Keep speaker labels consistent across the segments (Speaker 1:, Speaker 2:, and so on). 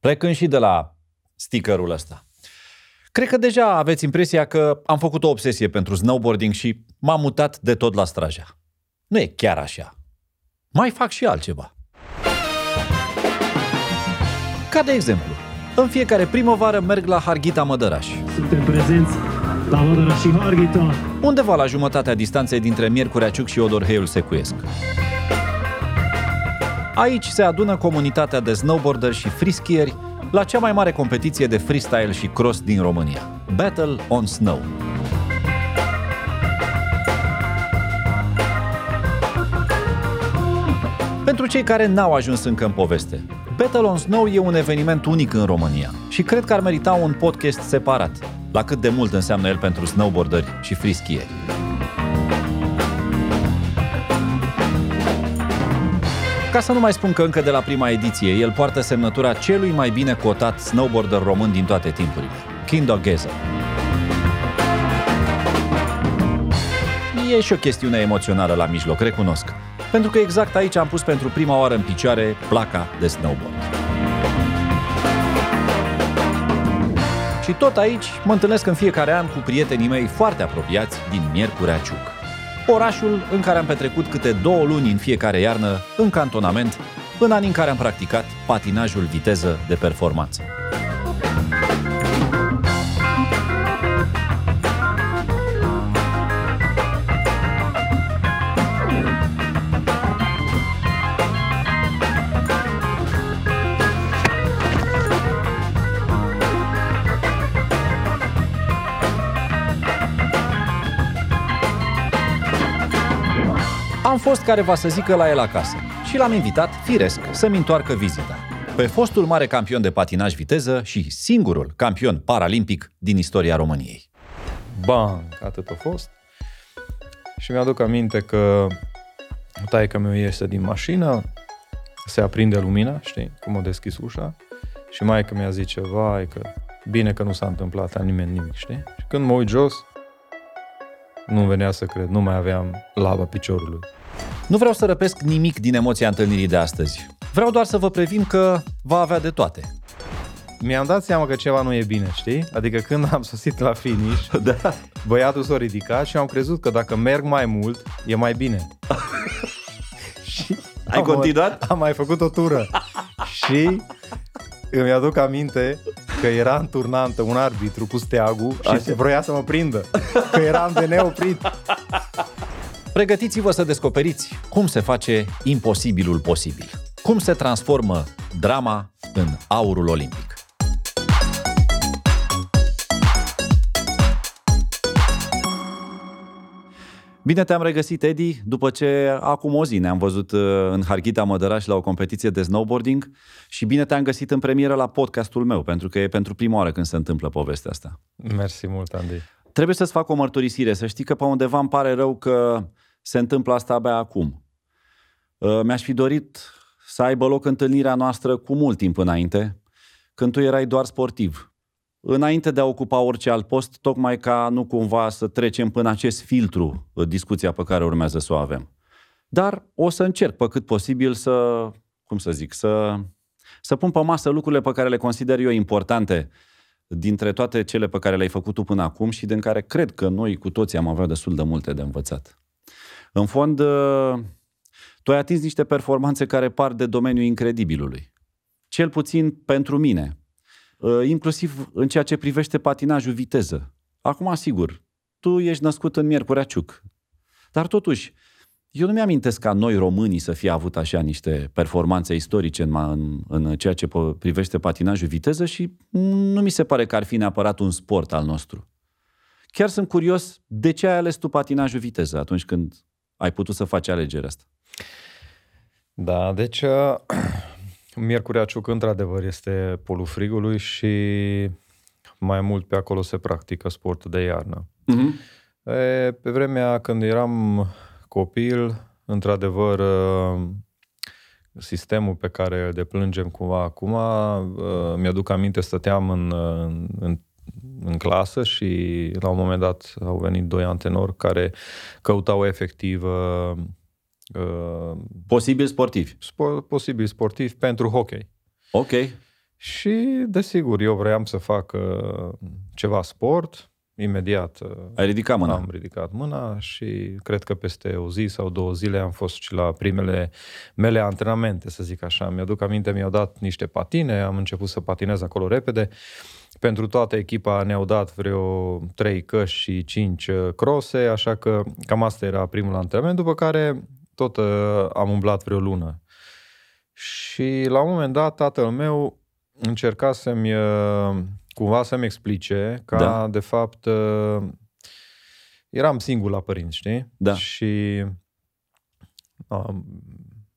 Speaker 1: Plecând și de la stickerul ăsta. Cred că deja aveți impresia că am făcut o obsesie pentru snowboarding și m-am mutat de tot la Straja. Nu e chiar așa. Mai fac și altceva. Ca de exemplu, în fiecare primăvară merg la Harghita Mădăraș,
Speaker 2: Suntem prezenți la Vodora și Harghita.
Speaker 1: undeva la jumătatea distanței dintre Miercurea Ciuc și Odorheiul Secuiesc. Aici se adună comunitatea de snowboarder și frischieri la cea mai mare competiție de freestyle și cross din România, Battle on Snow. Pentru cei care n-au ajuns încă în poveste, Battle on Snow e un eveniment unic în România și cred că ar merita un podcast separat, la cât de mult înseamnă el pentru snowboarderi și frischieri. Ca să nu mai spun că încă de la prima ediție, el poartă semnătura celui mai bine cotat snowboarder român din toate timpurile, Kindo Geza. E și o chestiune emoțională la mijloc, recunosc. Pentru că exact aici am pus pentru prima oară în picioare placa de snowboard. Și tot aici mă întâlnesc în fiecare an cu prietenii mei foarte apropiați din Miercurea Ciuc. Orașul în care am petrecut câte două luni în fiecare iarnă în cantonament, în anii în care am practicat patinajul viteză de performanță. Am fost careva să zică la el acasă și l-am invitat, firesc, să-mi întoarcă vizita. Pe fostul mare campion de patinaj viteză și singurul campion paralimpic din istoria României.
Speaker 3: bang, atât a fost. Și mi-aduc aminte că taică meu iese din mașină, se aprinde lumina, știi, cum o deschis ușa, și maica mi-a zice, vai, că bine că nu s-a întâmplat la nimeni nimic, știi? Și când mă uit jos, nu venea să cred, nu mai aveam laba piciorului.
Speaker 1: Nu vreau să răpesc nimic din emoția întâlnirii de astăzi. Vreau doar să vă previn că va avea de toate.
Speaker 3: Mi-am dat seama că ceva nu e bine, știi? Adică când am sosit la finish,
Speaker 1: Da.
Speaker 3: Băiatul s-a ridicat și am crezut că dacă merg mai mult, e mai bine. și
Speaker 1: Ai
Speaker 3: am-
Speaker 1: continuat?
Speaker 3: Am mai făcut o tură. și îmi aduc aminte că era în turnantă un arbitru cu steagul și Așa. vroia să mă prindă. Că eram de neoprit.
Speaker 1: Pregătiți-vă să descoperiți cum se face imposibilul posibil. Cum se transformă drama în aurul olimpic. Bine te-am regăsit, Edi, după ce acum o zi ne-am văzut uh, în Harghita Mădăraș la o competiție de snowboarding și bine te-am găsit în premieră la podcastul meu, pentru că e pentru prima oară când se întâmplă povestea asta.
Speaker 3: Mersi mult, Andrei.
Speaker 1: Trebuie să-ți fac o mărturisire, să știi că pe undeva îmi pare rău că se întâmplă asta abia acum. Uh, Mi-aș fi dorit să aibă loc întâlnirea noastră cu mult timp înainte, când tu erai doar sportiv. Înainte de a ocupa orice alt post, tocmai ca nu cumva să trecem până acest filtru uh, discuția pe care urmează să o avem. Dar o să încerc pe cât posibil să, cum să zic, să, să pun pe masă lucrurile pe care le consider eu importante dintre toate cele pe care le-ai făcut tu până acum și din care cred că noi cu toții am avea destul de multe de învățat. În fond, uh, tu ai atins niște performanțe care par de domeniul incredibilului. Cel puțin pentru mine. Uh, Inclusiv în ceea ce privește patinajul viteză. Acum, sigur, tu ești născut în Miercurea Ciuc. Dar totuși, eu nu mi-amintesc ca noi românii să fie avut așa niște performanțe istorice în, ma- în, în ceea ce po- privește patinajul viteză și nu mi se pare că ar fi neapărat un sport al nostru. Chiar sunt curios de ce ai ales tu patinajul viteză atunci când ai putut să faci alegerea asta.
Speaker 3: Da, deci uh, Miercurea Ciuc într-adevăr este polul frigului și mai mult pe acolo se practică sport de iarnă.
Speaker 1: Mm-hmm.
Speaker 3: E, pe vremea când eram copil, într-adevăr, ă, sistemul pe care îl deplângem cumva acum, ă, mi-aduc aminte, stăteam în, ă, în, în, în clasă și la un moment dat au venit doi antenori care căutau efectiv ă, ă,
Speaker 1: Posibil sportiv.
Speaker 3: spo- posibil sportiv pentru hockey.
Speaker 1: Ok.
Speaker 3: Și, desigur, eu vreau să fac uh, ceva sport, imediat uh,
Speaker 1: Ai ridicat mâna.
Speaker 3: am ridicat mâna și cred că peste o zi sau două zile am fost și la primele mele antrenamente, să zic așa. Mi-aduc aminte, mi-au dat niște patine, am început să patinez acolo repede. Pentru toată echipa ne-au dat vreo 3 căști și 5 crose, așa că cam asta era primul antrenament, după care tot uh, am umblat vreo lună. Și la un moment dat, tatăl meu încerca să-mi uh, cumva să-mi explice că,
Speaker 1: Da.
Speaker 3: da. de fapt, uh, eram singur la părinți, știi?
Speaker 1: Da.
Speaker 3: Și um,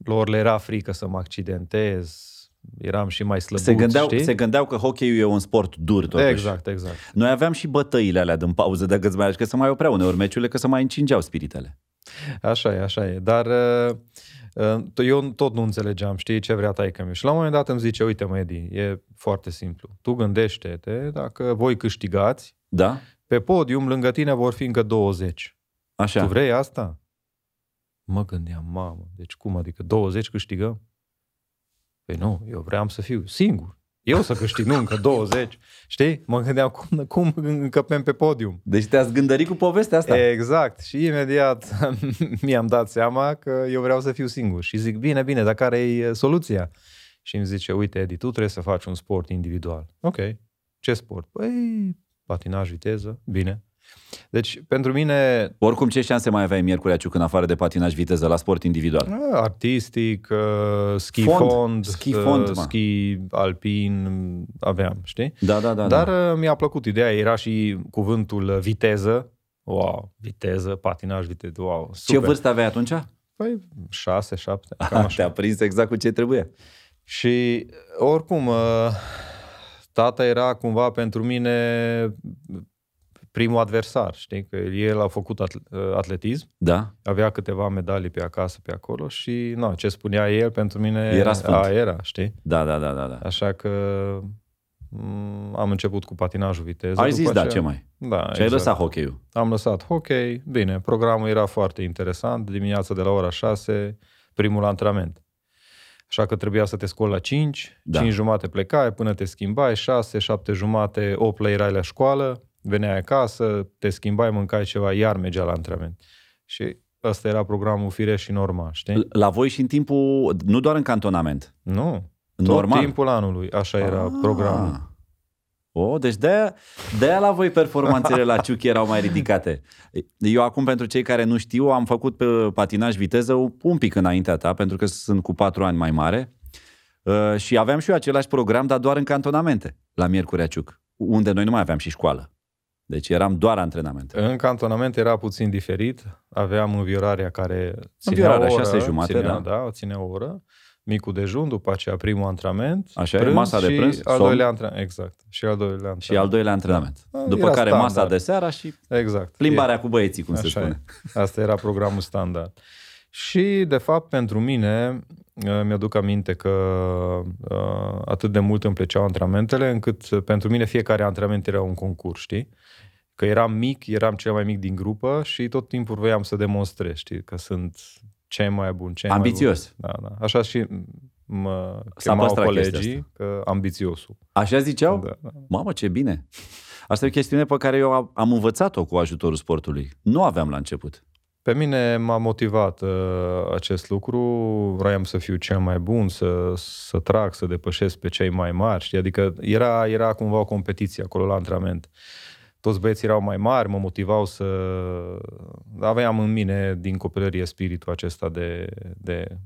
Speaker 3: lor le era frică să mă accidentez, eram și mai slăbuț,
Speaker 1: Se gândeau,
Speaker 3: știi?
Speaker 1: se gândeau că hockeyul e un sport dur, totuși.
Speaker 3: Exact, exact.
Speaker 1: Noi aveam și bătăile alea din pauză, dacă îți mai aduci, că se mai opreau uneori meciurile, că se mai încingeau spiritele.
Speaker 3: Așa e, așa e. Dar uh, uh, eu tot nu înțelegeam, știi, ce vrea taică meu. Și la un moment dat îmi zice, uite mă, Edi, e foarte simplu. Tu gândește-te dacă voi câștigați,
Speaker 1: Da?
Speaker 3: pe podium lângă tine vor fi încă 20.
Speaker 1: Așa.
Speaker 3: Tu vrei asta? Mă gândeam, mamă, deci cum adică 20 câștigăm? Păi nu, eu vreau să fiu singur. Eu să câștig, nu încă 20. Știi? Mă gândeam cum, cum încăpem pe podium.
Speaker 1: Deci te-ați gândărit cu povestea asta? E...
Speaker 3: Exact. Și imediat mi-am dat seama că eu vreau să fiu singur. Și zic, bine, bine, dar care e soluția? Și îmi zice, uite, Edi, tu trebuie să faci un sport individual. Ok. Ce sport? Păi, patinaj, viteză. Bine. Deci, pentru mine,
Speaker 1: Oricum, ce șanse mai aveai miercurea Ciuc în afară de patinaj viteză la sport individual?
Speaker 3: Ah, Artistic, uh, ski
Speaker 1: Fond.
Speaker 3: fond, fond,
Speaker 1: Ski
Speaker 3: uh,
Speaker 1: fond, mă.
Speaker 3: ski alpin, aveam, știi?
Speaker 1: Da, da, da.
Speaker 3: Dar
Speaker 1: da.
Speaker 3: uh, mi-a plăcut ideea, era și cuvântul uh, viteză, wow, viteză, patinaj, viteză, wow,
Speaker 1: Ce
Speaker 3: super.
Speaker 1: vârstă aveai atunci?
Speaker 3: Păi, șase, șapte, cam
Speaker 1: Ah,
Speaker 3: așa.
Speaker 1: Te-a prins exact cu ce trebuie.
Speaker 3: Și oricum, uh, tata era cumva pentru mine primul adversar, știi? Că el a făcut atl- uh, atletism,
Speaker 1: Da?
Speaker 3: avea câteva medalii pe acasă, pe acolo și na, ce spunea el pentru mine
Speaker 1: Era sfânt.
Speaker 3: A, era, știi?
Speaker 1: Da, da, da, da. da.
Speaker 3: Așa că m, am început cu patinajul viteză.
Speaker 1: Ai
Speaker 3: după
Speaker 1: zis, da,
Speaker 3: aceea-
Speaker 1: ce mai? Și
Speaker 3: Da, exact.
Speaker 1: ai lăsat hockeyul.
Speaker 3: Am lăsat hockey, bine, programul era foarte interesant, dimineața de la ora 6, primul antrenament. Așa că trebuia să te scoli la 5,
Speaker 1: Da.
Speaker 3: da. 5 jumate plecai până te schimbai, 6, 7 jumate, 8 la erai la școală, veneai acasă, te schimbai, mâncai ceva, iar mergea la antrenament. Și ăsta era programul firesc și normal, știi?
Speaker 1: L- La voi și în timpul, nu doar în cantonament.
Speaker 3: nu,
Speaker 1: normal.
Speaker 3: tot timpul anului, așa era
Speaker 1: Ah.
Speaker 3: programul.
Speaker 1: O, deci de-aia, de-aia la voi performanțele la Ciuc erau mai ridicate. Eu acum, pentru cei care nu știu, am făcut pe patinaj viteză un pic înaintea ta, pentru că sunt cu patru ani mai mare. Uh, Și aveam și eu același program, dar doar în cantonamente, la Miercurea Ciuc, unde noi nu mai aveam și școală. Deci eram doar antrenamente.
Speaker 3: În cantonament era puțin diferit. Aveam înviorarea care ținea
Speaker 1: Înviorarea,
Speaker 3: o oră.
Speaker 1: șase jumate,
Speaker 3: ținea,
Speaker 1: da.
Speaker 3: da. ținea o oră. Micul dejun, după aceea primul antrenament.
Speaker 1: Așa e, masa de
Speaker 3: și
Speaker 1: prânz,
Speaker 3: al
Speaker 1: somn.
Speaker 3: doilea antrenament. Exact. Și al doilea antrenament.
Speaker 1: Și al doilea antrenament.
Speaker 3: Da.
Speaker 1: După
Speaker 3: Era
Speaker 1: care masa
Speaker 3: standard.
Speaker 1: de seara și
Speaker 3: Exact.
Speaker 1: plimbarea cu băieții, cum
Speaker 3: E-
Speaker 1: se
Speaker 3: așa
Speaker 1: spune.
Speaker 3: E. Asta era programul standard. Și, de fapt, pentru mine, uh, mi-aduc aminte că uh, atât de mult îmi plăceau antrenamentele, încât uh, pentru mine fiecare antrenament era un concurs, știi? Că eram mic, eram cel mai mic din grupă și tot timpul voiam să demonstrez, știi? Că sunt cel mai bun, cel
Speaker 1: Ambițios.
Speaker 3: mai bun. Da, da. Așa și mă
Speaker 1: S-a
Speaker 3: chemau
Speaker 1: păstrat chestia
Speaker 3: colegii că ambițiosul.
Speaker 1: Așa ziceau?
Speaker 3: Da, da.
Speaker 1: Mamă, ce bine! Asta e o chestiune pe care eu am- am învățat-o cu ajutorul sportului. Nu aveam la început.
Speaker 3: Pe mine m-a motivat uh, acest lucru, vroiam să fiu cel mai bun, să, să trag, să depășesc pe cei mai mari, știi? adică era, era cumva o competiție acolo la antrenament. Toți băieții erau mai mari, mă motivau să... Aveam în mine din copilărie spiritul acesta de, de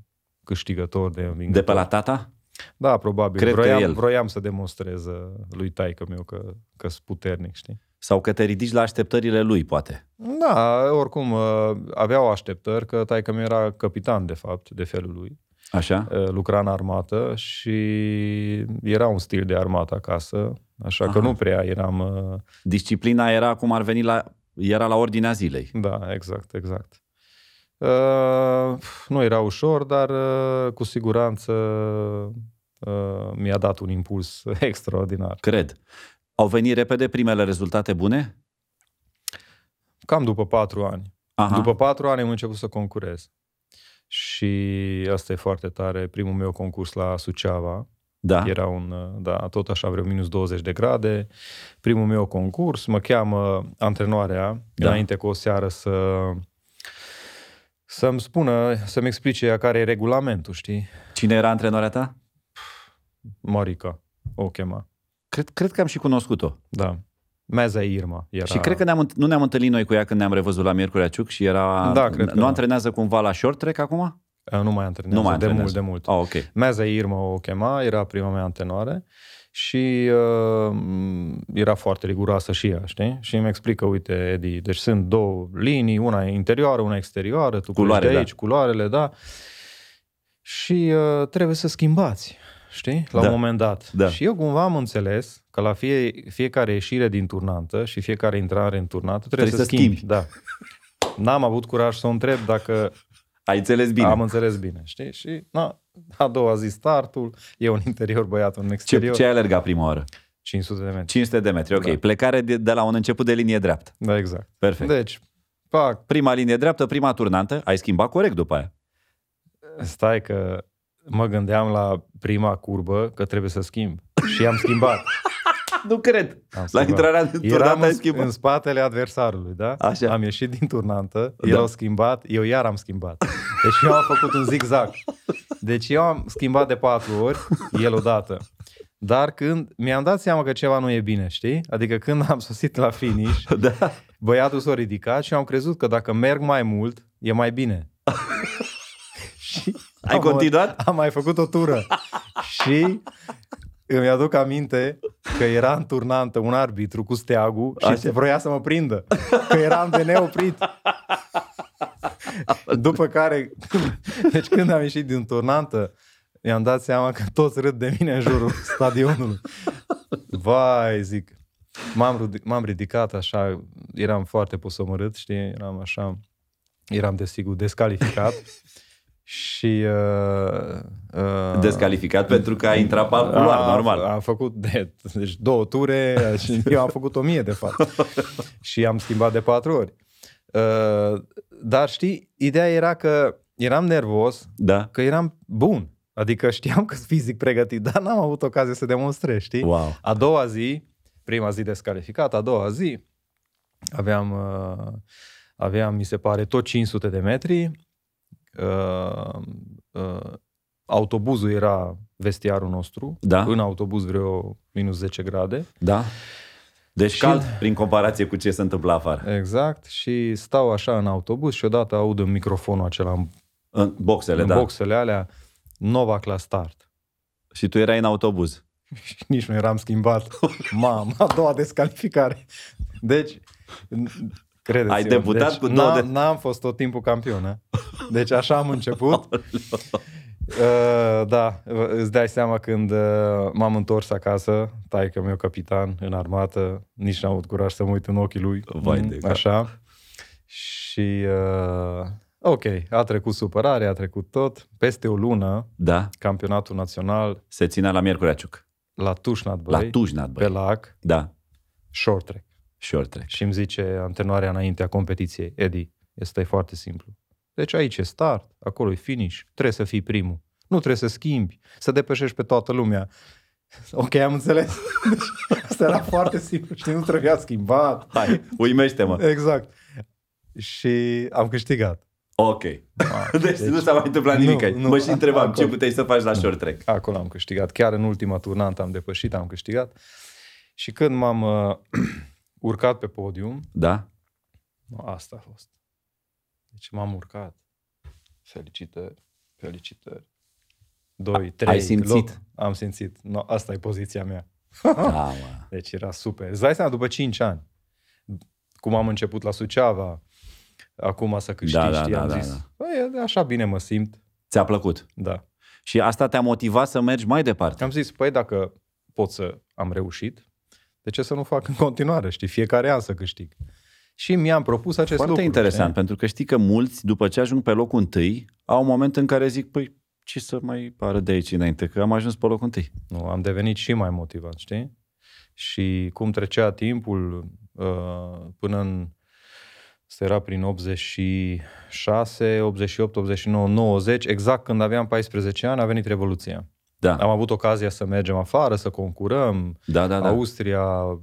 Speaker 3: câștigător, de învingător.
Speaker 1: De pe la tata?
Speaker 3: Da, probabil.
Speaker 1: Cred că
Speaker 3: vroiam,
Speaker 1: el.
Speaker 3: vroiam să demonstrez uh, lui taică meu că, că sunt puternic, știi?
Speaker 1: Sau că te ridici la așteptările lui, poate.
Speaker 3: Da, oricum uh, aveau așteptări că taică mi era capitan de fapt de felul lui.
Speaker 1: Așa?
Speaker 3: Uh, Lucra în armată și era un stil de armată acasă, așa Aha. că
Speaker 1: Aha.
Speaker 3: nu prea eram uh,
Speaker 1: Disciplina era cum ar veni la... Era la ordinea zilei.
Speaker 3: da, exact, exact. Uh, Nu era ușor, dar uh, cu siguranță uh, mi-a dat un impuls extraordinar.
Speaker 1: Cred. Au venit repede primele rezultate bune?
Speaker 3: Cam după patru ani.
Speaker 1: Aha.
Speaker 3: După patru ani am început să concurez. Și asta e foarte tare. Primul meu concurs la Suceava.
Speaker 1: Da.
Speaker 3: Era un, uh, da, tot așa, vreo minus 20 de grade. Primul meu concurs, mă cheamă antrenoarea,
Speaker 1: Da.
Speaker 3: da. înainte cu o seară să să-mi spună, să-mi explice ea care e regulamentul, știi?
Speaker 1: Cine era antrenoarea ta?
Speaker 3: Marica o chema.
Speaker 1: Cred, cred că am și cunoscut-o.
Speaker 3: Da. Meza Irma era.
Speaker 1: Și cred că ne-am, înt- nu ne-am întâlnit noi cu ea când ne-am revăzut la Miercurea Ciuc și era...
Speaker 3: Da, cred
Speaker 1: nu
Speaker 3: că da.
Speaker 1: antrenează cumva la short track acum? Ah,
Speaker 3: A, Nu mai antrenează,
Speaker 1: Nu mai
Speaker 3: nu mai de mult,
Speaker 1: antrenează. Ah,
Speaker 3: de mult.
Speaker 1: ok.
Speaker 3: Meza Irma o chema, era prima mea antenoare și uh, m, era foarte riguroasă și ea, știi? Și îmi explică, uite, Edi, deci sunt două linii, una e interioară, una exterioară,
Speaker 1: Culoare,
Speaker 3: tu culoare, de
Speaker 1: da.
Speaker 3: aici, culoarele, da. Și uh, trebuie să schimbați, știi? La
Speaker 1: Da.
Speaker 3: da. un moment dat.
Speaker 1: Da.
Speaker 3: Și eu cumva am înțeles că la fie, fiecare ieșire din turnantă și fiecare intrare în turnantă trebuie,
Speaker 1: Trebuie
Speaker 3: să,
Speaker 1: să
Speaker 3: schimbi.
Speaker 1: schimbi.
Speaker 3: Da. N-am avut curaj să o întreb dacă
Speaker 1: Ai înțeles bine.
Speaker 3: am înțeles bine, știi? Și na, a doua zi startul, eu în interior, băiatul în
Speaker 1: ce,
Speaker 3: exterior,
Speaker 1: ce ai alergat prima oară?
Speaker 3: 500 de metri.
Speaker 1: 500 de metri, ok.
Speaker 3: Da.
Speaker 1: Plecare de, de la un început de linie dreaptă.
Speaker 3: Da, exact.
Speaker 1: Perfect. De-
Speaker 3: Deci, pac,
Speaker 1: prima linie dreaptă, prima turnantă, ai schimbat corect după aia.
Speaker 3: stai că mă gândeam la prima curbă că trebuie să schimb. Și am schimbat.
Speaker 1: Ah, Nu cred.
Speaker 3: Am
Speaker 1: La
Speaker 3: schimbat.
Speaker 1: intrarea din
Speaker 3: Eram
Speaker 1: turnantă ai
Speaker 3: în,
Speaker 1: schimbat.
Speaker 3: în spatele adversarului, da?
Speaker 1: Așa.
Speaker 3: Am ieșit din turnantă,
Speaker 1: Da.
Speaker 3: el da. a schimbat, eu iar am schimbat. Deci eu am făcut un zigzag. Deci eu am schimbat de patru ori, el odată. Dar când mi-am dat seama că ceva nu e bine, știi? Adică când am sosit la finish,
Speaker 1: Da.
Speaker 3: băiatul s-a ridicat și eu am crezut că dacă merg mai mult, e mai bine. și
Speaker 1: Ai
Speaker 3: am-
Speaker 1: continuat?
Speaker 3: Am mai făcut o tură. și îmi aduc aminte că era în turnantă un arbitru cu steagul și
Speaker 1: Așa.
Speaker 3: Așa. vroia să mă prindă. Că eram de neoprit. După care, deci când am ieșit din turnantă, mi-am dat seama că toți râd de mine în jurul stadionului. Vai, zic, m-am, rudi- m-am ridicat așa, eram foarte posomorât, știi, eram așa, eram desigur descalificat și... Uh, uh,
Speaker 1: Descalificat pentru că ai intrat pe alt culoar,
Speaker 3: am-
Speaker 1: normal.
Speaker 3: Am făcut de, deci două ture și eu am făcut o mie de fapt. și am schimbat de patru ori. Uh, dar știi, ideea era că eram nervos,
Speaker 1: Da.
Speaker 3: că eram bun. Adică știam că sunt fizic pregătit, dar n-am avut ocazie să demonstrez, știi?
Speaker 1: Wow.
Speaker 3: A doua zi, prima zi descalificat, a doua zi aveam, uh, aveam mi se pare, tot 500 de metri. Uh, uh, autobuzul era vestiarul nostru.
Speaker 1: Da.
Speaker 3: În autobuz vreo minus 10 grade.
Speaker 1: Da. Deci
Speaker 3: Și-
Speaker 1: cald prin comparație cu ce se întâmplă afară.
Speaker 3: Exact. Și stau așa în autobuz și odată aud în microfonul acela, în,
Speaker 1: În boxele,
Speaker 3: în
Speaker 1: da. Box.
Speaker 3: boxele alea, Novak la start.
Speaker 1: Și tu erai în autobuz.
Speaker 3: și nici nu eram schimbat. Mamă, a doua descalificare. Deci, credeți
Speaker 1: Ai debutat
Speaker 3: deci,
Speaker 1: cu două
Speaker 3: n-am,
Speaker 1: de-
Speaker 3: n-am fost tot timpul campion. a? Deci așa am început. Uh, da, v- îți dai seama când uh, m-am întors acasă, taică meu capitan în armată, nici n-am avut curaj să mă uit în ochii lui. Mm,
Speaker 1: Vai de cap.
Speaker 3: Așa. Și uh, ok, a trecut supărare, a trecut tot. Peste o lună,
Speaker 1: Da.
Speaker 3: campionatul național
Speaker 1: Se ținea la Miercurea Ciuc.
Speaker 3: la Tușnat Băi,
Speaker 1: La Tujnat,
Speaker 3: pe
Speaker 1: băi.
Speaker 3: lac,
Speaker 1: Da.
Speaker 3: short track.
Speaker 1: Short track.
Speaker 3: Și îmi zice antrenoarea înaintea competiției, Edi, este foarte simplu. Deci aici e start, acolo e finish, trebuie să fii primul. Nu trebuie să schimbi, să depășești pe toată lumea. Ok, am înțeles. Deci, Asta era foarte simplu și nu trebuia schimbat.
Speaker 1: Hai, uimește-mă.
Speaker 3: Exact. Și am câștigat.
Speaker 1: Ok. Deci,
Speaker 3: Deci-
Speaker 1: nu s-a mai întâmplat
Speaker 3: Nu,
Speaker 1: nimic. Nu,
Speaker 3: nu.
Speaker 1: mă și întrebam
Speaker 3: Acolo.
Speaker 1: ce puteai să faci la short track.
Speaker 3: Acolo am câștigat. Chiar în ultima turnantă am depășit, am câștigat. Și când m-am uh, urcat pe podium,
Speaker 1: Da?
Speaker 3: Nu, asta a fost. Deci m-am urcat. Felicitări, felicitări. Doi, trei.
Speaker 1: ai simțit?
Speaker 3: Loc. Am simțit. No, asta e poziția mea.
Speaker 1: Da, mă.
Speaker 3: Deci era super. Îți dai seama, după 5 ani, cum am început la Suceava, acum să câștigi,
Speaker 1: Da, da,
Speaker 3: știi,
Speaker 1: da,
Speaker 3: am
Speaker 1: da,
Speaker 3: zis,
Speaker 1: da.
Speaker 3: "Băi, e așa bine mă simt,
Speaker 1: Ți-a plăcut.
Speaker 3: da.
Speaker 1: Și asta te-a motivat să mergi mai departe.
Speaker 3: Am zis, păi dacă pot să am reușit, de ce să nu fac în continuare, știi, fiecare an să câștig. Și mi-am propus acest
Speaker 1: Foarte
Speaker 3: lucru. da.
Speaker 1: interesant,
Speaker 3: știi?
Speaker 1: pentru că știi că mulți, după ce ajung pe locul întâi, au un moment în care zic, păi, ce să mai pară de aici înainte, că am ajuns pe locul întâi.
Speaker 3: Nu, am devenit și mai motivat, știi? Și cum trecea timpul uh, până în... Asta era prin 86, 88, 89, 90, exact când aveam 14 ani a venit Revoluția.
Speaker 1: Da,
Speaker 3: Am avut ocazia să mergem afară, să concurăm,
Speaker 1: da, da.
Speaker 3: da,
Speaker 1: da.
Speaker 3: Austria, uh,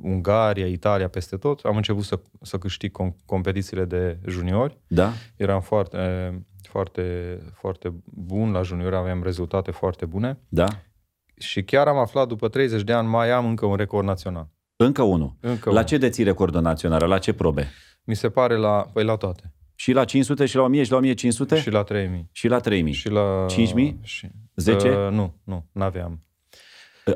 Speaker 3: Ungaria, Italia, peste tot. Am început să, să câștig com- competițiile de juniori.
Speaker 1: da?
Speaker 3: Eram foarte, foarte, foarte bun la juniori, aveam rezultate foarte bune.
Speaker 1: Da?
Speaker 3: Și chiar am aflat după 30 de ani, mai am încă un record național.
Speaker 1: Încă unul.
Speaker 3: Încă
Speaker 1: La
Speaker 3: un.
Speaker 1: ce deții recordul național? La ce probe?
Speaker 3: Mi se pare la, păi la toate.
Speaker 1: Și la 500, și la 1000, și la 1500,
Speaker 3: Și la 3000.
Speaker 1: și la 3000.
Speaker 3: Și la...
Speaker 1: 5.000?
Speaker 3: Și,
Speaker 1: 10?
Speaker 3: Uh, nu, nu, n-aveam.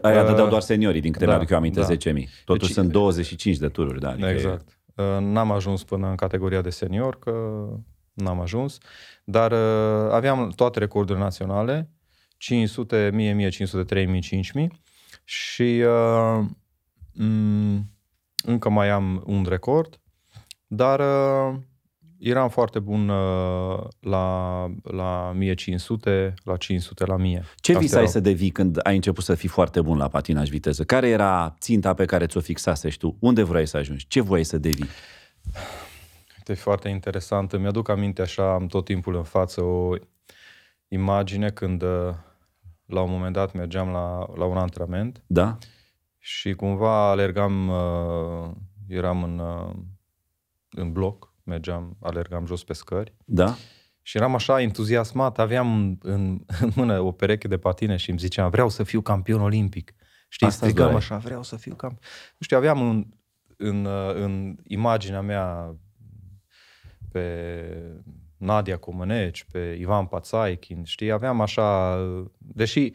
Speaker 1: Aia
Speaker 3: Uh,
Speaker 1: dădeau doar seniorii, din câte
Speaker 3: da,
Speaker 1: mi-aduc eu aminte,
Speaker 3: da.
Speaker 1: 10.000. Totuși
Speaker 3: Deci-
Speaker 1: sunt 25 de tururi, da. Adică
Speaker 3: Exact. Uh, N-am ajuns până în categoria de senior, că n-am ajuns, dar uh, aveam toate recordurile naționale, 500, 1000, 1500, 3000, 5000 și uh, m- încă mai am un record, dar uh, eram foarte bun uh, la, la 1500, la 500, la 1000.
Speaker 1: Ce
Speaker 3: Astea
Speaker 1: visai
Speaker 3: erau.
Speaker 1: să devii când ai început să fii foarte bun la patinaj viteză? Care era ținta pe care ți-o fixasești tu? Unde vrei să ajungi? Ce voiai să devii?
Speaker 3: Este foarte interesant. Îmi aduc aminte așa, am tot timpul în față o imagine când uh, la un moment dat mergeam la, la un antrenament
Speaker 1: Da?
Speaker 3: și cumva alergam, uh, eram în, uh, în bloc, mergeam, alergam jos pe scări
Speaker 1: Da?
Speaker 3: și eram așa entuziasmat, aveam în, în mână o pereche de patine și îmi ziceam, vreau să fiu campion olimpic.
Speaker 1: Asta
Speaker 3: Știi, Asta
Speaker 1: îți
Speaker 3: strigam
Speaker 1: doreai.
Speaker 3: așa, vreau să fiu campion. Nu știu, aveam în, în, uh, în imaginea mea pe Nadia Comăneci, pe Ivan Pațaichin, știi, aveam așa, uh, deși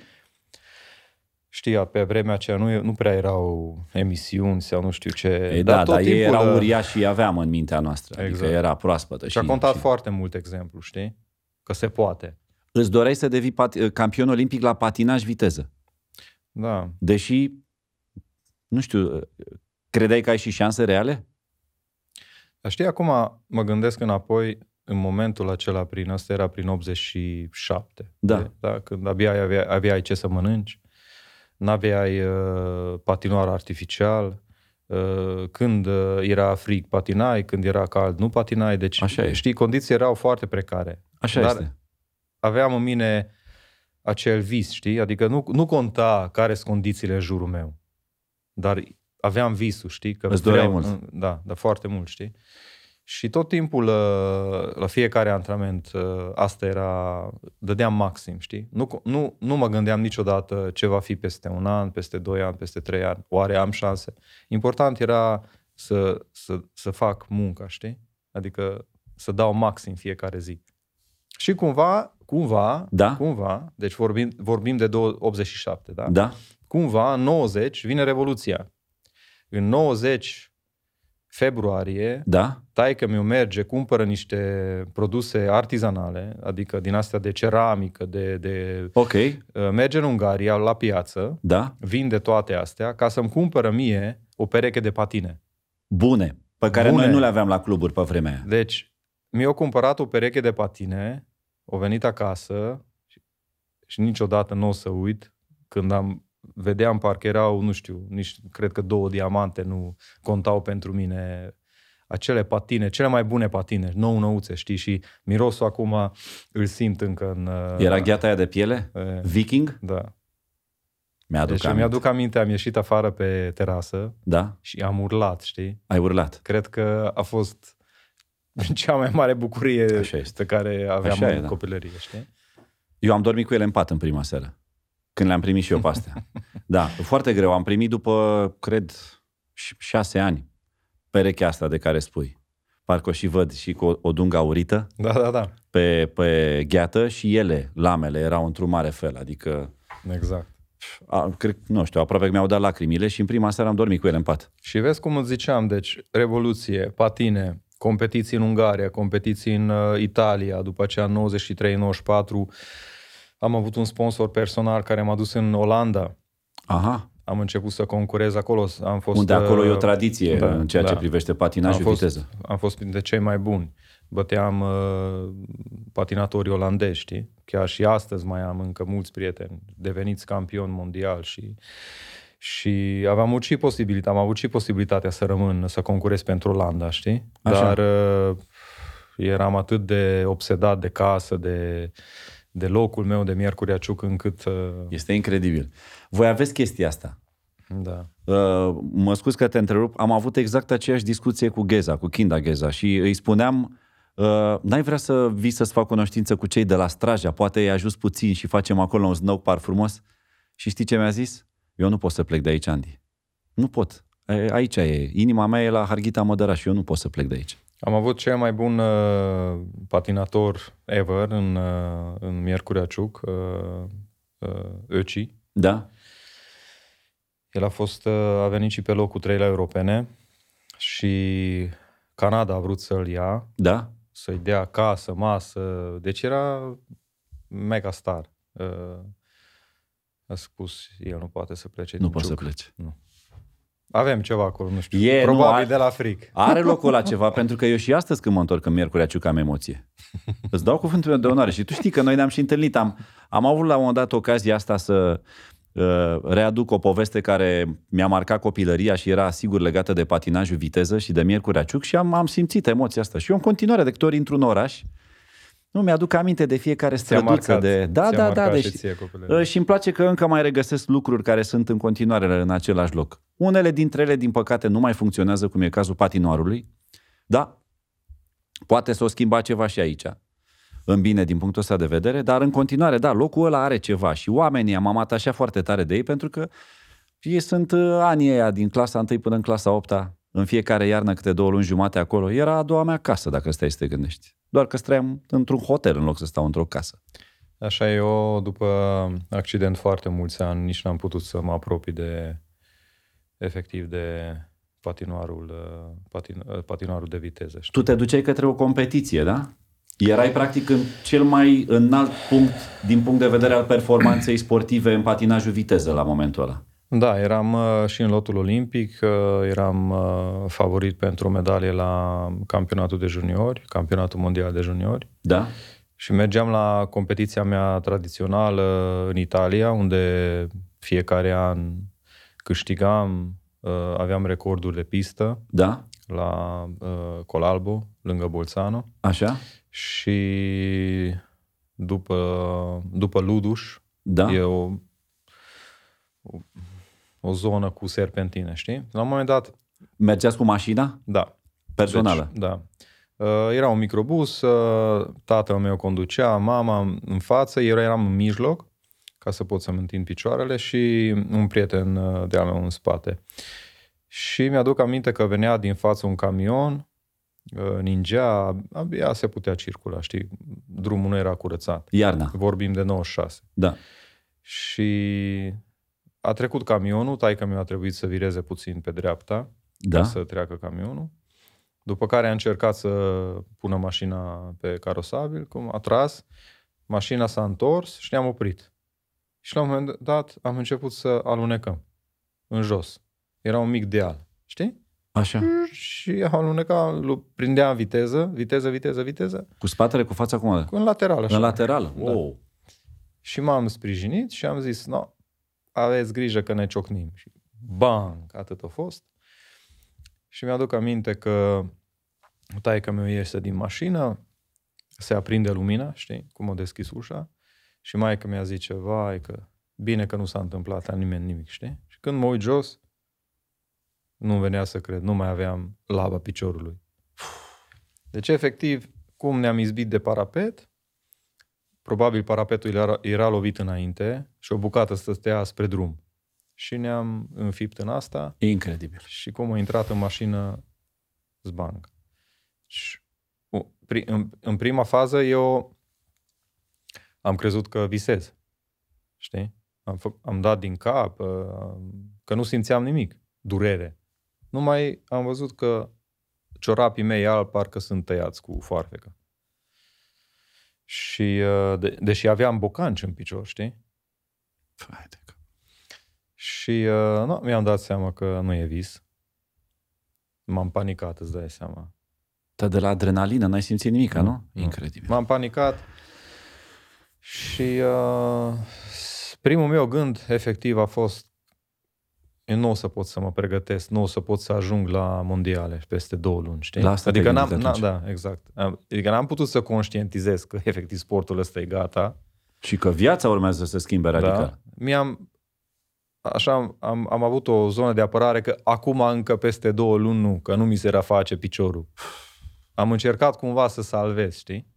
Speaker 3: știa, pe vremea aceea nu, e- nu prea erau emisiuni sau nu știu ce.
Speaker 1: E, da, dar ei
Speaker 3: uh,
Speaker 1: erau uriași și aveam în mintea noastră. Exact.
Speaker 3: Exact.
Speaker 1: Adică era proaspătă.
Speaker 3: Și a contat foarte mult exemplu, știi? Că se poate.
Speaker 1: Îți doreai să devii pat- uh, campion olimpic la patinaj viteză.
Speaker 3: Da.
Speaker 1: Deși, nu știu, uh, credeai că ai și șanse reale?
Speaker 3: Dar știi, acum mă gândesc înapoi, în momentul acela, prin asta era prin 87.
Speaker 1: Da.
Speaker 3: De- da când abia aveai, aveai ce să mănânci, n-aveai uh, patinoar artificial, uh, când uh, era frig patinai, când era cald nu patinai, deci
Speaker 1: Așa e.
Speaker 3: știi, condiții erau foarte precare.
Speaker 1: Așa
Speaker 3: Dar-
Speaker 1: este.
Speaker 3: Aveam în mine acel vis, știi? Adică nu, nu conta care sunt condițiile în jurul meu, dar aveam visul, știi? Că
Speaker 1: Îți doreai
Speaker 3: vreau-
Speaker 1: mult.
Speaker 3: Da, dar foarte mult, știi? Și tot timpul, uh, la fiecare antrenament, uh, asta era, dădeam maxim, știi? Nu, nu, nu mă gândeam niciodată ce va fi peste un an, peste doi ani, peste trei ani, oare am șanse. Important era să, să, să fac munca, știi? Adică să dau maxim fiecare zi. Și cumva, cumva,
Speaker 1: Da.
Speaker 3: cumva, deci vorbim, vorbim de dou- 87, da?
Speaker 1: Da?
Speaker 3: cumva în 90 vine Revoluția. În 90 februarie,
Speaker 1: Da?
Speaker 3: taică mi merge, cumpără niște produse artizanale, adică din astea de ceramică, de, de... uh,
Speaker 1: Ok.
Speaker 3: merge în Ungaria la piață,
Speaker 1: Da?
Speaker 3: vinde toate astea, ca să-mi cumpără mie o pereche de patine.
Speaker 1: Bune. Pe care
Speaker 3: Bune.
Speaker 1: noi nu le aveam la cluburi pe vremea aia.
Speaker 3: Deci, mi-au cumpărat o pereche de patine, o venit acasă și, și niciodată nu o să uit când am vedeam parcă erau, nu știu, nici cred că două diamante nu contau pentru mine acele patine, cele mai bune patine, nou nouțe, știi, și mirosul acum îl simt încă în... uh,
Speaker 1: Era gheata aia de piele?
Speaker 3: uh,
Speaker 1: Viking?
Speaker 3: Da.
Speaker 1: Mi-aduc
Speaker 3: Deci
Speaker 1: aminte.
Speaker 3: mi-aduc aminte, am ieșit afară pe terasă
Speaker 1: Da?
Speaker 3: și am urlat, știi?
Speaker 1: Ai urlat.
Speaker 3: Cred că a fost cea mai mare bucurie
Speaker 1: Așa este.
Speaker 3: pe care aveam
Speaker 1: Așa
Speaker 3: Așa
Speaker 1: e,
Speaker 3: în
Speaker 1: da.
Speaker 3: da. copilărie, știi?
Speaker 1: Eu am dormit cu ele în pat în prima seară. Când le-am primit și eu pe astea. Da, foarte greu. Am primit după, cred, ș- șase ani perechea asta de care spui. Parcă o și văd și cu o, o dungă aurită
Speaker 3: Da, da, da.
Speaker 1: pe, pe gheată și ele, lamele, erau într-un mare fel. Adică,
Speaker 3: Exact.
Speaker 1: a, cred, nu știu, aproape că mi-au dat lacrimile și în prima seară am dormit cu ele în pat.
Speaker 3: Și vezi cum îți ziceam, deci revoluție, patine, competiții în Ungaria, competiții în uh, Italia, după aceea 93-94 am avut un sponsor personal care m-a dus în Olanda.
Speaker 1: Aha,
Speaker 3: Am început să concurez acolo. Am fost,
Speaker 1: unde acolo e o
Speaker 3: uh,
Speaker 1: tradiție da,
Speaker 3: da,
Speaker 1: în ceea da. ce
Speaker 3: da.
Speaker 1: privește patinajul
Speaker 3: am fost,
Speaker 1: viteză.
Speaker 3: Am fost printre cei mai buni. Băteam uh, patinatorii olandezi, știi? Chiar și astăzi mai am încă mulți prieteni deveniți campion mondial și și aveam avut și posibilitatea, am avut și posibilitatea să rămân, să concurez pentru Olanda, știi?
Speaker 1: Așa.
Speaker 3: Dar uh, eram atât de obsedat de casă, de, de locul meu de Miercurea Ciuc încât... Uh,
Speaker 1: Este incredibil. Voi aveți chestia asta.
Speaker 3: da.
Speaker 1: Uh, mă scuz că te întrerup, am avut exact aceeași discuție cu Gheza, cu Kinda Gheza și îi spuneam uh, n-ai vrea să vii să-ți fac cunoștință cu cei de la Straja, poate i-ai ajuns puțin și facem acolo un snow par frumos și știi ce mi-a zis? Eu nu pot să plec de aici, Andy. Nu pot. A- Aici e. Inima mea e la Harghita Mădăra și eu nu pot să plec de aici.
Speaker 3: Am avut cel mai bun uh, patinator ever în, uh, în Miercurea Ciuc, uh, uh, Öci.
Speaker 1: Da?
Speaker 3: El a fost, uh, a venit și pe locul 3 la europene și Canada a vrut să-l ia,
Speaker 1: Da?
Speaker 3: să-i dea casă, masă, deci era mega star. Uh, a spus, el nu poate să plece
Speaker 1: Nu
Speaker 3: din
Speaker 1: pot să
Speaker 3: Ciuc.
Speaker 1: plece.
Speaker 3: Avem ceva acolo, nu știu.
Speaker 1: E, nu,
Speaker 3: Probabil
Speaker 1: a-
Speaker 3: de la fric.
Speaker 1: Are locul la ceva, pentru că eu și astăzi când mă întorc în Miercurea Ciucă am emoție. Îți dau cuvântul meu de onoare și tu știi că noi ne-am și întâlnit. Am, am avut la un moment dat ocazia asta să uh, readuc o poveste care mi-a marcat copilăria și era sigur legată de patinajul viteză și de Miercurea Ciuc și am, am simțit emoția asta. Și eu în continuare, de câte ori intru în oraș, nu mi-aduc aminte de fiecare
Speaker 3: Ți-a
Speaker 1: străduță
Speaker 3: marcat.
Speaker 1: de... Da,
Speaker 3: Ți-a
Speaker 1: da, da,
Speaker 3: marcat
Speaker 1: deci
Speaker 3: și ție, copilăria.
Speaker 1: Uh, Și îmi place că încă mai regăsesc lucruri care sunt în continuare în același loc. Unele dintre ele, din păcate, nu mai funcționează, cum e cazul patinoarului, da, poate s-o schimba ceva și aici. În bine, din punctul ăsta de vedere, dar în continuare, da, locul ăla are ceva și oamenii, am atașat foarte tare de ei pentru că ei sunt uh, anii aia din clasa 1 până în clasa 8 în fiecare iarnă câte două luni jumate acolo. Era a doua mea casă, dacă stai să te gândești. Doar că stăteam într-un hotel în loc să stau într-o casă.
Speaker 3: Așa eu, după accident foarte mulți ani, nici n-am putut să mă apropii de, efectiv, de patinoarul, uh, patin, uh, patinoarul de viteză. Știi?
Speaker 1: tu te duceai către o competiție, da? Erai practic în cel mai înalt punct din punct de vedere al performanței sportive în patinajul viteză la momentul ăla.
Speaker 3: Da, eram uh, și în lotul olimpic, uh, eram uh, favorit pentru o medalie la campionatul de juniori, campionatul mondial de juniori.
Speaker 1: Da?
Speaker 3: Și mergeam la competiția mea tradițională în Italia, unde fiecare an câștigam, uh, aveam recorduri de pistă.
Speaker 1: Da?
Speaker 3: la uh, Colalbo, lângă Bolțano
Speaker 1: Așa?
Speaker 3: și după, după Luduș,
Speaker 1: Da?
Speaker 3: e o, o, o zonă cu serpentine, știi? La un moment dat,
Speaker 1: Mergeați cu mașina
Speaker 3: da.
Speaker 1: personală?
Speaker 3: Deci, da. Uh, era un microbus, uh, tatăl meu conducea, mama în față, eu eram în mijloc, ca să pot să-mi întind picioarele și un prieten uh, de-al meu în spate. Și mi-aduc aminte că venea din față un camion, uh, ningea, abia se putea circula, știi, drumul nu era curățat.
Speaker 1: Iarna?
Speaker 3: Vorbim de 96.
Speaker 1: Da.
Speaker 3: Și a trecut camionul, taică mi a trebuit să vireze puțin pe dreapta
Speaker 1: Da?
Speaker 3: ca să treacă camionul. După care a încercat să pună mașina pe carosabil, cum a tras, mașina s-a întors și ne-am oprit. Și la un moment dat am început să alunecăm în jos. Era un mic deal, știi?
Speaker 1: Așa.
Speaker 3: Și aluneca, lu- prindea în viteză, viteză, viteză, viteză,
Speaker 1: Cu spatele, cu fața cum?
Speaker 3: cu în lateral, așa.
Speaker 1: În lateral?
Speaker 3: Da.
Speaker 1: Wow.
Speaker 3: Și m-am sprijinit și am zis, no, aveți grijă că ne ciocnim. Și bang, atât a fost. Și mi-aduc aminte că taică meu iese din mașină, se aprinde lumina, știi, cum o deschis ușa, și maica mi-a zice, vai că bine că nu s-a întâmplat la nimeni nimic, știi? Și când mă uit jos, nu venea să cred, nu mai aveam laba piciorului. Deci, efectiv, cum ne-am izbit de parapet, probabil parapetul era, era lovit înainte și o bucată stătea spre drum. Și ne-am înfipt în asta
Speaker 1: Incredibil.
Speaker 3: și cum a intrat în mașină zbanc. Și u- pri- în, în prima fază eu am crezut că visez. Știi? Am, fă, am dat din cap, uh, că nu simțeam nimic, durere. Numai am văzut că ciorapii mei albi parcă sunt tăiați cu foarfecă. Și uh, de, deși aveam bocanci în picior, știi?
Speaker 1: Hai de cap.
Speaker 3: Și uh, no, mi-am dat seama că nu e vis. M-am panicat, îți dai seama.
Speaker 1: Dar de la adrenalină n-ai simțit nimic, nu? nu?
Speaker 3: nu.
Speaker 1: Incredibil.
Speaker 3: M-am panicat și uh, s- primul meu gând efectiv a fost eu nu o să pot să mă pregătesc, nu o să pot să ajung la mondiale peste două luni, știi?
Speaker 1: La asta te-ai
Speaker 3: adică n-am,
Speaker 1: gândit
Speaker 3: n-am, da, exact. Am- Adică n-am putut să conștientizez că efectiv sportul ăsta e gata
Speaker 1: Și că viața urmează să se schimbe radical. Da.
Speaker 3: Mi-am, așa, am- am, am avut o zonă de apărare că acum încă peste două luni nu, că nu mi se raface piciorul. Am încercat cumva să salvez, știi?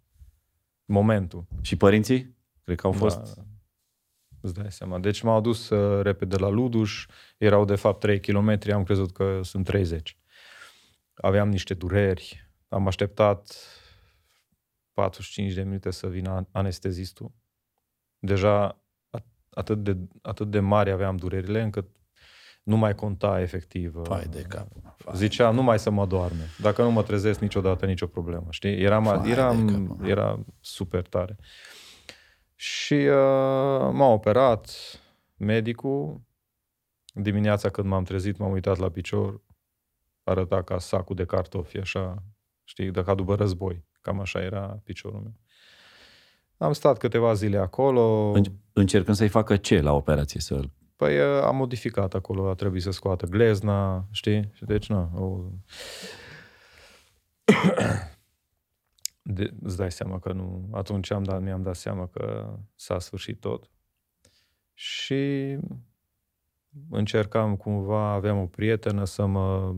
Speaker 3: Momentul.
Speaker 1: Și părinții? Cred că au fost...
Speaker 3: Da, da. Îți dai seama. Deci m-au dus uh, repede la Luduș, erau de fapt 3 km, am crezut că sunt 30. Aveam niște dureri, am așteptat 45 de minute să vină an- anestezistul. Deja at- atât de, atât de mari aveam durerile încât nu mai conta efectiv. uh,
Speaker 1: Pai de cap. Vai.
Speaker 3: Zicea, nu mai să mă doarme. Dacă nu mă trezesc niciodată, nicio problemă. Știi? Eram,
Speaker 1: Vai de
Speaker 3: eram,
Speaker 1: capul
Speaker 3: era super tare. Și uh, m-a operat medicul. Dimineața când m-am trezit, m-am uitat la picior. Arăta ca sacul de cartofi, așa, știi, de ca după război. Cam așa era piciorul meu. Am stat câteva zile acolo.
Speaker 1: Înc- Încercând să-i facă ce la operație? Să...
Speaker 3: Păi uh, am modificat acolo, a trebuit să scoată glezna, știi? Și deci, nu. O... De, îți dai seama că nu... Atunci am dat, mi-am dat seama că s-a sfârșit tot. Și încercam cumva, aveam o prietenă să mă...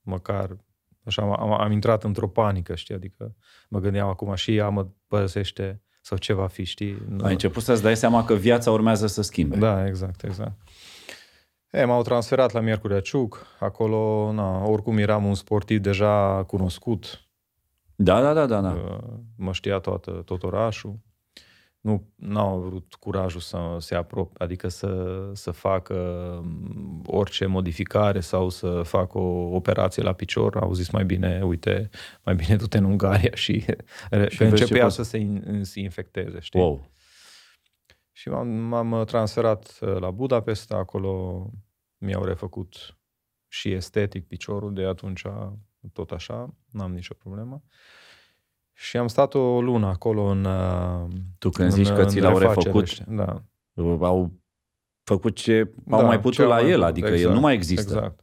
Speaker 3: Măcar... Așa, am, am intrat într-o panică, știi? Adică mă gândeam acum și ea mă părăsește sau ce va fi, știi? Nu-
Speaker 1: Ai început să-ți dai seama că viața urmează să schimbe.
Speaker 3: da, exact, exact. E, m-au transferat la Miercurea Ciuc, acolo, na, oricum eram un sportiv deja cunoscut,
Speaker 1: Da, da, da, da. da.
Speaker 3: da. mă știa toată, tot orașul. Nu au avut curajul să se apropie, adică să, să facă m, orice modificare sau să facă o operație la picior. Au zis mai bine, uite, mai bine du-te în Ungaria și, și
Speaker 1: ce
Speaker 3: începea
Speaker 1: poți.
Speaker 3: să se, in, se infecteze, știi?
Speaker 1: Wow.
Speaker 3: Și m-am, m-am transferat uh, la Budapesta, acolo mi-au refăcut și estetic piciorul, de atunci tot așa, n-am nicio problemă. Și am stat o lună acolo în... uh,
Speaker 1: Tu când zici că ți l-au
Speaker 3: refacere,
Speaker 1: refăcut, uh,
Speaker 3: știi, Da.
Speaker 1: au făcut ce au
Speaker 3: da,
Speaker 1: mai putut
Speaker 3: cel
Speaker 1: la el, adică exact, el nu mai există.
Speaker 3: Exact.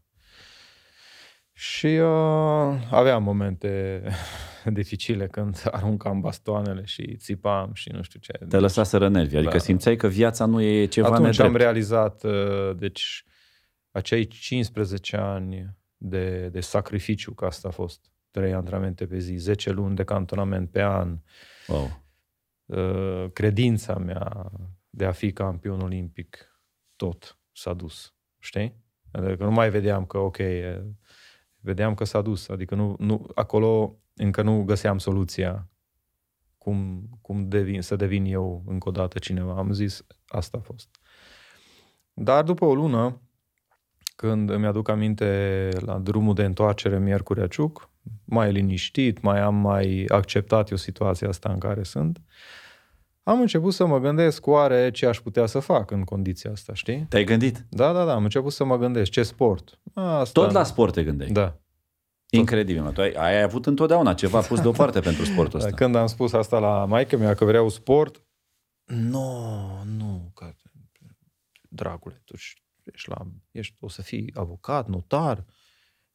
Speaker 3: Și uh, aveam momente dificile când aruncam bastoanele și țipam și nu știu ce.
Speaker 1: Te lăsaseră nervi, adică da.
Speaker 3: Da.
Speaker 1: simțeai că viața nu e ceva
Speaker 3: Atunci
Speaker 1: nedrept.
Speaker 3: am realizat, uh, deci, acei 15 ani de, de sacrificiu, că asta a fost. 3 antrenamente pe zi, 10 luni de cantonament pe an,
Speaker 1: wow.
Speaker 3: uh, credința mea de a fi campion olimpic, tot s-a dus. Știi? Adică nu mai vedeam că, ok, uh, vedeam că s-a dus. Adică nu, nu, acolo încă nu găseam soluția cum, cum devin, să devin eu încă o dată cineva. Am zis, asta a fost. Dar după o lună, când îmi aduc aminte la drumul de întoarcere Miercurea Ciuc, mai liniștit, mai am mai acceptat eu situația asta în care sunt, am început să mă gândesc oare ce aș putea să fac în condiția asta, știi?
Speaker 1: Te-ai gândit?
Speaker 3: Da, da, da, am început să mă gândesc ce sport. Asta,
Speaker 1: Tot la sport te gândeai. Da.
Speaker 3: Da.
Speaker 1: Incredibil, mă. Tu ai, ai avut întotdeauna ceva pus deoparte pentru sportul
Speaker 3: Dar
Speaker 1: ăsta.
Speaker 3: Când am spus asta la maică mea că vreau sport, nu, nu, că, dragule, tu ești- ești la, ești, o să fii avocat, notar,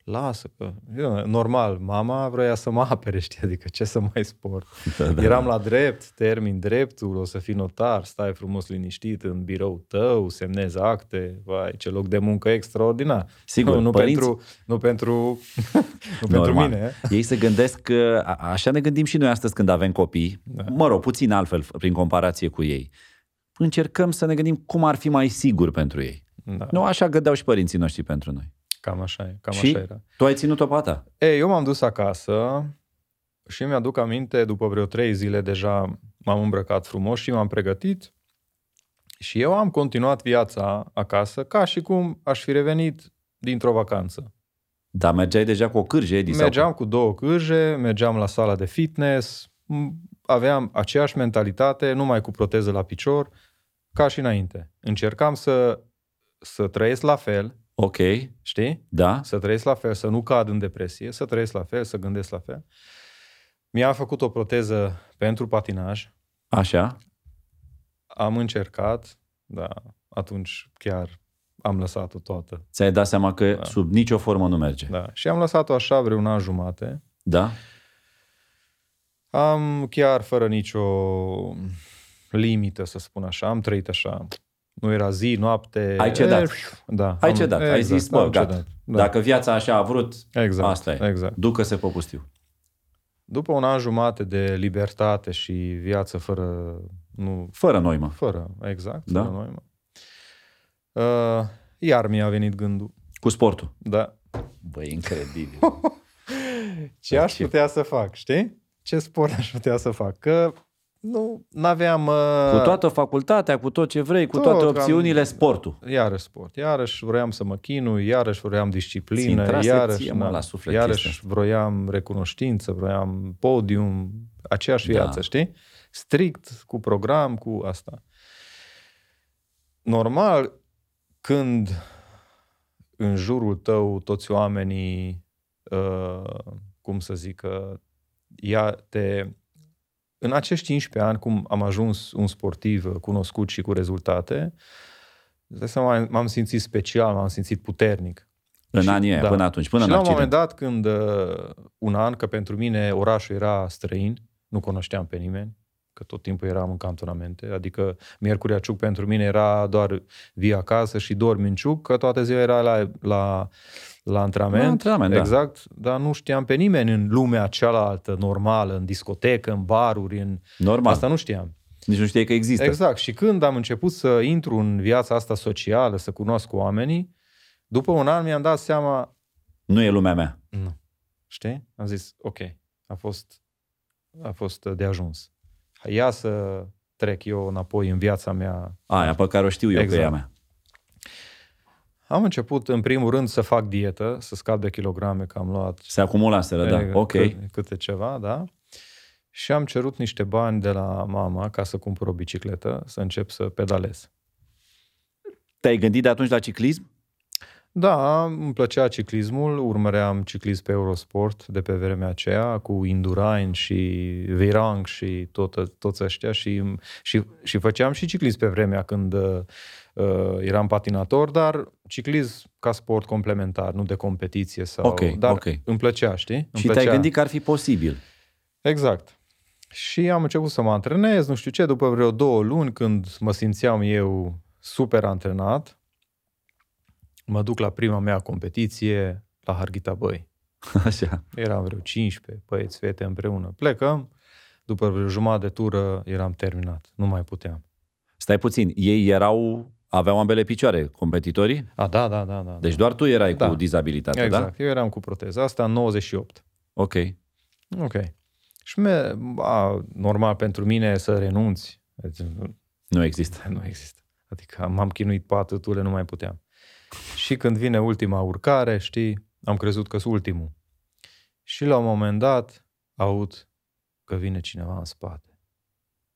Speaker 3: lasă că... Eu, Normal, mama vrea să mă apere, știi, adică ce să mai sport.
Speaker 1: Da, da,
Speaker 3: Eram la drept, termin dreptul, o să fii notar, stai frumos liniștit în birou tău, semnezi acte, vai, ce loc de muncă extraordinar.
Speaker 1: Sigur,
Speaker 3: nu, nu
Speaker 1: părinți-
Speaker 3: pentru, nu pentru, nu pentru
Speaker 1: Normal.
Speaker 3: mine. eh?
Speaker 1: Ei se gândesc că a- așa ne gândim și noi astăzi când avem copii. Da. Mă rog, puțin altfel f- prin comparație cu ei. Încercăm să ne gândim cum ar fi mai sigur pentru ei.
Speaker 3: Da,
Speaker 1: Nu așa gândeau și părinții noștri pentru noi.
Speaker 3: cam așa e, cam
Speaker 1: și
Speaker 3: așa era.
Speaker 1: tu ai ținut-o pe a ta.
Speaker 3: Ei, eu m-am dus acasă și mi-aduc aminte, după vreo trei zile deja m-am îmbrăcat frumos și m-am pregătit și eu am continuat viața acasă ca și cum aș fi revenit dintr-o vacanță.
Speaker 1: Dar mergeai deja cu o cârje, Edi, sau
Speaker 3: Mergeam cu două cârje, mergeam la sala de fitness, m- aveam aceeași mentalitate, numai cu proteză la picior, ca și înainte. Încercam să, să trăiesc la fel,
Speaker 1: cu- Ok,
Speaker 3: știi?
Speaker 1: da.
Speaker 3: Să trăiesc la fel, să nu cad în depresie, să trăiesc la fel, să gândesc la fel. Mi-am făcut o proteză pentru patinaj.
Speaker 1: Așa.
Speaker 3: Am încercat, dar atunci chiar am lăsat-o toată.
Speaker 1: Ți-ai dat seama că da. sub nicio formă nu merge. Da.
Speaker 3: Da. Și am lăsat-o așa vreun an jumate.
Speaker 1: da?
Speaker 3: Am chiar fără nicio limită, să spun așa, am trăit așa. Nu era zi, noapte.
Speaker 1: Ai cedat.
Speaker 3: e, pf, Da.
Speaker 1: Ai
Speaker 3: am-
Speaker 1: cedat, ai
Speaker 3: exact,
Speaker 1: zis, bă,
Speaker 3: am
Speaker 1: gata.
Speaker 3: cedat,
Speaker 1: Da. Dacă viața așa a vrut,
Speaker 3: Exact,
Speaker 1: Asta e.
Speaker 3: exact.
Speaker 1: ducă-se pe pustiu.
Speaker 3: După un an jumate de libertate și viață fără, nu,
Speaker 1: Fără noi, mă.
Speaker 3: fără, exact,
Speaker 1: Da.
Speaker 3: fără noi, mă. Uh, iar mi-a venit gândul,
Speaker 1: Cu sportul.
Speaker 3: da,
Speaker 1: Băi, incredibil.
Speaker 3: ce
Speaker 1: Da,
Speaker 3: aș
Speaker 1: ce-
Speaker 3: putea să fac, știi? Ce sport aș putea să fac? Că nu uh, aveam...
Speaker 1: cu toată facultatea, cu tot ce vrei, cu
Speaker 3: Tot,
Speaker 1: toate
Speaker 3: am-
Speaker 1: opțiunile, sportul.
Speaker 3: Iarăși sport, iarăși vroiam să mă chinui, iarăși vroiam
Speaker 1: Ți-i
Speaker 3: disciplină,
Speaker 1: intrase
Speaker 3: iarăși,
Speaker 1: ție, mă,
Speaker 3: na,
Speaker 1: la suflet chestia
Speaker 3: iarăși vroiam recunoștință, vroiam podium, aceeași
Speaker 1: Da.
Speaker 3: viață, știi? Strict, cu program, cu asta. Normal, când în jurul tău toți oamenii, uh, cum să zic, uh, ia te... În acești 15 ani, cum am ajuns un sportiv uh, cunoscut și cu rezultate, îți dai seama, m-am simțit special, m-am simțit puternic.
Speaker 1: În
Speaker 3: Și-
Speaker 1: anii
Speaker 3: da.
Speaker 1: da. până atunci, până
Speaker 3: și
Speaker 1: în
Speaker 3: la un
Speaker 1: accident.
Speaker 3: moment dat, când uh, un an, că pentru mine orașul era străin, nu cunoșteam pe nimeni, că tot timpul eram în cantonamente, adică Miercurea Ciuc pentru mine era doar vii acasă și dormi în Ciuc, că toată ziua era la, la, la antrenament.
Speaker 1: La antrenament, da.
Speaker 3: exact, dar nu știam pe nimeni în lumea cealaltă, normală, în discotecă, în baruri, în...
Speaker 1: Normal.
Speaker 3: Asta nu știam.
Speaker 1: Nici nu știai că există.
Speaker 3: Exact. Și când am început să intru în viața asta socială, să cunosc oamenii, după un an mi-am dat seama,
Speaker 1: Nu e lumea mea.
Speaker 3: nu. Știi? Am zis, ok, a fost, a fost de ajuns. Ia să trec eu înapoi în viața mea.
Speaker 1: Aia pe care o știu eu
Speaker 3: Exact.
Speaker 1: că e a mea.
Speaker 3: Am început, în primul rând, să fac dietă, să scap de kilograme, că am luat
Speaker 1: Se acumulaseră, da.
Speaker 3: e,
Speaker 1: Ok.
Speaker 3: cât- câte ceva, da. Și am cerut niște bani de la mama ca să cumpăr o bicicletă, să încep să pedalez.
Speaker 1: Te-ai gândit de atunci la ciclism?
Speaker 3: Da, îmi plăcea ciclismul, urmăream ciclism pe Eurosport de pe vremea aceea, cu Indurain și Virang și tot, toți ăștia și, și, și făceam și ciclism pe vremea când uh, eram patinator, dar ciclism ca sport complementar, nu de competiție sau...
Speaker 1: Ok,
Speaker 3: dar
Speaker 1: ok.
Speaker 3: îmi plăcea, știi? Îmi
Speaker 1: și
Speaker 3: plăcea.
Speaker 1: te-ai gândit că ar fi posibil.
Speaker 3: Exact. Și am început să mă antrenez, nu știu ce, după vreo două luni, când mă simțeam eu super antrenat, mă duc la prima mea competiție, la Harghita Băi.
Speaker 1: Așa.
Speaker 3: Eram vreo 15 băieți, fete împreună. Plecăm, după vreo jumătate de tură eram terminat, nu mai puteam.
Speaker 1: Stai puțin. Ei erau, aveau ambele picioare, competitorii?
Speaker 3: A, da, da, da, da.
Speaker 1: Deci doar tu erai
Speaker 3: Da.
Speaker 1: cu dizabilitate, da?
Speaker 3: exact, eu eram cu proteza asta în 98.
Speaker 1: Ok.
Speaker 3: Ok. Și me, a, normal pentru mine să renunți. Deci,
Speaker 1: Nu există.
Speaker 3: Nu există. Adică m-am chinuit patru ture, nu mai puteam. Și când vine ultima urcare, știi, am crezut că sunt ultimul. Și la un moment dat aud că vine cineva în spate.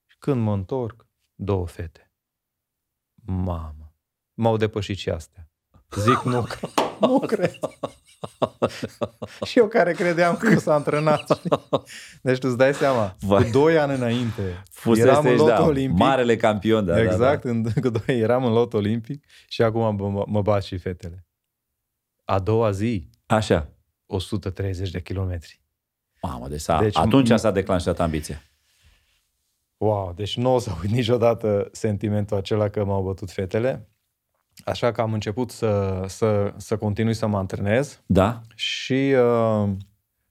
Speaker 3: Și când mă întorc, două fete. Mamă, m-au depășit și astea. Zic nu, cre- nu cred. și eu care credeam că s-a antrenat. știi? Deci tu îți dai seama,
Speaker 1: Vai.
Speaker 3: cu doi ani înainte, eram în
Speaker 1: Fusese,
Speaker 3: lotul
Speaker 1: da,
Speaker 3: olimpic.
Speaker 1: marele campion, da, da, da.
Speaker 3: exact, în, cu doi eram în lot olimpic și acum mă, mă bat și fetele. A doua zi,
Speaker 1: Așa.
Speaker 3: 130 de kilometri.
Speaker 1: Mamă, deci, s-a,
Speaker 3: Deci-
Speaker 1: deci atunci s-a declanșat ambiția.
Speaker 3: Wow, deci nu o să uit niciodată sentimentul acela că m-au bătut fetele. Așa că am început să, să, să continui să mă antrenez
Speaker 1: Da?
Speaker 3: și, uh,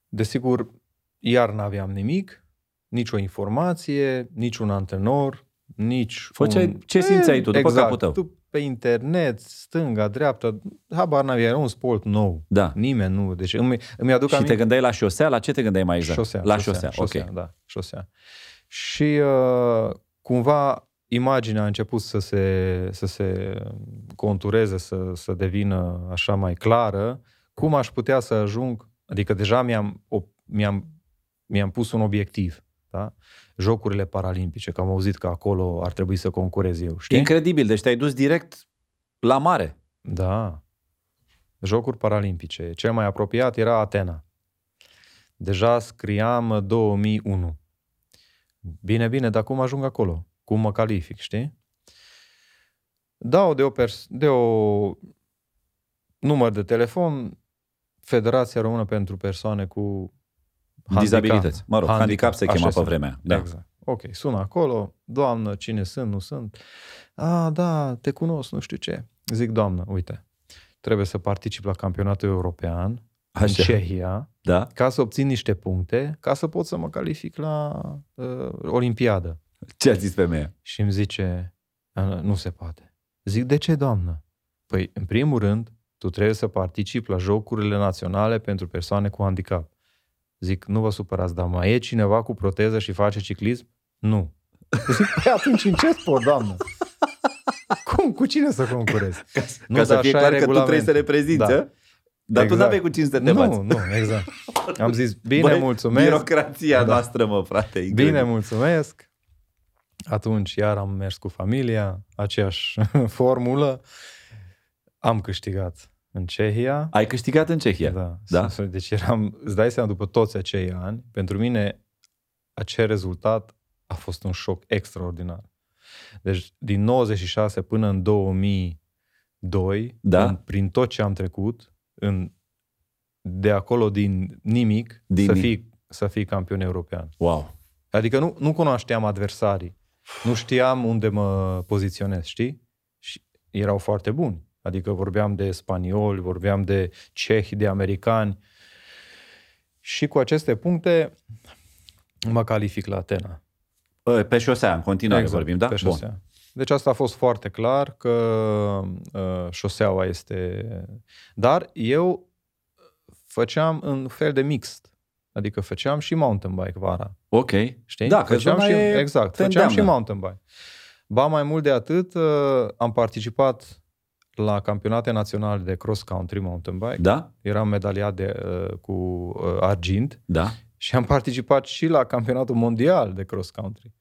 Speaker 3: desigur, iar n-aveam nimic, nicio informație, niciun antrenor, nici
Speaker 1: Făceai
Speaker 3: un...
Speaker 1: ce simțeai tu, după
Speaker 3: exact,
Speaker 1: capul tău.
Speaker 3: Tu pe internet, stânga, dreapta, habar n-aveai, era un sport nou.
Speaker 1: Da.
Speaker 3: Nimeni nu, deci îmi, îmi aduc
Speaker 1: și
Speaker 3: aminte...
Speaker 1: te gândeai la șosea? La ce te gândeai mai exact?
Speaker 3: Șosea,
Speaker 1: la
Speaker 3: șosea,
Speaker 1: șosea,
Speaker 3: șosea,
Speaker 1: ok.
Speaker 3: da, șosea. Și uh, cumva imaginea a început să se, să se contureze, să, să devină așa mai clară. Cum aș putea să ajung, adică deja mi-am, o, mi-am, mi-am pus un obiectiv, da? Jocurile paralimpice, că am auzit că acolo ar trebui să concurez eu, știi?
Speaker 1: Incredibil, deci te-ai dus direct la mare.
Speaker 3: Da. Jocuri paralimpice. Cel mai apropiat era Atena. Deja scriam uh, 2001. Bine, bine, dar cum ajung acolo? Cum mă calific, știi? Dau de o, pers- de o număr de telefon Federația Română pentru Persoane cu handicap.
Speaker 1: Dizabilități. Mă rog, handicap, se
Speaker 3: așa
Speaker 1: chema
Speaker 3: se-
Speaker 1: pe vremea. Da.
Speaker 3: Exact. Ok, sună acolo, doamnă, cine sunt, nu sunt. A, da, te cunosc, nu știu ce. Zic, doamnă, uite, trebuie să particip la campionatul european în
Speaker 1: Așa.
Speaker 3: Cehia
Speaker 1: Da?
Speaker 3: ca să obțin niște puncte, ca să pot să mă calific la uh, Olimpiadă.
Speaker 1: Ce a zis femeia?
Speaker 3: Și îmi zice, "A, nu se poate. Zic, de ce, doamnă? Păi, în primul rând, tu trebuie să participi la jocurile naționale pentru persoane cu handicap. Zic, nu vă supărați, dar mai e cineva cu proteză și face ciclism? Nu. Zic, păi atunci în ce sport, doamnă? Cum? Cu cine să concurezi?
Speaker 1: Nu, ca să
Speaker 3: dar
Speaker 1: fie
Speaker 3: așa e
Speaker 1: clar că tu trebuie
Speaker 3: regulamentul.
Speaker 1: să reprezinți,
Speaker 3: Da.
Speaker 1: da. Dar tu
Speaker 3: Exact.
Speaker 1: nu aveai cu 500 de bați.
Speaker 3: Nu, nu, exact. Am zis, bine,
Speaker 1: Băi,
Speaker 3: mulțumesc.
Speaker 1: Birocrația
Speaker 3: Da.
Speaker 1: noastră, mă, frate. e
Speaker 3: Bine,
Speaker 1: incredibil.
Speaker 3: mulțumesc! Atunci iar am mers cu familia, aceeași formulă. Am câștigat în Cehia.
Speaker 1: Ai câștigat în Cehia. Da.
Speaker 3: da. Deci eram, îți dai seama, după toți acei ani, pentru mine acel rezultat a fost un șoc extraordinar. Deci din 96 până în 2002,
Speaker 1: Da.
Speaker 3: în- prin tot ce am trecut, în, de acolo din nimic,
Speaker 1: Din
Speaker 3: să,
Speaker 1: nimic.
Speaker 3: Fii, să fii campion european.
Speaker 1: Wow.
Speaker 3: Adică nu, nu cunoșteam adversarii. Nu știam unde mă poziționez, știi? Și erau foarte buni. Adică vorbeam de spanioli, vorbeam de cehi, de americani. Și cu aceste puncte mă calific la Atena.
Speaker 1: Ă, Pe șosea, în continuare
Speaker 3: Exact,
Speaker 1: vorbim, da?
Speaker 3: Pe șosea. Bun. Deci asta a fost foarte clar că uh, șoseaua este... Dar eu făceam în fel de mixt. Adică făceam și mountain bike vara.
Speaker 1: Bun. Ok.
Speaker 3: Știi?
Speaker 1: Da, că
Speaker 3: făceam
Speaker 1: zona
Speaker 3: și,
Speaker 1: e-
Speaker 3: exact,
Speaker 1: te
Speaker 3: făceam și
Speaker 1: îndeamnă.
Speaker 3: mountain bike. Ba mai mult de atât, uh, am participat la campionate naționale de cross-country mountain bike.
Speaker 1: Da?
Speaker 3: Eram medaliat de, uh, cu uh, argint
Speaker 1: Da.
Speaker 3: și am participat și la campionatul mondial de cross-country.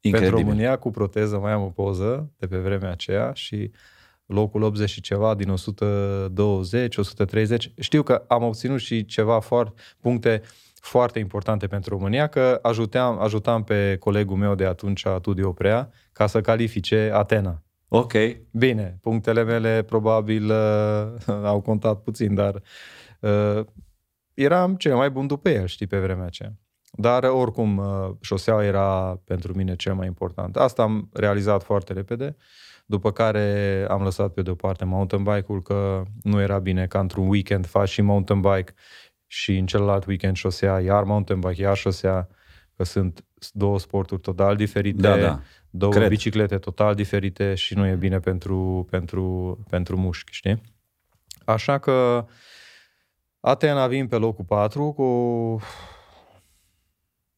Speaker 3: Pentru
Speaker 1: Incredibil.
Speaker 3: România cu proteză mai am o poză de pe vremea aceea și locul 80 și ceva din 120, 130. Știu că am obținut și ceva foarte, puncte foarte importante pentru România, că ajuteam, ajutam pe colegul meu de atunci, Tudi Oprea, ca să califice Atena.
Speaker 1: Ok. da,
Speaker 3: Bine, punctele mele probabil uh, au contat puțin, dar uh, eram cel mai bun după el, știi, pe vremea aceea. Dar uh, oricum, uh, șoseaua era pentru mine cel mai important. Asta am realizat foarte repede, după care am lăsat pe deoparte mountain bike-ul, că nu era bine ca într-un weekend faci și mountain bike și în celălalt weekend șosea, iar mountain bike, iar șosea, că sunt două sporturi total diferite
Speaker 1: Da, da. Cred.
Speaker 3: două Cred. Mm. biciclete total diferite și nu e bine pentru, pentru, pentru mușchi, știi? Așa că Atena vin pe locul 4 cu...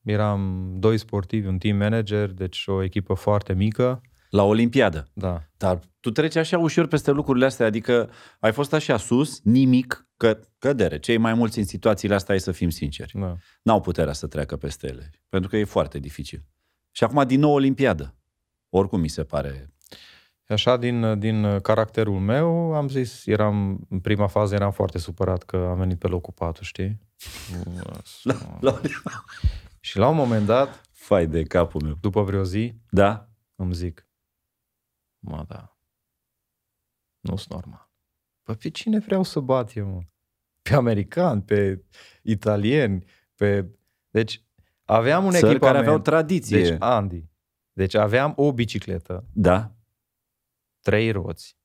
Speaker 3: Eram doi sportivi, un team manager, deci o echipă foarte mică.
Speaker 1: La Olimpiadă.
Speaker 3: Da.
Speaker 1: Dar tu treci așa ușor peste lucrurile astea, adică ai fost așa sus, nimic, că, cădere. Cei mai mulți în situațiile astea, hai să fim sinceri,
Speaker 3: da.
Speaker 1: n-au puterea să treacă peste ele, pentru că e foarte dificil. Și acum din nou Olimpiadă. Oricum mi se pare.
Speaker 3: Așa, din, din caracterul meu, am zis, eram, în prima fază eram foarte supărat că am venit pe locul 4, știi?
Speaker 1: La...
Speaker 3: Și la un moment dat,
Speaker 1: Fai de capul meu.
Speaker 3: după vreo zi,
Speaker 1: Da?
Speaker 3: îmi zic, mă, da, nu sunt normal. Păi pe cine vreau să bat eu, mă? Pe americani, pe italieni, pe... Deci aveam un
Speaker 1: Țări care
Speaker 3: echipament.
Speaker 1: aveau tradiție.
Speaker 3: deci, Andy, deci aveam o bicicletă,
Speaker 1: Da,
Speaker 3: trei roți,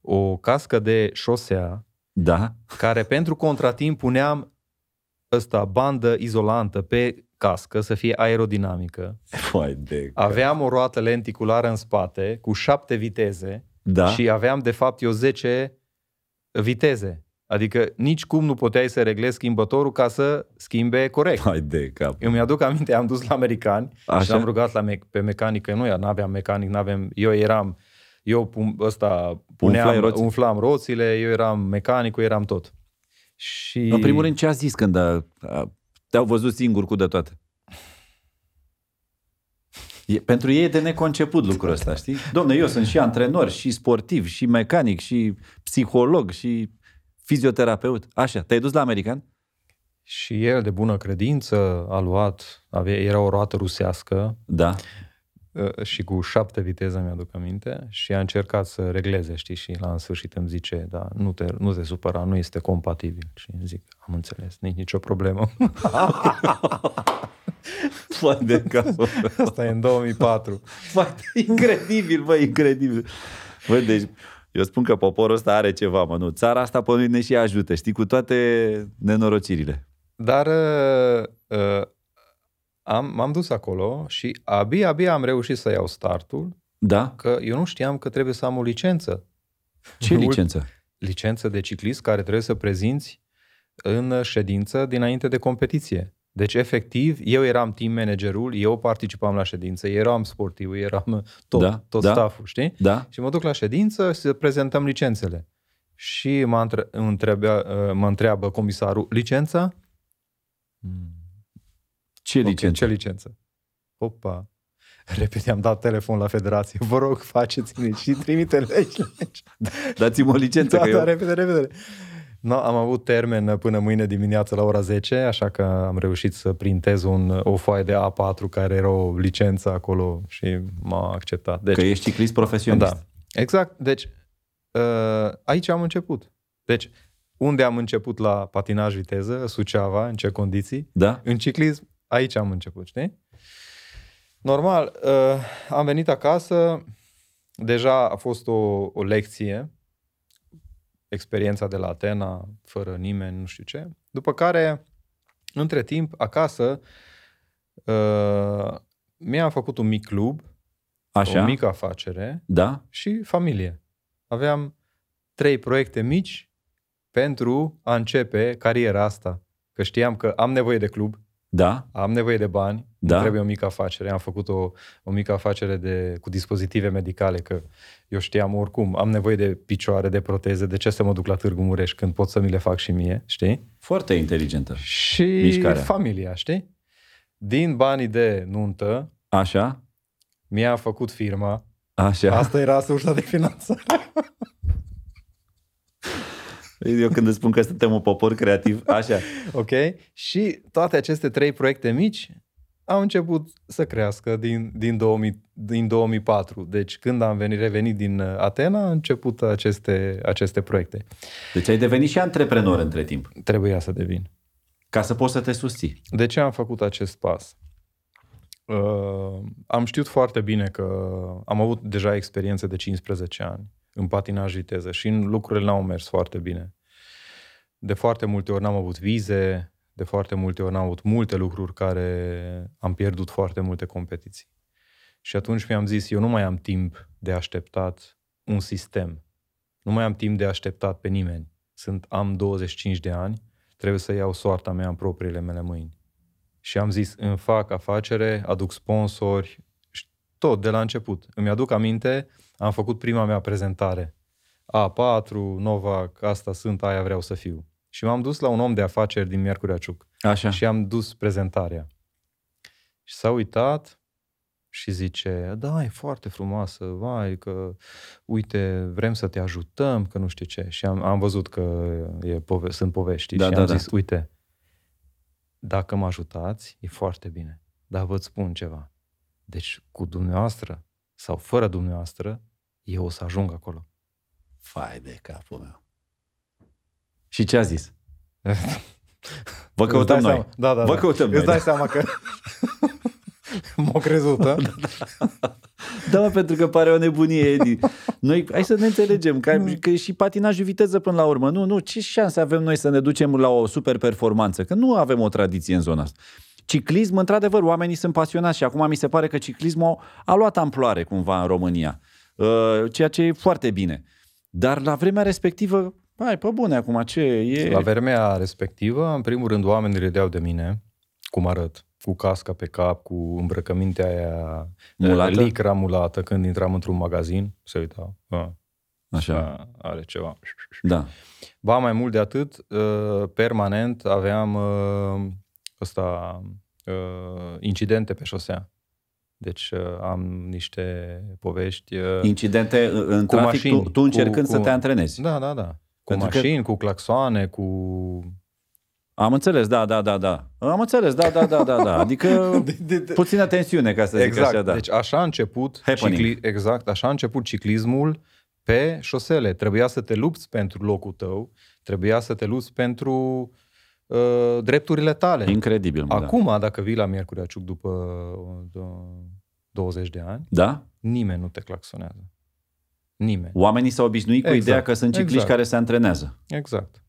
Speaker 3: o cască de șosea,
Speaker 1: da.
Speaker 3: care pentru contratimp puneam ăsta, bandă izolantă pe cască să fie aerodinamică.
Speaker 1: Fai de...
Speaker 3: Aveam o roată lenticulară în spate cu șapte viteze
Speaker 1: Da, și...
Speaker 3: și aveam de fapt eu 10 viteze. Adică nici cum nu puteai să reglezi schimbătorul ca să schimbe corect.
Speaker 1: Da, fai de cap.
Speaker 3: Eu mi-aduc aminte, am dus la americani Așa? și
Speaker 1: Așa.
Speaker 3: am rugat la me- pe mecanic, că nu era, n-aveam mecanic, n-aveam, eu eram, eu pun, ăsta, puneam,
Speaker 1: Umflai roți.
Speaker 3: umflam, roțile, eu eram mecanicul, eram tot. Și...
Speaker 1: În primul rând, ce a zis când a, a, te-au văzut singur cu de toate? E, pentru ei e de neconceput lucrul ăsta, știi? Domne, eu sunt și antrenor, și sportiv, și mecanic, și psiholog, și fizioterapeut. Așa, te-ai dus la american?
Speaker 3: Și el, de bună credință, a luat, avea, era o roată rusească,
Speaker 1: Da.
Speaker 3: Uh, și cu șapte viteze mi-aduc aminte și a încercat să regleze, știi, și la în sfârșit îmi zice, da, nu te, nu te supăra, nu este compatibil. Și îmi zic, am înțeles, nici nicio problemă.
Speaker 1: Fai de capul.
Speaker 3: Asta e în 2004.
Speaker 1: Fai de... Incredibil, bă, incredibil. Bă, deci eu spun că poporul ăsta are ceva, mă, nu. Țara asta pe noi ne și ajută, știi, cu toate nenorocirile.
Speaker 3: Dar uh, uh, am, m-am dus acolo și abia, abia am reușit să iau startul,
Speaker 1: Da?
Speaker 3: că eu nu știam că trebuie să am o licență.
Speaker 1: Ce
Speaker 3: Ul-
Speaker 1: licență?
Speaker 3: Licență de ciclist care trebuie să prezinți în ședință dinainte de competiție. Deci, efectiv, eu eram team managerul, eu participam la ședință, eram sportivul, eram tot,
Speaker 1: Da,
Speaker 3: da, tot
Speaker 1: da.
Speaker 3: da. stafful, știi?
Speaker 1: Da?
Speaker 3: Și mă duc la ședință să prezentăm licențele. Și mă, între- întrebea, mă întreabă comisarul, licența?
Speaker 1: Ce
Speaker 3: Ok,
Speaker 1: Mm, licență?
Speaker 3: Ce licență? Opa. Repede am dat telefon la federație. Vă rog, faceți-mi și trimite legile.
Speaker 1: Dați-mi o licență,
Speaker 3: Da,
Speaker 1: că
Speaker 3: da,
Speaker 1: eu...
Speaker 3: repede, repede. No, am avut termen până mâine dimineață la ora 10, așa că am reușit să printez un, o foaie de A4 care era o licență acolo și m-a acceptat. Deci,
Speaker 1: Că ești ciclist profesionist.
Speaker 3: Da. Exact. Deci, uh, aici am început. Deci, unde am început la patinaj viteză, Suceava, în ce condiții?
Speaker 1: Da?
Speaker 3: În ciclism, aici am început, știi? Normal, uh, am venit acasă, deja a fost o, o lecție, experiența de la Atena, fără nimeni, nu știu ce. După care, între timp, acasă, uh, mi-am făcut un mic club,
Speaker 1: Așa?
Speaker 3: o mică afacere,
Speaker 1: Da?
Speaker 3: și familie. Aveam trei proiecte mici pentru a începe cariera asta. Că știam că am nevoie de club,
Speaker 1: Da?
Speaker 3: am nevoie de bani,
Speaker 1: Da.
Speaker 3: da. trebuie o mică afacere. Am făcut o, o mică afacere de, cu dispozitive medicale, că eu știam oricum, am nevoie de picioare, de proteze, de ce să mă duc la Târgu Mureș când pot să mi le fac și mie, știi?
Speaker 1: Foarte inteligentă.
Speaker 3: Și
Speaker 1: Mișcarea.
Speaker 3: familia, știi? Din banii de nuntă,
Speaker 1: Așa?
Speaker 3: mi-a făcut firma.
Speaker 1: Așa.
Speaker 3: Asta era sursa de finanțare.
Speaker 1: Eu când îți spun că suntem un popor creativ, așa.
Speaker 3: Ok? Și toate aceste trei proiecte mici au început să crească din, din, 2000, din 2004. Deci când am venit, revenit din uh, Atena, au început aceste, aceste proiecte.
Speaker 1: Deci ai devenit și antreprenor între timp,
Speaker 3: Trebuia să devin.
Speaker 1: ca să poți să te susții.
Speaker 3: De ce am făcut acest pas? Uh, am știut foarte bine că am avut deja experiență de 15 ani în patinaj viteză și în lucrurile n-au mers foarte bine. De foarte multe ori n-am avut vize, de foarte multe ori n-am avut multe lucruri care am pierdut foarte multe competiții. Și atunci mi-am zis, eu nu mai am timp de așteptat un sistem. Nu mai am timp de așteptat pe nimeni. Sunt, am 25 de ani, trebuie să iau soarta mea în propriile mele mâini. Și am zis, îmi fac afacere, aduc sponsori, și tot de la început. Îmi aduc aminte, am făcut prima mea prezentare. A4, Novak, asta sunt, aia vreau să fiu. Și m-am dus la un om de afaceri din Miercurea Ciuc
Speaker 1: Așa.
Speaker 3: și am dus prezentarea. Și s-a uitat și zice, da, e foarte frumoasă, vai, că uite, vrem să te ajutăm, că nu știu ce. Și am, am văzut că e pove- sunt povești
Speaker 1: Da,
Speaker 3: și
Speaker 1: da,
Speaker 3: am
Speaker 1: da.
Speaker 3: zis, uite, dacă mă ajutați, e foarte bine. Dar vă spun ceva. Deci cu dumneavoastră sau fără dumneavoastră, eu o să ajung acolo.
Speaker 1: Fai de capul meu. Și ce a zis? Vă căutăm
Speaker 3: Îți dai
Speaker 1: noi.
Speaker 3: Seama. Da, da,
Speaker 1: Vă
Speaker 3: da.
Speaker 1: căutăm
Speaker 3: Îți
Speaker 1: noi,
Speaker 3: dai
Speaker 1: da.
Speaker 3: seama că m-au crezut, da?
Speaker 1: Da, mă, pentru că pare o nebunie, Edi. Noi, hai să ne înțelegem, că, că e și patinajul viteză până la urmă. Nu, nu, ce șanse avem noi să ne ducem la o super performanță? Că nu avem o tradiție în zona asta. Ciclism, într-adevăr, oamenii sunt pasionați și acum mi se pare că ciclismul a luat amploare cumva în România, Uh, ceea ce e foarte bine. Dar la vremea respectivă, hai, pe bune acum, ce e...
Speaker 3: La vermea respectivă, în primul rând, oamenii râdeau de mine, cum arăt, cu casca pe cap, cu îmbrăcămintea aia uh,
Speaker 1: Mulată?
Speaker 3: licra mulată, când intram într-un magazin, se uitau, a,
Speaker 1: Așa,
Speaker 3: a, are ceva.
Speaker 1: da.
Speaker 3: Ba, mai mult de atât, uh, permanent aveam uh, ăsta, uh, incidente pe șosea. Deci uh, am niște povești. uh,
Speaker 1: Incidente în în
Speaker 3: Cu
Speaker 1: trafic,
Speaker 3: mașini,
Speaker 1: tu, tu încercând
Speaker 3: cu-
Speaker 1: să
Speaker 3: cu-
Speaker 1: te antrenezi.
Speaker 3: Da, da, da. Cu
Speaker 1: Pentru că-
Speaker 3: mașini, cu claxoane, cu
Speaker 1: Am înțeles, da, da, da, da. Am înțeles, da, da, da, da, da. Adică puțină tensiune, ca să zic
Speaker 3: Exact,
Speaker 1: așa, da.
Speaker 3: deci așa a început
Speaker 1: Happening.
Speaker 3: cicli- exact, așa a început ciclismul pe șosele. Trebuia să te lupți pentru locul tău, trebuia să te lupți pentru uh, drepturile tale.
Speaker 1: Incredibil, mă,
Speaker 3: Acum, da. dacă vii la Miercurea Ciuc după uh, dou- 20 de ani,
Speaker 1: da. Da?
Speaker 3: nimeni nu te claxonează. Nimeni.
Speaker 1: Oamenii s-au obișnuit cu
Speaker 3: Exact,
Speaker 1: ideea că sunt cicliști
Speaker 3: exact.
Speaker 1: care se antrenează.
Speaker 3: Exact.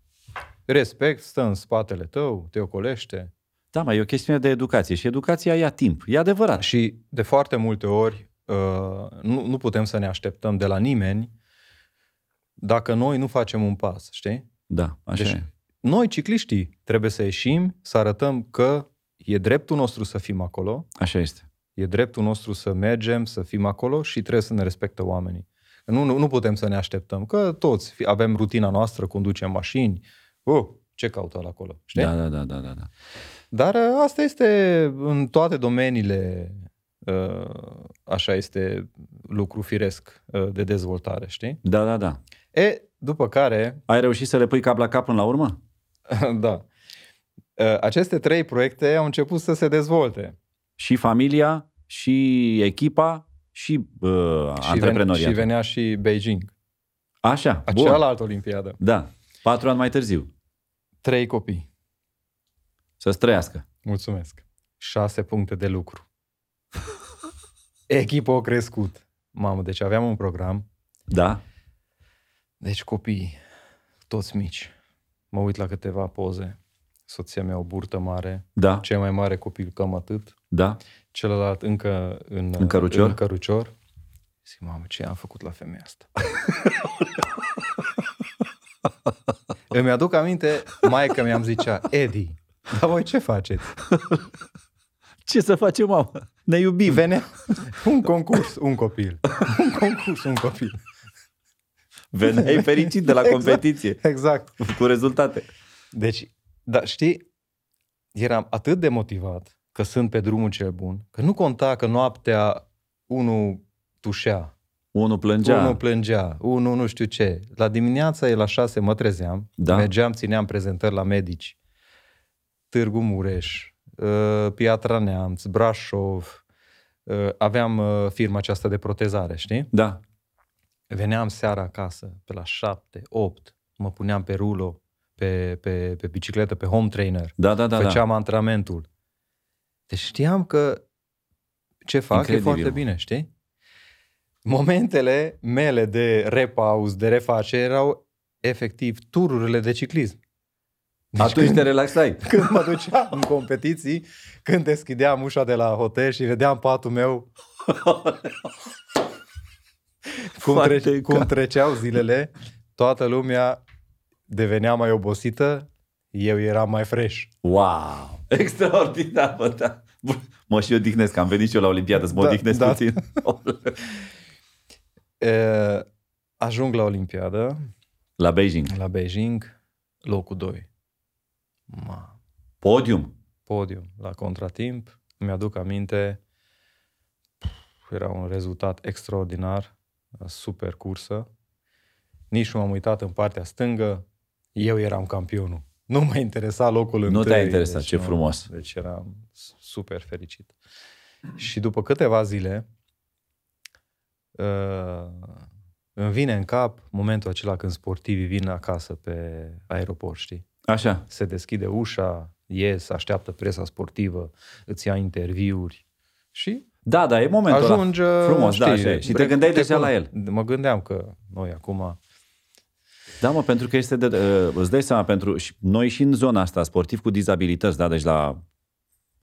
Speaker 3: Respect, stă în spatele tău, te ocolește.
Speaker 1: Da, mai e o chestiune de educație și educația ia timp. E adevărat.
Speaker 3: Și de foarte multe ori uh, nu, nu putem să ne așteptăm de la nimeni dacă noi nu facem un pas, știi?
Speaker 1: Da, așa
Speaker 3: Deci,
Speaker 1: deci, e.
Speaker 3: noi, cicliștii, trebuie să ieșim, să arătăm că e dreptul nostru să fim acolo,
Speaker 1: Așa este.
Speaker 3: e dreptul nostru să mergem, să fim acolo și trebuie să ne respectă oamenii. Nu, nu, nu putem să ne așteptăm, că toți fi- avem rutina noastră, conducem mașini, oh, ce caută ăla acolo, știi?
Speaker 1: Da, da, da, da, da, da.
Speaker 3: Dar ă, asta este în toate domeniile, ă, așa este lucru firesc ă, de dezvoltare, știi?
Speaker 1: Da, da, da.
Speaker 3: E, după care,
Speaker 1: Ai reușit să le pui cap la cap până la urmă?
Speaker 3: da. Uh, Aceste trei proiecte au început să se dezvolte.
Speaker 1: Și familia, și echipa, și uh,
Speaker 3: Și, ven-
Speaker 1: antreprenoria.
Speaker 3: și venea și Beijing.
Speaker 1: Așa, bun.
Speaker 3: Acealaltă olimpiadă.
Speaker 1: Da. Patru ani mai târziu.
Speaker 3: Trei copii.
Speaker 1: Să-ți trăiască.
Speaker 3: Mulțumesc. Șase puncte de lucru. Echipa a crescut. Mamă, deci aveam un program.
Speaker 1: Da?
Speaker 3: Deci copii, toți mici. Mă uit la câteva poze. Soția mea o burtă mare.
Speaker 1: Da?
Speaker 3: Cel mai mare copil cam atât.
Speaker 1: Da?
Speaker 3: celălalt încă în,
Speaker 1: În cărucior?
Speaker 3: În cărucior. Zic, mamă, ce am făcut la femeia asta? Îmi aduc aminte, maica mi-am zicea, Edi, dar voi ce faceți?
Speaker 1: Ce să facem, mamă? Ne iubim.
Speaker 3: Venea un concurs, un copil. Un concurs, un copil.
Speaker 1: Veneai fericit de la
Speaker 3: Exact.
Speaker 1: competiție.
Speaker 3: Exact.
Speaker 1: Cu rezultate.
Speaker 3: Deci, da, știi, eram atât de motivat că sunt pe drumul cel bun, că nu conta că noaptea unul tușea,
Speaker 1: Unul plângea.
Speaker 3: Unul plângea, unul nu știu ce. La dimineața e la șase mă trezeam,
Speaker 1: Da.
Speaker 3: mergeam, țineam prezentări la medici. Târgu Mureș, uh, Piatra Neamț, Brașov, uh, aveam uh, firma aceasta de protezare, știi?
Speaker 1: Da.
Speaker 3: Veneam seara acasă, pe la șapte, opt, mă puneam pe rulo, pe, pe, pe bicicletă, pe home trainer,
Speaker 1: Da, da, da. da.
Speaker 3: făceam antrenamentul. Deci știam că ce fac
Speaker 1: Incredibil,
Speaker 3: e foarte
Speaker 1: mă.
Speaker 3: bine, știi? Momentele mele de repaus, de reface, erau efectiv tururile de ciclism. Deci
Speaker 1: Atunci
Speaker 3: când,
Speaker 1: te relaxai.
Speaker 3: când mă duceam în competiții, când deschideam ușa de la hotel și vedeam patul meu cum,
Speaker 1: Foarte
Speaker 3: trece,
Speaker 1: ca-
Speaker 3: cum treceau zilele, toată lumea devenea mai obosită, eu eram mai fresh.
Speaker 1: Wow! Extraordinar, bă, da. Bun, Mă și odihnesc, am venit și eu la Olimpiadă să mă
Speaker 3: Da,
Speaker 1: odihnesc
Speaker 3: da.
Speaker 1: puțin.
Speaker 3: E, Ajung la Olimpiadă,
Speaker 1: La Beijing.
Speaker 3: la Beijing, locul 2. Ma,
Speaker 1: Podium.
Speaker 3: podium la contratimp, mi-aduc aminte, pf, era un rezultat extraordinar, super cursă. Nici nu m-am uitat în partea stângă, eu eram campionul. Nu m-a interesat locul
Speaker 1: Nu
Speaker 3: întâi,
Speaker 1: te-a interesat, ce
Speaker 3: nu,
Speaker 1: frumos.
Speaker 3: Deci eram super fericit. Și după câteva zile, uh, îmi vine în cap momentul acela când sportivii vin acasă pe aeroport, știi?
Speaker 1: Așa.
Speaker 3: se deschide ușa, ies, așteaptă presa sportivă, îți ia interviuri și
Speaker 1: Da, da, e momentul ăla.
Speaker 3: ajunge...
Speaker 1: Frumos, da, așa e. Și te gândeai deja
Speaker 3: pun-
Speaker 1: la el.
Speaker 3: Mă gândeam că noi acum...
Speaker 1: Da, mă, pentru că este de... Uh, îți dai seama, pentru și noi și în zona asta, sportiv cu dizabilități, da, deci la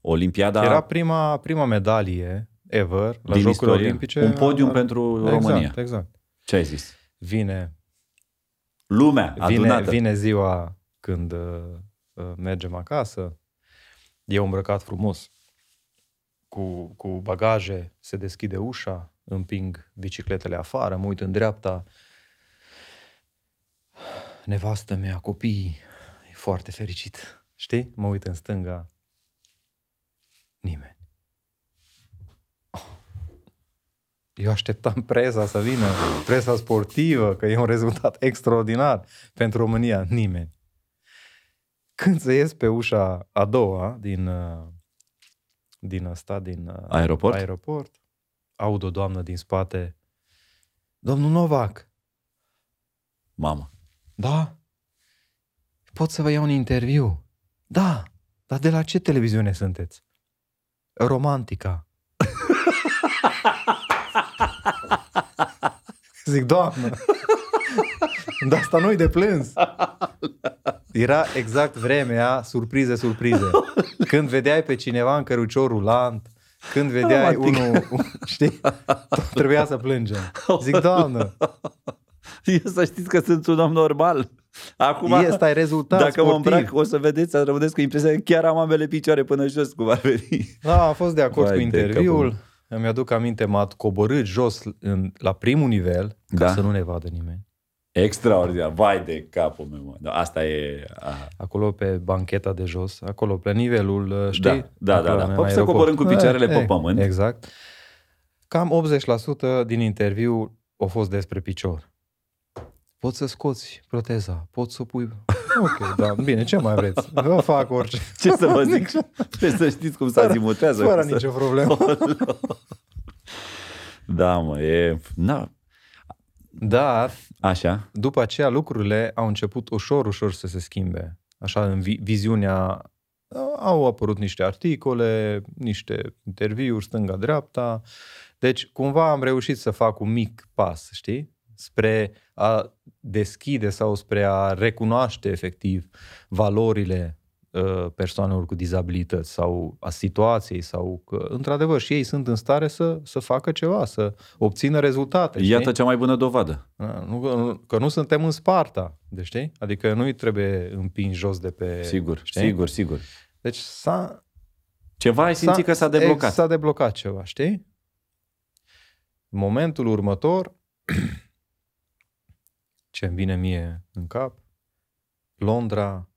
Speaker 1: Olimpiada
Speaker 3: Da. Era prima, prima medalie ever la
Speaker 1: din
Speaker 3: Jocurile
Speaker 1: istorie.
Speaker 3: Olimpice.
Speaker 1: Un podium
Speaker 3: A-
Speaker 1: pentru
Speaker 3: exact,
Speaker 1: România.
Speaker 3: Exact,
Speaker 1: Ce ai zis?
Speaker 3: Vine,
Speaker 1: Lumea
Speaker 3: vine,
Speaker 1: Da, adunată.
Speaker 3: vine ziua când uh, uh, mergem acasă, e îmbrăcat frumos, cu, cu bagaje, se deschide ușa, împing bicicletele afară, mă uit în dreapta, nevastă mea, copii, e foarte fericit. Știi? Mă uit în stânga, nimeni. Oh. Eu așteptam presa să vină, presa sportivă, că e un rezultat extraordinar pentru România. Nimeni. Când să ies pe ușa a doua din, uh, din asta, din uh,
Speaker 1: Aeroport?
Speaker 3: aeroport, aud o doamnă din spate, domnul Novac,
Speaker 1: Mamă.
Speaker 3: da. Pot să vă iau un interviu. Da, dar de la ce televiziune sunteți? Romantica. Zic, doamnă, dar asta nu-i de plâns. Era exact vremea, surprize, surprize. Când vedeai pe cineva în cărucior rulant, când vedeai
Speaker 1: Romantic.
Speaker 3: unul, un- știi, tot trebuia să plângem. Zic, doamnă,
Speaker 1: Eu să știți că sunt un om normal. Acum,
Speaker 3: este ai rezultat
Speaker 1: dacă mă
Speaker 3: sportiv.
Speaker 1: îmbrac, o să vedeți, să rămâneți cu impresia că chiar am ambele picioare până jos, cum ar veni.
Speaker 3: Da, am fost de acord
Speaker 1: Vai
Speaker 3: cu
Speaker 1: de
Speaker 3: interviul. Îmi aduc aminte, m-a coborât jos în, la primul nivel ca
Speaker 1: Da.
Speaker 3: să nu ne vadă nimeni.
Speaker 1: Extraordinar. Vai de capul meu, mă. Da, Asta e... A...
Speaker 3: Acolo pe bancheta de jos, acolo pe nivelul, uh, știi?
Speaker 1: Da, da,
Speaker 3: Acolo,
Speaker 1: da, da.
Speaker 3: în
Speaker 1: Păi să
Speaker 3: aeroport.
Speaker 1: coborâm cu picioarele
Speaker 3: Eh,
Speaker 1: pe
Speaker 3: eh,
Speaker 1: pământ.
Speaker 3: Exact. Cam 80% din interviu a fost despre picior. Poți să scoți proteza, poți să o pui... Ok, da, bine, ce mai vreți? Vă fac orice.
Speaker 1: Ce să vă zic? Trebuie să știți cum să zimutează.
Speaker 3: Fără
Speaker 1: cum să-
Speaker 3: nicio problemă.
Speaker 1: Da, mă, e... Na,
Speaker 3: Dar
Speaker 1: așa.
Speaker 3: după aceea lucrurile au început ușor, ușor să se schimbe. Așa, în vi- viziunea uh, au apărut niște articole, niște interviuri stânga-dreapta. Deci, cumva am reușit să fac un mic pas, știi? Spre a deschide sau spre a recunoaște efectiv valorile uh, persoanelor cu dizabilități sau a situației sau că, într-adevăr, și ei sunt în stare să, să facă ceva, să obțină rezultate. știi?
Speaker 1: Iată cea mai bună dovadă.
Speaker 3: Da, Nu, că, nu- că nu suntem în Sparta, deci știi? Adică nu-i trebuie împins jos de pe...
Speaker 1: Sigur,
Speaker 3: știi?
Speaker 1: sigur, sigur.
Speaker 3: Deci s-a...
Speaker 1: Ceva ai simțit că s-a deblocat.
Speaker 3: ex- S-a deblocat ceva, știi? În momentul următor, ce îmi vine mie în cap, Londra,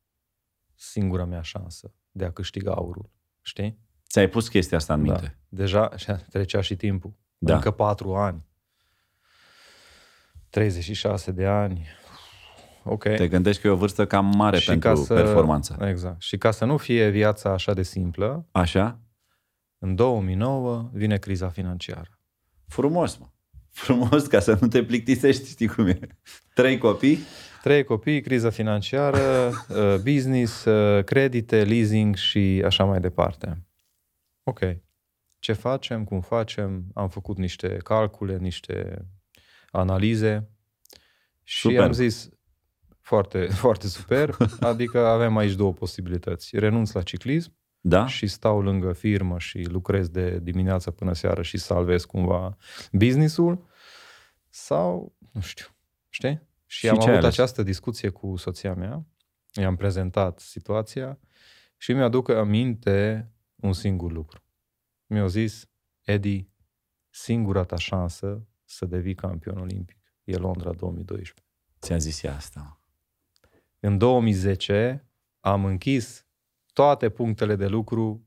Speaker 3: singura mea șansă de a câștiga aurul, știi?
Speaker 1: Ți-ai pus chestia asta
Speaker 3: Da.
Speaker 1: în minte.
Speaker 3: Deja și- trecea și timpul.
Speaker 1: Da.
Speaker 3: Da. Încă patru ani. 36 de ani. Ok.
Speaker 1: Te gândești că e o vârstă cam mare pentru performanță.
Speaker 3: Exact. Și ca să nu fie viața așa de simplă,
Speaker 1: Așa?
Speaker 3: în 2009 vine criza financiară.
Speaker 1: Frumos, mă. Frumos, ca să nu te plictisești, știi cum e. Trei copii,
Speaker 3: Trei copii, criza financiară, uh, business, uh, credite, leasing și așa mai departe. Ok. Ce facem, cum facem? Am făcut niște calcule, niște analize și
Speaker 1: Superb.
Speaker 3: am zis foarte, foarte super, adică avem aici două posibilități. Renunț la ciclism
Speaker 1: da?
Speaker 3: și stau lângă firmă și lucrez de dimineață până seară și salvez cumva businessul sau nu știu, știi? Și,
Speaker 1: Și
Speaker 3: și am
Speaker 1: ce ai
Speaker 3: avut
Speaker 1: ales?
Speaker 3: această discuție cu soția mea, i-am prezentat situația și mi-aduc aminte un singur lucru. Mi-a zis, Edi, singura ta șansă să devii campion olimpic e Londra 2012.
Speaker 1: Ți-a zis ea asta, mă.
Speaker 3: În 2010 am închis toate punctele de lucru,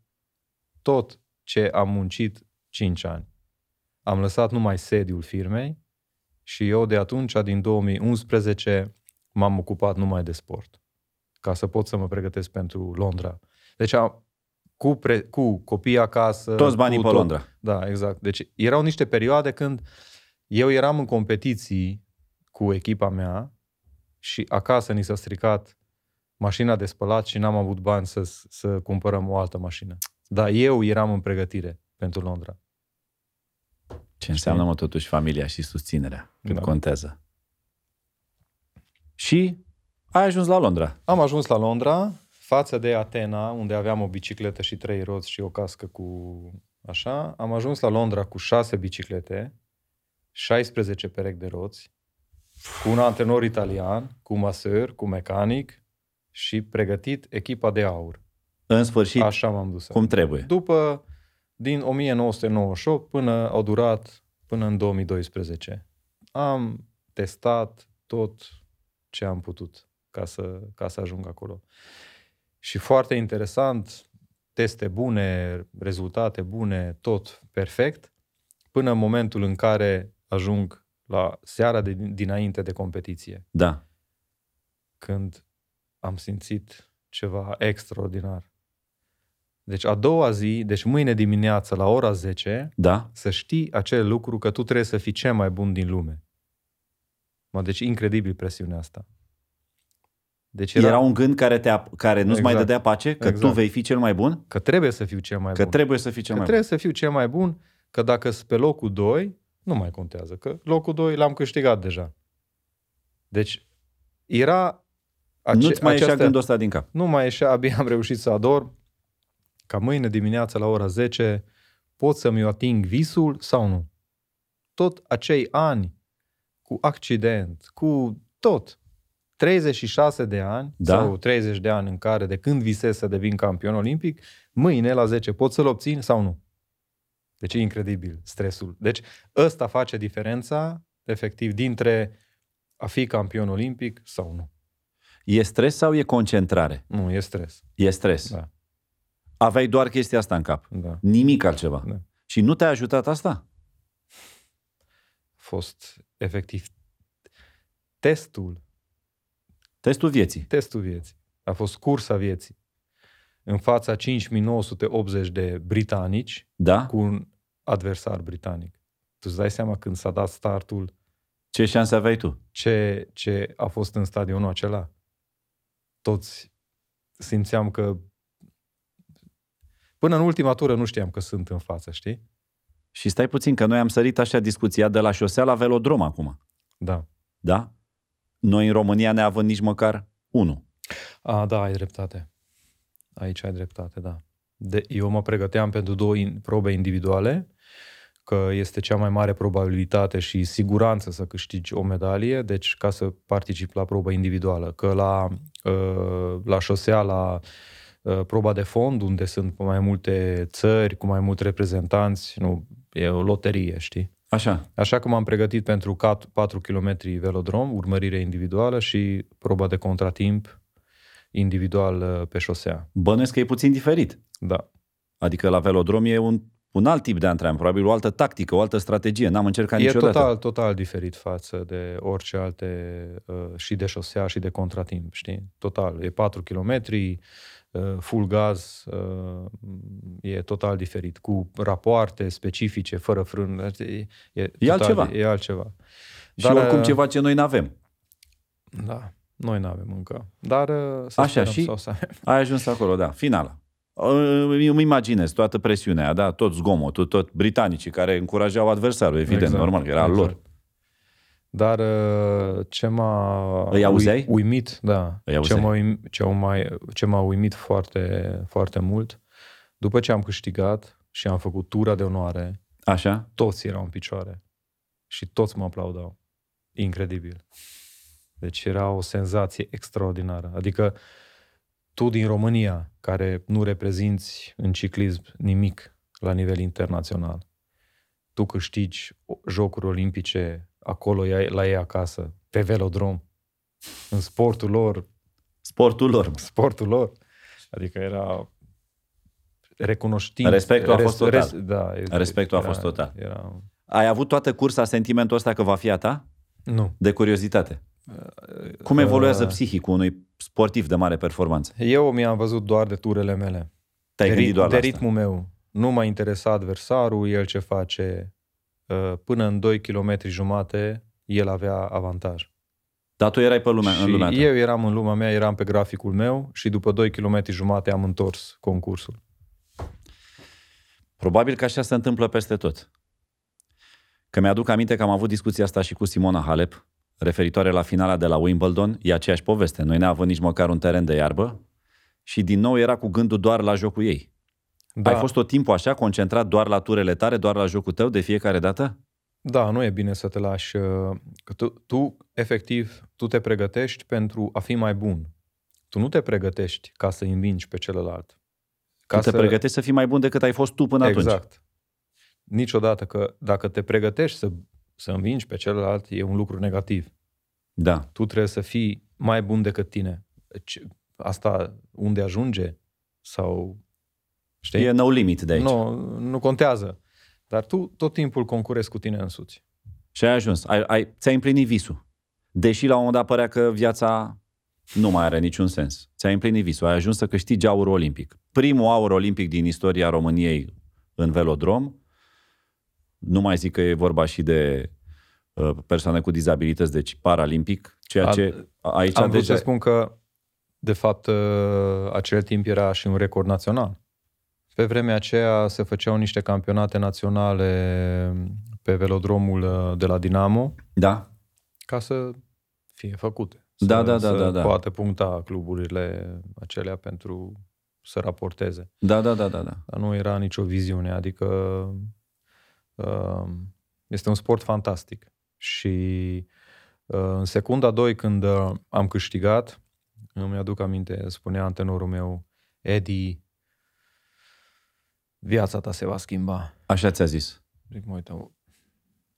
Speaker 3: tot ce am muncit 5 ani. Am lăsat numai sediul firmei și eu de atunci, din 2011, m-am ocupat numai de sport, ca să pot să mă pregătesc pentru Londra. Deci am, cu, pre, cu copii acasă...
Speaker 1: Toți banii
Speaker 3: cu
Speaker 1: pe
Speaker 3: tot.
Speaker 1: Londra.
Speaker 3: Da, exact. Deci erau niște perioade când eu eram în competiții cu echipa mea și acasă ni s-a stricat mașina de spălat și n-am avut bani să, să cumpărăm o altă mașină. Dar eu eram în pregătire pentru Londra.
Speaker 1: Ce înseamnă, mă, totuși, familia și susținerea când
Speaker 3: Da.
Speaker 1: contează. Și ai ajuns la Londra.
Speaker 3: Am ajuns la Londra, față de Atena, unde aveam o bicicletă și trei roți și o cască cu așa. Am ajuns la Londra cu șase biciclete, 16 perechi de roți, cu un antrenor italian, cu masăr, cu mecanic și pregătit echipa de aur.
Speaker 1: În sfârșit, Așa.
Speaker 3: Așa m-am dus.
Speaker 1: cum trebuie.
Speaker 3: După, din 1998 până au durat până în 2012. Am testat tot ce am putut ca să, ca să ajung acolo. Și foarte interesant, teste bune, rezultate bune, tot perfect, până în momentul în care ajung la seara de, dinainte de competiție
Speaker 1: Da.
Speaker 3: când am simțit ceva extraordinar. Deci a doua zi, deci mâine dimineață la ora 10,
Speaker 1: Da?
Speaker 3: să știi acel lucru că tu trebuie să fii cel mai bun din lume. Mă, deci incredibil presiunea asta. Deci
Speaker 1: Era,
Speaker 3: era,
Speaker 1: era un gând care, te care nu-ți mai
Speaker 3: Exact.
Speaker 1: dădea pace, că tu
Speaker 3: Exact.
Speaker 1: vei fi cel mai bun,
Speaker 3: că trebuie să fiu cel mai
Speaker 1: că
Speaker 3: bun.
Speaker 1: trebuie să fii cel
Speaker 3: că
Speaker 1: mai
Speaker 3: trebuie să fiu cel mai bun, că dacă sunt pe locul 2, nu mai contează, că locul 2 l-am câștigat deja. Deci era
Speaker 1: bun. Nu-ți mai ieșea gândul ăsta din cap.
Speaker 3: nu mai ieșea, abia am reușit să adorm, ca mâine dimineața la ora 10 pot să-mi eu ating visul sau nu. Tot acei ani cu accident, cu tot, 36 de ani
Speaker 1: Da.
Speaker 3: sau 30 de ani în care de când visez să devin campion olimpic, mâine la 10 pot să-l obțin sau nu. Deci e incredibil stresul. Deci ăsta face diferența efectiv dintre a fi campion olimpic sau nu.
Speaker 1: E stres sau e concentrare?
Speaker 3: Nu, e stres.
Speaker 1: E stres.
Speaker 3: Da.
Speaker 1: Aveai doar chestia asta în cap.
Speaker 3: Da.
Speaker 1: Nimic altceva.
Speaker 3: Da.
Speaker 1: Și nu te-a ajutat asta?
Speaker 3: fost efectiv testul,
Speaker 1: Testul vieții.
Speaker 3: testul vieții. A fost cursa vieții. În fața 5980 de britanici
Speaker 1: Da?
Speaker 3: cu un adversar britanic. Tu îți dai seama când s-a dat startul
Speaker 1: Ce șanse aveai tu?
Speaker 3: ce, ce a fost în stadionul acela. Toți simțeam că până în ultima tură nu știam că sunt în față, știi?
Speaker 1: Și stai puțin, că noi am sărit așa discuția de la șosea la velodrom acum.
Speaker 3: Da.
Speaker 1: Da? Noi în România ne având nici măcar unul.
Speaker 3: A, da, ai dreptate. Aici ai dreptate, da. De, eu mă pregăteam pentru două in, probe individuale, că este cea mai mare probabilitate și siguranță să câștigi o medalie, deci ca să participi la probă individuală. Că la, uh, la șosea, la uh, proba de fond, unde sunt mai multe țări, cu mai mulți reprezentanți, nu, e o loterie, știi?
Speaker 1: Așa.
Speaker 3: Așa că m-am pregătit pentru cat- 4 km velodrom, urmărire individuală și proba de contratimp individual uh, pe șosea.
Speaker 1: Bănuiesc că e puțin diferit.
Speaker 3: Da.
Speaker 1: Adică la velodrom e un, un alt tip de antrenament, probabil o altă tactică, o altă strategie. N-am încercat
Speaker 3: e
Speaker 1: niciodată.
Speaker 3: total, total diferit față de orice alte, uh, și de șosea și de contratimp, știi? Total. E 4 km, full gaz, uh, e total diferit, cu rapoarte specifice, fără frână. E, e, total,
Speaker 1: altceva.
Speaker 3: E altceva.
Speaker 1: Și oricum
Speaker 3: uh,
Speaker 1: ceva ce noi n-avem.
Speaker 3: Da, noi nu avem încă. Dar uh, să
Speaker 1: Așa,
Speaker 3: sperăm
Speaker 1: și-
Speaker 3: să o să avem.
Speaker 1: Ai ajuns acolo, da. Finala. Uh, Îmi imaginez toată presiunea, da, tot zgomotul, tot britanicii care încurajau adversarul, evident, exact, normal, că era al lor.
Speaker 3: Dar uh, ce m-a
Speaker 1: Îi auzeai?
Speaker 3: ui- uimit, da,
Speaker 1: Îi
Speaker 3: ce
Speaker 1: auzeai?
Speaker 3: m-a, uim- ce, m-a mai, ce m-a uimit foarte, foarte mult, după ce am câștigat și am făcut tura de onoare,
Speaker 1: Așa?
Speaker 3: toți erau în picioare și toți mă aplaudau. Incredibil. Deci era o senzație extraordinară. Adică tu din România, care nu reprezinți în ciclism nimic la nivel internațional, tu câștigi o- jocuri olimpice acolo ea- la ei acasă, pe velodrom, în sportul lor,
Speaker 1: Sportul lor.
Speaker 3: sportul lor. Adică era recunoștință.
Speaker 1: Respectul a fost total.
Speaker 3: da,
Speaker 1: Respectul a fost total.
Speaker 3: Era,
Speaker 1: Ai avut toată cursa sentimentul ăsta că va fi a ta?
Speaker 3: nu.
Speaker 1: De curiozitate. Cum evoluează
Speaker 3: Uh,
Speaker 1: psihicul unui sportiv de mare performanță?
Speaker 3: Eu mi-am văzut doar de turele mele.
Speaker 1: Te-ai
Speaker 3: de,
Speaker 1: gândit
Speaker 3: rit-
Speaker 1: doar
Speaker 3: de
Speaker 1: la asta.
Speaker 3: ritmul meu. Nu m-a interesat adversarul, el ce face. Uh, Până în 2 km jumate, el avea avantaj.
Speaker 1: Dar tu erai pe lumea,
Speaker 3: și
Speaker 1: în lumea ta.
Speaker 3: eu eram în lumea mea, eram pe graficul meu și după 2 km jumate am întors concursul.
Speaker 1: Probabil că așa se întâmplă peste tot. Că mi-aduc aminte că am avut discuția asta și cu Simona Halep, referitoare la finala de la Wimbledon, e aceeași poveste. Noi n-am avut nici măcar un teren de iarbă și din nou era cu gândul doar la jocul ei. Da. Ai fost tot timpul așa, concentrat doar la turele tare, doar la jocul tău de fiecare dată?
Speaker 3: Da, nu e bine să te lași. uh, Că tu, tu, efectiv, tu te pregătești pentru a fi mai bun. Tu nu te pregătești ca să învingi pe celălalt.
Speaker 1: Ca tu te pregătești să fii mai bun decât ai fost tu până atunci.
Speaker 3: Exact. Niciodată că dacă te pregătești să, să învingi pe celălalt, e un lucru negativ.
Speaker 1: Da.
Speaker 3: Tu trebuie să fii mai bun decât tine. Ce- Asta unde ajunge sau... Știi?
Speaker 1: E no limit de aici. No.
Speaker 3: nu, nu contează. Dar tu tot timpul concurezi cu tine însuți.
Speaker 1: Și ai ajuns. Ai, ai, ți-ai împlinit visul. Deși la un moment dat părea că viața nu mai are niciun sens. Ți-ai împlinit visul. Ai ajuns să câștigi aur olimpic. Primul aur olimpic din istoria României în velodrom. Nu mai zic că e vorba și de uh, persoane cu dizabilități, deci paralimpic, ceea
Speaker 3: A-
Speaker 1: ce aici
Speaker 3: Am vrut
Speaker 1: deja...
Speaker 3: să spun că de fapt, uh, acel timp era și un record național. Pe vremea aceea se făceau niște campionate naționale pe velodromul uh, de la Dinamo
Speaker 1: Da?
Speaker 3: ca să fie făcute.
Speaker 1: Da,
Speaker 3: să,
Speaker 1: da, da,
Speaker 3: să
Speaker 1: da, da.
Speaker 3: poate puncta cluburile acelea pentru să raporteze.
Speaker 1: Da, da, da, da, da.
Speaker 3: Dar nu era nicio viziune, adică uh, este un sport fantastic. Și uh, în secunda 2 când uh, am câștigat, îmi aduc aminte, spunea antenorul meu, Edi, viața ta se va schimba.
Speaker 1: Așa ți-a zis.
Speaker 3: Zic, mă uitam,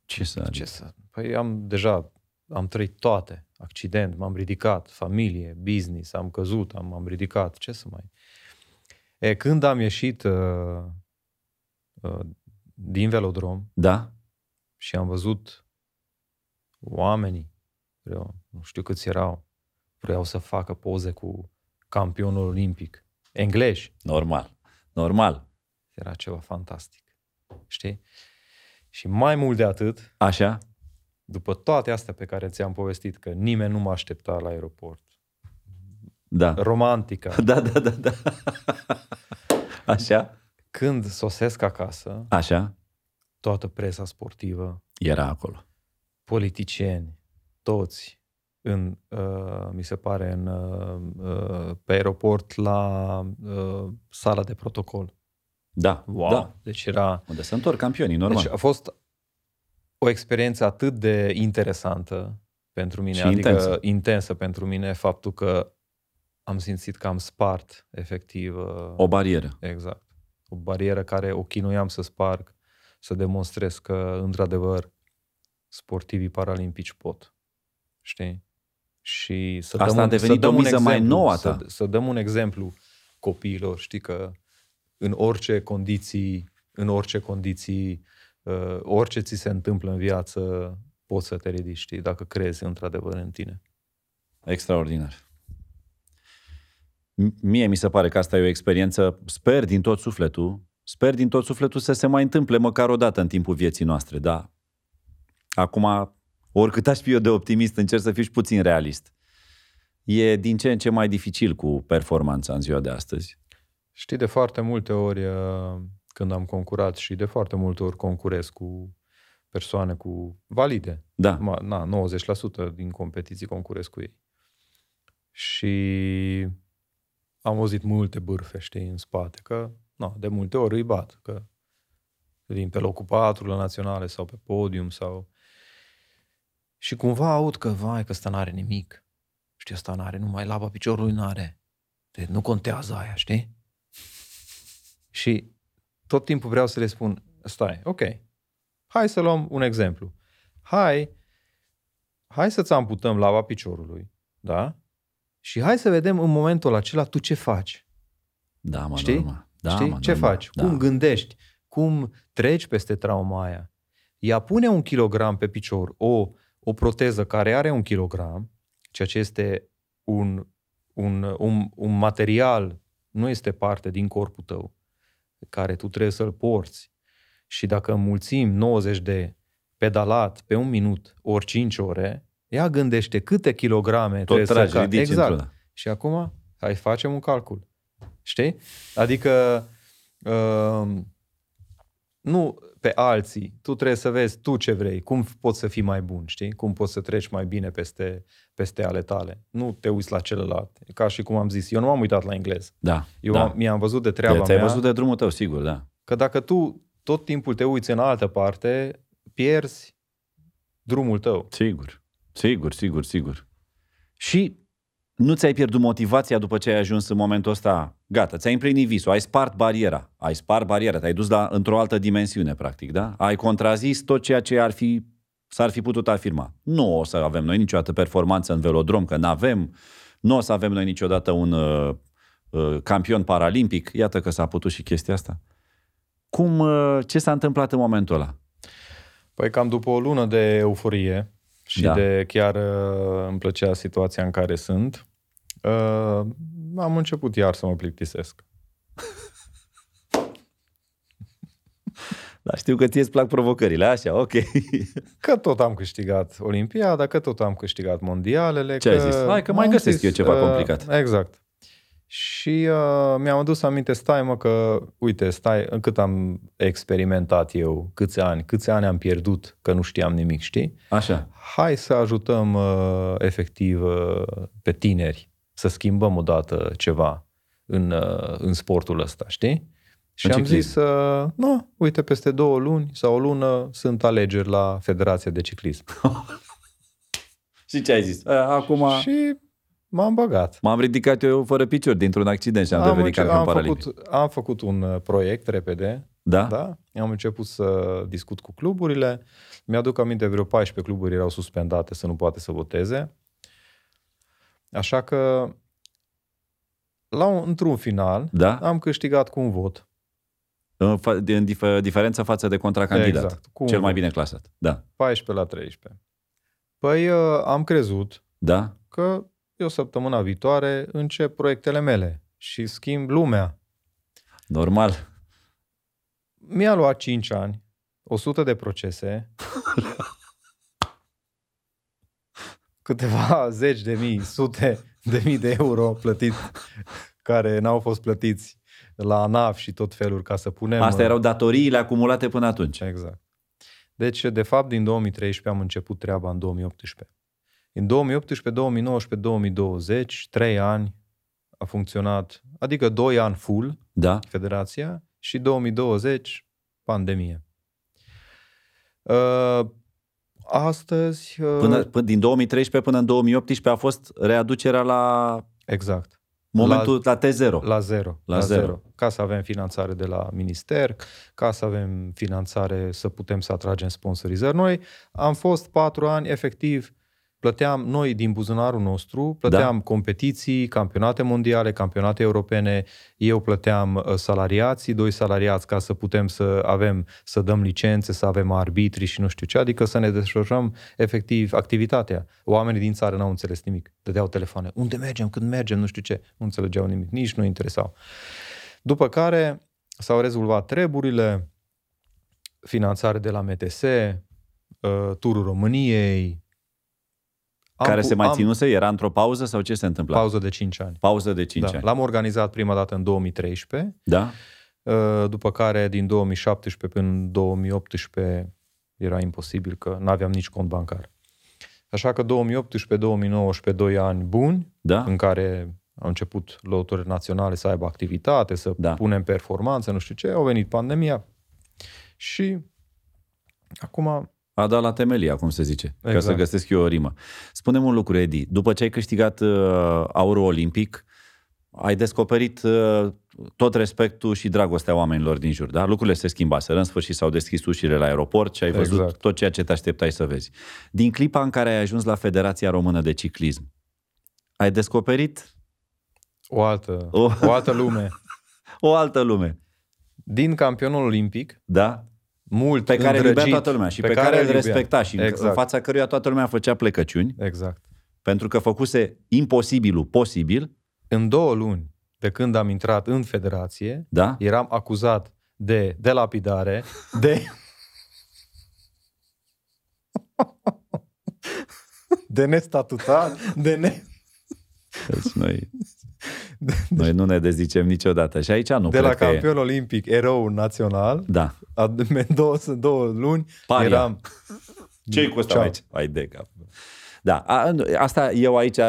Speaker 1: Ce să
Speaker 3: ce
Speaker 1: adică?
Speaker 3: să... Păi am deja, am trăit toate. Accident, m-am ridicat, familie, business, am căzut, am, am ridicat, ce să mai... E, când am ieșit uh, uh, din velodrom
Speaker 1: Da?
Speaker 3: și am văzut oamenii, vreau, nu știu câți erau, vreau să facă poze cu campionul olimpic, englezi,
Speaker 1: Normal. Normal.
Speaker 3: era ceva fantastic, știi? Și mai mult de atât,
Speaker 1: Așa?
Speaker 3: după toate astea pe care ți-am povestit, că nimeni nu mă aștepta la aeroport,
Speaker 1: Da.
Speaker 3: romantica,
Speaker 1: Da, da, da, da. Așa?
Speaker 3: când sosesc acasă,
Speaker 1: Așa?
Speaker 3: toată presa sportivă,
Speaker 1: Era acolo.
Speaker 3: politicieni, toți, în, uh, mi se pare, în, uh, uh, pe aeroport la uh, sala de protocol.
Speaker 1: Da. Da.
Speaker 3: Deci era...
Speaker 1: Unde se întorc campionii, normal.
Speaker 3: Deci a fost o experiență atât de interesantă pentru mine,
Speaker 1: Și
Speaker 3: adică
Speaker 1: intensă.
Speaker 3: intensă. intensă pentru mine, faptul că am simțit că am spart efectiv uh,
Speaker 1: o barieră.
Speaker 3: Exact. O barieră care o chinuiam să sparg, să demonstrez că, într-adevăr, sportivii paralimpici pot. Știi? Și să
Speaker 1: Asta
Speaker 3: dăm
Speaker 1: a
Speaker 3: un,
Speaker 1: devenit
Speaker 3: să dăm
Speaker 1: o
Speaker 3: un
Speaker 1: miză mai
Speaker 3: exemplu,
Speaker 1: nouă a
Speaker 3: să,
Speaker 1: ta.
Speaker 3: să dăm un exemplu copiilor, știi că în orice condiții, în orice condiții, uh, orice ți se întâmplă în viață, poți să te ridici, știi, dacă crezi într-adevăr în tine.
Speaker 1: Extraordinar. M- Mie mi se pare că asta e o experiență, sper din tot sufletul, sper din tot sufletul să se mai întâmple măcar o dată în timpul vieții noastre, da. Acum, oricât aș fi eu de optimist, încerc să fiu și puțin realist. E din ce în ce mai dificil cu performanța în ziua de astăzi.
Speaker 3: Știi, de foarte multe ori uh, când am concurat și de foarte multe ori concurez cu persoane cu valide.
Speaker 1: Da,
Speaker 3: Ma, na, 90% din competiții concurez cu ei. Și am auzit multe bârfe, știi, în spate, că na, de multe ori îi bat, că vin pe locul 4 la naționale sau pe podium sau... Și cumva aud că, vai, că ăsta n-are nimic. Știi, ăsta n-are, numai laba piciorului n-are. Deci nu contează aia, știi? Și tot timpul vreau să le spun, stai, ok, hai să luăm un exemplu. Hai, hai să-ți amputăm lava piciorului, da? Și hai să vedem în momentul acela tu ce faci.
Speaker 1: da, mă,
Speaker 3: Știi?
Speaker 1: normal. Da,
Speaker 3: Știi?
Speaker 1: mă,
Speaker 3: ce
Speaker 1: normal.
Speaker 3: faci?
Speaker 1: Da.
Speaker 3: Cum gândești? Cum treci peste trauma aia? Ea pune un kilogram pe picior, o, o proteză care are un kilogram, ceea ce este un, un, un, un material, nu este parte din corpul tău, pe care tu trebuie să-l porți. Și dacă înmulțim 90 de pedalat pe un minut, ori 5 ore, ea gândește câte kilograme
Speaker 1: Tot
Speaker 3: trebuie
Speaker 1: tragi,
Speaker 3: să ca-
Speaker 1: ridici
Speaker 3: Exact.
Speaker 1: într-una.
Speaker 3: Și acum, hai facem un calcul. Știi? Adică uh, nu pe alții, tu trebuie să vezi tu ce vrei, cum poți să fii mai bun, știi? Cum poți să treci mai bine peste, peste ale tale. Nu te uiți la celălalt. Ca și cum am zis, eu nu am uitat la englez.
Speaker 1: Da,
Speaker 3: Eu
Speaker 1: da.
Speaker 3: am, mi-am văzut de treaba
Speaker 1: De- Te-ai
Speaker 3: mea
Speaker 1: văzut de drumul tău, sigur, da.
Speaker 3: că dacă tu tot timpul te uiți în altă parte, pierzi drumul tău.
Speaker 1: Sigur, sigur, sigur, sigur. Și nu ți-ai pierdut motivația după ce ai ajuns în momentul ăsta. Gata, ți-ai împlinit visul, ai spart bariera, ai spart bariera, te-ai dus la, într-o altă dimensiune, practic, da? Ai contrazis tot ceea ce ar fi, s-ar fi putut afirma. Nu o să avem noi niciodată performanță în velodrom, că nu avem, nu o să avem noi niciodată un uh, uh, campion paralimpic. Iată că s-a putut și chestia asta. Cum, uh, ce s-a întâmplat în momentul ăla?
Speaker 3: Păi cam după o lună de euforie și
Speaker 1: Da.
Speaker 3: da. de chiar uh, îmi plăcea situația în care sunt, uh, am început iar să mă plictisesc.
Speaker 1: Dar știu că ție îți plac provocările, așa, ok.
Speaker 3: Că tot am câștigat Olimpiada, că tot am câștigat mondialele.
Speaker 1: Ce
Speaker 3: că...
Speaker 1: ai zis? Hai că mai
Speaker 3: am
Speaker 1: găsesc eu ceva
Speaker 3: uh,
Speaker 1: complicat.
Speaker 3: Exact. Și uh, mi-am adus aminte, stai mă că, uite, stai, în cât am experimentat eu, câți ani, câți ani am pierdut, că nu știam nimic, știi?
Speaker 1: Așa.
Speaker 3: Hai să ajutăm uh, efectiv uh, pe tineri să schimbăm odată ceva în, uh, în sportul ăsta, știi? Și
Speaker 1: În
Speaker 3: am
Speaker 1: ciclism.
Speaker 3: zis, uh, nu, uite, peste două luni sau o lună sunt alegeri la Federația de Ciclism.
Speaker 1: Și ce ai zis? "E, Eh, Acum
Speaker 3: Și m-am băgat.
Speaker 1: m-am ridicat eu fără picior dintr-un accident și am, devenit
Speaker 3: înce-
Speaker 1: campion
Speaker 3: am,
Speaker 1: paralimpic.
Speaker 3: făcut, am făcut un uh, proiect repede,
Speaker 1: Da? da?
Speaker 3: da? Am început să discut cu cluburile. Mi-aduc aminte, vreo 14 cluburi erau suspendate să nu poate să voteze. Așa că, la un, într-un final,
Speaker 1: da?
Speaker 3: am câștigat cu un vot.
Speaker 1: În, fa- în dif- diferența față de contracandidat. Exact.
Speaker 3: Cu un
Speaker 1: Cel mai
Speaker 3: vot,
Speaker 1: bine clasat. Da.
Speaker 3: 14 la 13. Păi uh, am crezut
Speaker 1: Da?
Speaker 3: că eu săptămâna viitoare încep proiectele mele și schimb lumea.
Speaker 1: Normal.
Speaker 3: Mi-a luat 5 ani, 100 de procese, câteva zeci de mii, sute de mii de euro plătit, care n-au fost plătiți la ANAF și tot felul ca să punem...
Speaker 1: Astea erau datoriile acumulate până atunci.
Speaker 3: Exact. Deci, de fapt, din 2013 am început treaba în 2018. În 2018, 2019, 2020, 3 ani a funcționat, adică 2 ani full,
Speaker 1: Da?
Speaker 3: Federația și 2020 pandemie. Uh, astăzi uh,
Speaker 1: Până, până, din 2013 până în 2018 a fost readucerea la
Speaker 3: exact
Speaker 1: momentul la, T0.
Speaker 3: la zero,
Speaker 1: La zero.
Speaker 3: ca să avem finanțare de la minister, ca să avem finanțare să putem să atragem sponsorizări. Noi am fost patru ani efectiv plăteam noi din buzunarul nostru, plăteam da. competiții, campionate mondiale, campionate europene, eu plăteam uh, salariații, doi salariați ca să putem să avem, să dăm licențe, să avem arbitri și nu știu ce, adică să ne desfășurăm efectiv activitatea. Oamenii din țară n-au înțeles nimic. Dădeau telefoane. Unde mergem? Când mergem? Nu știu ce. Nu înțelegeau nimic. Nici nu interesau. După care s-au rezolvat treburile, finanțare de la MTS, uh, turul României. Am
Speaker 1: care
Speaker 3: pu-
Speaker 1: se mai
Speaker 3: am
Speaker 1: ținuse? Era într-o pauză sau ce se întâmpla?
Speaker 3: Pauză de 5 ani.
Speaker 1: pauză de 5
Speaker 3: da.
Speaker 1: ani.
Speaker 3: L-am organizat prima dată în 2013
Speaker 1: Da?
Speaker 3: Uh, după care din 2017 până în 2018 era imposibil că nu aveam nici cont bancar. Așa că 2018-2019, 2 ani buni,
Speaker 1: Da?
Speaker 3: în care au început loturile naționale să aibă activitate, să
Speaker 1: Da.
Speaker 3: da. punem performanță, nu știu ce, au venit pandemia și acum
Speaker 1: A dat la temelia, cum se zice, exact. ca
Speaker 3: Exact.
Speaker 1: să găsesc eu o rimă. Spune-mi un lucru, Edi. După ce ai câștigat uh, aurul olimpic, ai descoperit uh, tot respectul și dragostea oamenilor din jur, da? Lucrurile se schimbaseră, în sfârșit s-au deschis ușile la aeroport și ai văzut
Speaker 3: Exact.
Speaker 1: tot ceea ce te așteptai să vezi. Din clipa în care ai ajuns la Federația Română de Ciclism, ai descoperit
Speaker 3: o altă,
Speaker 1: O-
Speaker 3: o altă lume.
Speaker 1: o altă lume,
Speaker 3: Din campionul olimpic,
Speaker 1: da?
Speaker 3: mult
Speaker 1: Pe care îl
Speaker 3: îndrăgit,
Speaker 1: iubea toată lumea și pe, pe care, îl
Speaker 3: iubea.
Speaker 1: respecta și exact. în
Speaker 3: Exact,
Speaker 1: fața căruia toată lumea făcea plecăciuni,
Speaker 3: exact.
Speaker 1: pentru că făcuse imposibilul posibil,
Speaker 3: În două luni de când am intrat în federație,
Speaker 1: da?
Speaker 3: eram acuzat de delapidare, de... de nestatutat, de ne...
Speaker 1: Deci noi, noi nu ne dezicem niciodată. Și aici nu
Speaker 3: De la
Speaker 1: cred că e.
Speaker 3: campion olimpic, erou național,
Speaker 1: Da.
Speaker 3: a- în două, în două luni,
Speaker 1: Paria.
Speaker 3: eram...
Speaker 1: ce cu ăsta
Speaker 3: Ceau.
Speaker 1: aici? Ai de cap. Da, a, nu, asta eu aici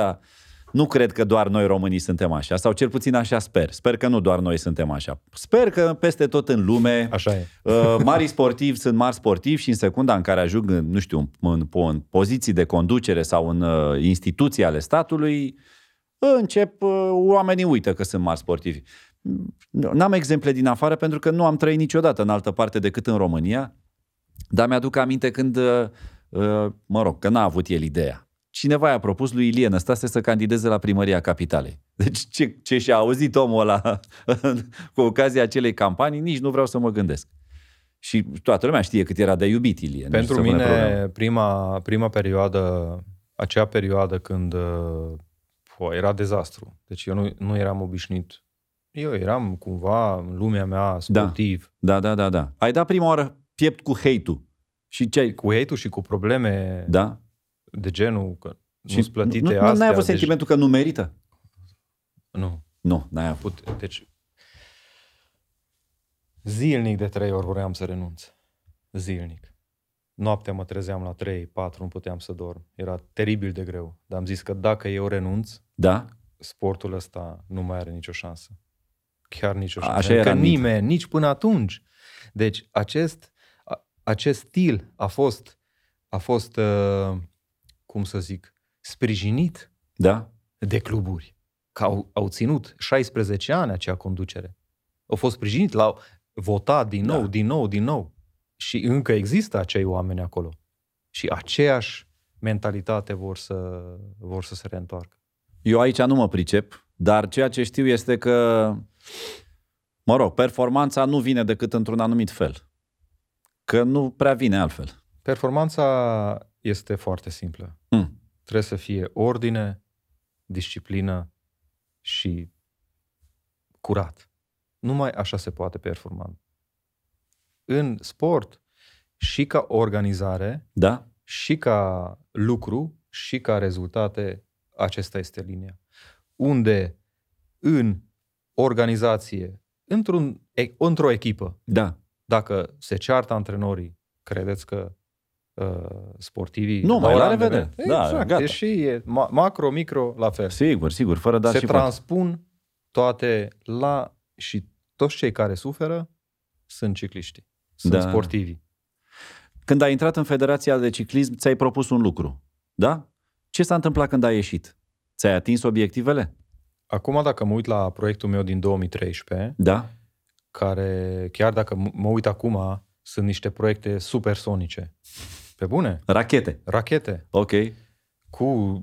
Speaker 1: nu cred că doar noi românii suntem așa, sau cel puțin așa sper. Sper că nu doar noi suntem așa. Sper că peste tot în lume
Speaker 3: Așa e.
Speaker 1: Uh, Marii sportivi sunt mari sportivi și în secunda în care ajung, în, nu știu, în, în poziții de conducere sau în uh, instituții ale statului, uh, încep, uh, oamenii uită că sunt mari sportivi. Nu- N-am exemple din afară pentru că nu am trăit niciodată în altă parte decât în România, dar mi-aduc aminte când, uh, uh, mă rog, că n-a avut el ideea. Cineva i-a propus lui Ilie Năstase să candideze la primăria capitalei. Deci ce, ce și-a auzit omul ăla cu ocazia acelei campanii, nici nu vreau să mă gândesc. Și toată lumea știe cât era de iubit Ilie. nu
Speaker 3: Pentru
Speaker 1: se pune problemă.
Speaker 3: mine, prima, prima perioadă, acea perioadă când uh, pă, era dezastru. Deci eu nu, nu eram obișnuit. Eu eram cumva în lumea mea sportiv.
Speaker 1: Da, da, da, da. Ai dat prima oară piept cu hate-ul. Și ce ai...
Speaker 3: Cu hate și cu probleme da.
Speaker 1: Da?
Speaker 3: de genul că
Speaker 1: Și
Speaker 3: nu-ți plătite
Speaker 1: nu, nu,
Speaker 3: astea.
Speaker 1: n-ai avut
Speaker 3: deci-
Speaker 1: sentimentul că nu merită?
Speaker 3: Nu.
Speaker 1: Nu, n-ai avut.
Speaker 3: Put, deci, zilnic de trei ori vreau să renunț. Zilnic. Noaptea mă trezeam la 3, 4, nu puteam să dorm. Era teribil de greu. Dar am zis că dacă eu renunț,
Speaker 1: Da?
Speaker 3: sportul ăsta nu mai are nicio șansă. Chiar nicio
Speaker 1: A-
Speaker 3: șansă.
Speaker 1: așa
Speaker 3: adică
Speaker 1: era în minte.
Speaker 3: nimeni, nici până atunci. Deci acest, a, acest stil a fost, a fost uh, cum să zic, sprijinit
Speaker 1: Da?
Speaker 3: de cluburi. Că au, au ținut 16 ani acea conducere. Au fost sprijinit, l-au votat din nou,
Speaker 1: Da.
Speaker 3: da. din nou, din nou. Și încă există acei oameni acolo. Și aceeași mentalitate vor să, vor să se reîntoarcă.
Speaker 1: Eu aici nu mă pricep, dar ceea ce știu este că, mă rog, performanța nu vine decât într-un anumit fel. Că nu prea vine altfel.
Speaker 3: Performanța este foarte simplă.
Speaker 1: Mm.
Speaker 3: Trebuie să fie ordine, disciplină și curat. Numai așa se poate performa. În sport și ca organizare,
Speaker 1: Da?
Speaker 3: și ca lucru și ca rezultate, acesta este linia. Unde în organizație, într-un, e- într-o echipă,
Speaker 1: Da.
Speaker 3: dacă se ceartă antrenorii, credeți că uh, sportivii...
Speaker 1: Nu, mai
Speaker 3: dau
Speaker 1: la revedere.
Speaker 3: revedere?
Speaker 1: Da,
Speaker 3: Exact,
Speaker 1: gata.
Speaker 3: e și e ma- macro, micro, la fel.
Speaker 1: Sigur, sigur, fără da
Speaker 3: se
Speaker 1: și poate.
Speaker 3: transpun toate la... și toți cei care suferă sunt cicliștii, sunt
Speaker 1: Da.
Speaker 3: da. sportivii.
Speaker 1: Când ai intrat în Federația de Ciclism, ți-ai propus un lucru. Da? Ce s-a întâmplat când ai ieșit? Ți-ai atins obiectivele?
Speaker 3: Acum, dacă mă uit la proiectul meu din 2013,
Speaker 1: Da?
Speaker 3: care, chiar dacă m- mă uit acum, sunt niște proiecte supersonice. Pe bune,
Speaker 1: Rachete.
Speaker 3: rachete
Speaker 1: Ok.
Speaker 3: cu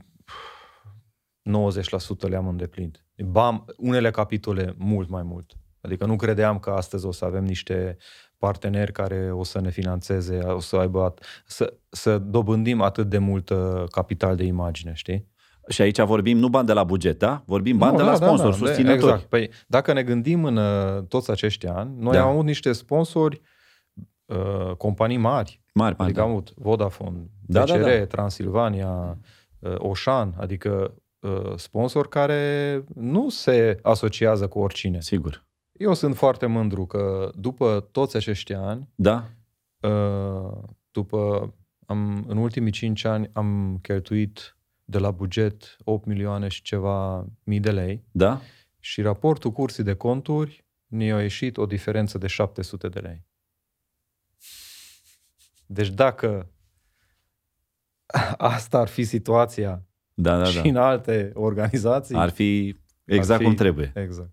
Speaker 3: 90% le-am îndeplinit. Bam, unele capitole mult mai mult. Adică nu credeam că astăzi o să avem niște parteneri care o să ne financeze, o să aibă at- să, să dobândim atât de mult uh, capital de imagine, știi?
Speaker 1: Și aici vorbim nu bani de la buget, da? Vorbim bani
Speaker 3: Nu,
Speaker 1: de la sponsor,
Speaker 3: de-
Speaker 1: susținători.
Speaker 3: Exact. Păi, dacă ne gândim în uh, toți acești ani, noi
Speaker 1: Da.
Speaker 3: da. am avut niște sponsori, uh, companii mari.
Speaker 1: Mari bani.
Speaker 3: Adică am
Speaker 1: Da.
Speaker 3: avut Vodafone,
Speaker 1: Da,
Speaker 3: da,
Speaker 1: da,
Speaker 3: DCR, da,
Speaker 1: da.
Speaker 3: da. Transilvania, uh, Oșan, adică uh, sponsori care nu se asociază cu oricine.
Speaker 1: Sigur.
Speaker 3: Eu sunt foarte mândru că după toți acești ani,
Speaker 1: Da?
Speaker 3: uh, după am, în ultimii 5 ani am cheltuit de la buget 8 milioane și ceva mii de lei.
Speaker 1: Da?
Speaker 3: Și raportul curții de conturi ne-a ieșit o diferență de 700 de lei. Deci dacă asta ar fi situația
Speaker 1: Da,
Speaker 3: da,
Speaker 1: da,
Speaker 3: și
Speaker 1: da.
Speaker 3: în alte organizații...
Speaker 1: Ar fi exact
Speaker 3: ar fi-
Speaker 1: cum trebuie.
Speaker 3: Exact.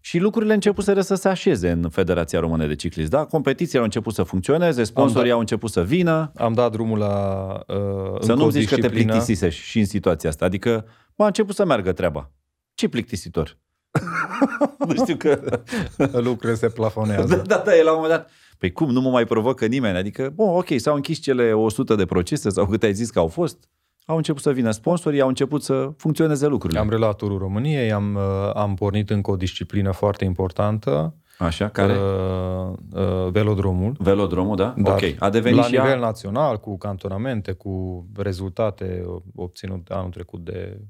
Speaker 1: Și lucrurile începuseră să se așeze în Federația Română de Ciclism, da? Competițiile au început să funcționeze, sponsorii
Speaker 3: Am-
Speaker 1: au început să vină.
Speaker 3: Am dat drumul la uh,
Speaker 1: Să
Speaker 3: încă
Speaker 1: nu
Speaker 3: o
Speaker 1: zici că te
Speaker 3: disciplină.
Speaker 1: plictisise și și în situația asta. Adică, bă, a început să meargă treaba. Ce plictisitor? nu știu că...
Speaker 3: Lucrurile se plafonează.
Speaker 1: da, da, da, e la un moment dat. Păi cum, nu mă mai provocă nimeni? Adică, bun, ok, s-au închis cele 100 de procese sau câte ai zis că au fost. Au început să vină sponsorii, au început să funcționeze lucrurile.
Speaker 3: Am reluat turul României, am, uh, am pornit încă o disciplină foarte importantă,
Speaker 1: Așa, care... Uh...
Speaker 3: Uh, uh, velodromul.
Speaker 1: Velodromul, da?
Speaker 3: Dar
Speaker 1: ok, a devenit
Speaker 3: la
Speaker 1: și
Speaker 3: nivel
Speaker 1: ea...
Speaker 3: național, cu cantonamente, cu rezultate obținute anul trecut de,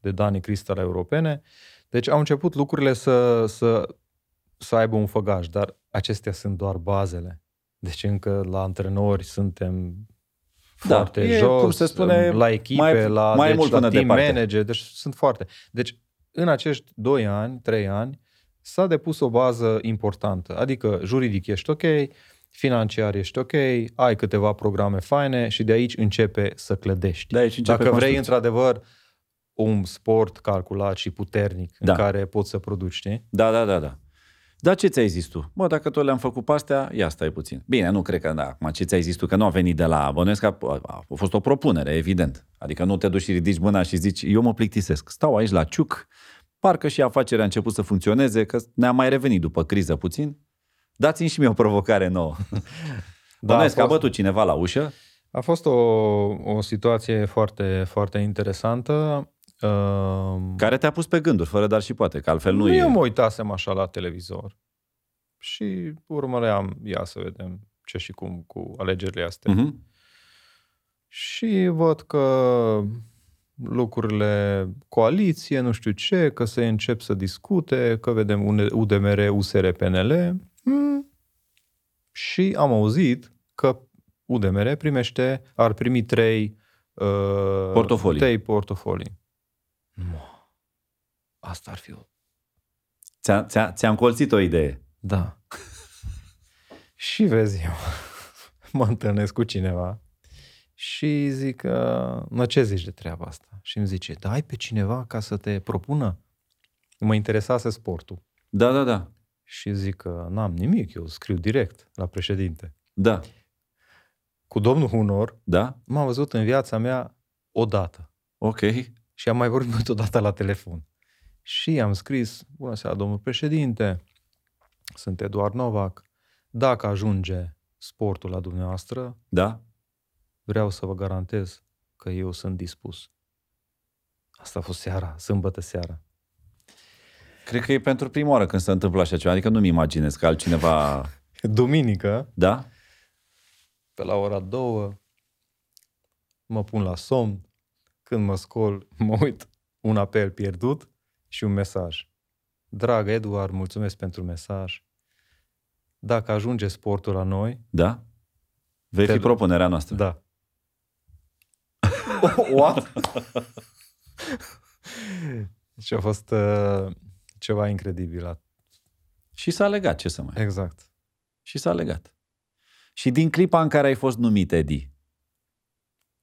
Speaker 3: de Dani Cristal europene. Deci au început lucrurile să, să, să aibă un făgaș, dar acestea sunt doar bazele. Deci încă la antrenori suntem
Speaker 1: Da,
Speaker 3: foarte
Speaker 1: e,
Speaker 3: jos,
Speaker 1: cum se spune,
Speaker 3: la echipe,
Speaker 1: mai-
Speaker 3: la,
Speaker 1: mai
Speaker 3: deci,
Speaker 1: mult
Speaker 3: la
Speaker 1: până
Speaker 3: team
Speaker 1: departe.
Speaker 3: manager, deci sunt foarte. Deci în acești 2 ani, 3 ani, s-a depus o bază importantă. Adică juridic ești ok, financiar ești ok, ai câteva programe faine și de aici începe să clădești.
Speaker 1: Da, aici începe
Speaker 3: Dacă vrei
Speaker 1: construcția.
Speaker 3: într-adevăr un sport calculat și puternic
Speaker 1: Da.
Speaker 3: în care poți să produci, știi?
Speaker 1: Da, da, da, da. Dar ce ți-ai zis tu? Bă, dacă tot le-am făcut pe astea, ia stai puțin. Bine, nu cred că da. Acum, ce ți-ai zis tu? Că nu a venit de la... Bănuiesc că a, a fost o propunere, evident. Adică nu te duci și ridici mâna și zici, eu mă plictisesc. Stau aici la ciuc, parcă și afacerea a început să funcționeze, că ne-a mai revenit după criză puțin. Dați-mi și mie o provocare nouă. Da,
Speaker 3: a
Speaker 1: Bănuiesc
Speaker 3: fost,
Speaker 1: că a bătut cineva la ușă.
Speaker 3: a fost o, o situație foarte, foarte interesantă. Um,
Speaker 1: Care te-a pus pe gânduri, fără dar și poate, că altfel nu,
Speaker 3: nu
Speaker 1: e.
Speaker 3: eu mă uitasem așa la televizor și urmăream, ia să vedem ce și cum cu alegerile astea.
Speaker 1: Uh-huh.
Speaker 3: Și văd că lucrurile coaliție, nu știu ce, că se încep să discute, că vedem une- UDMR, USR, PNL. Mm. Și am auzit că UDMR primește, ar primi trei uh,
Speaker 1: Portofolii.
Speaker 3: Trei portofolii. Mua. Asta ar fi o
Speaker 1: Ți-a, ți-a, ți-am colțit o idee.
Speaker 3: da. și vezi eu, mă întâlnesc cu cineva și zic, că, mă, ce zici de treaba asta? Și îmi zice, da, ai pe cineva ca să te propună? Mă interesase sportul.
Speaker 1: Da, da, da.
Speaker 3: Și zic că n-am nimic, eu scriu direct la președinte.
Speaker 1: Da,
Speaker 3: Cu domnul Hunor
Speaker 1: da,
Speaker 3: m-am văzut în viața mea odată.
Speaker 1: ok.
Speaker 3: Și am mai vorbit odată la telefon. Și am scris, bună seara, domnul președinte, sunt Eduard Novac, dacă ajunge sportul la dumneavoastră,
Speaker 1: Da,
Speaker 3: vreau să vă garantez că eu sunt dispus. Asta a fost seara, sâmbătă seara.
Speaker 1: cred că e pentru prima oară când se întâmplă așa ceva. Adică nu-mi imaginez că altcineva...
Speaker 3: Duminică,
Speaker 1: Da?
Speaker 3: pe la ora două, mă pun la somn, când mă scol, mă uit, un apel pierdut și un mesaj. Dragă Eduard, mulțumesc pentru mesaj. Dacă ajunge sportul la noi,
Speaker 1: Da? Vei
Speaker 3: Te-
Speaker 1: fi propunerea noastră.
Speaker 3: da. What? și a fost uh, ceva incredibil.
Speaker 1: Și s-a legat, ce să mai...
Speaker 3: Exact.
Speaker 1: Și s-a legat. Și din clipa în care ai fost numit Edi,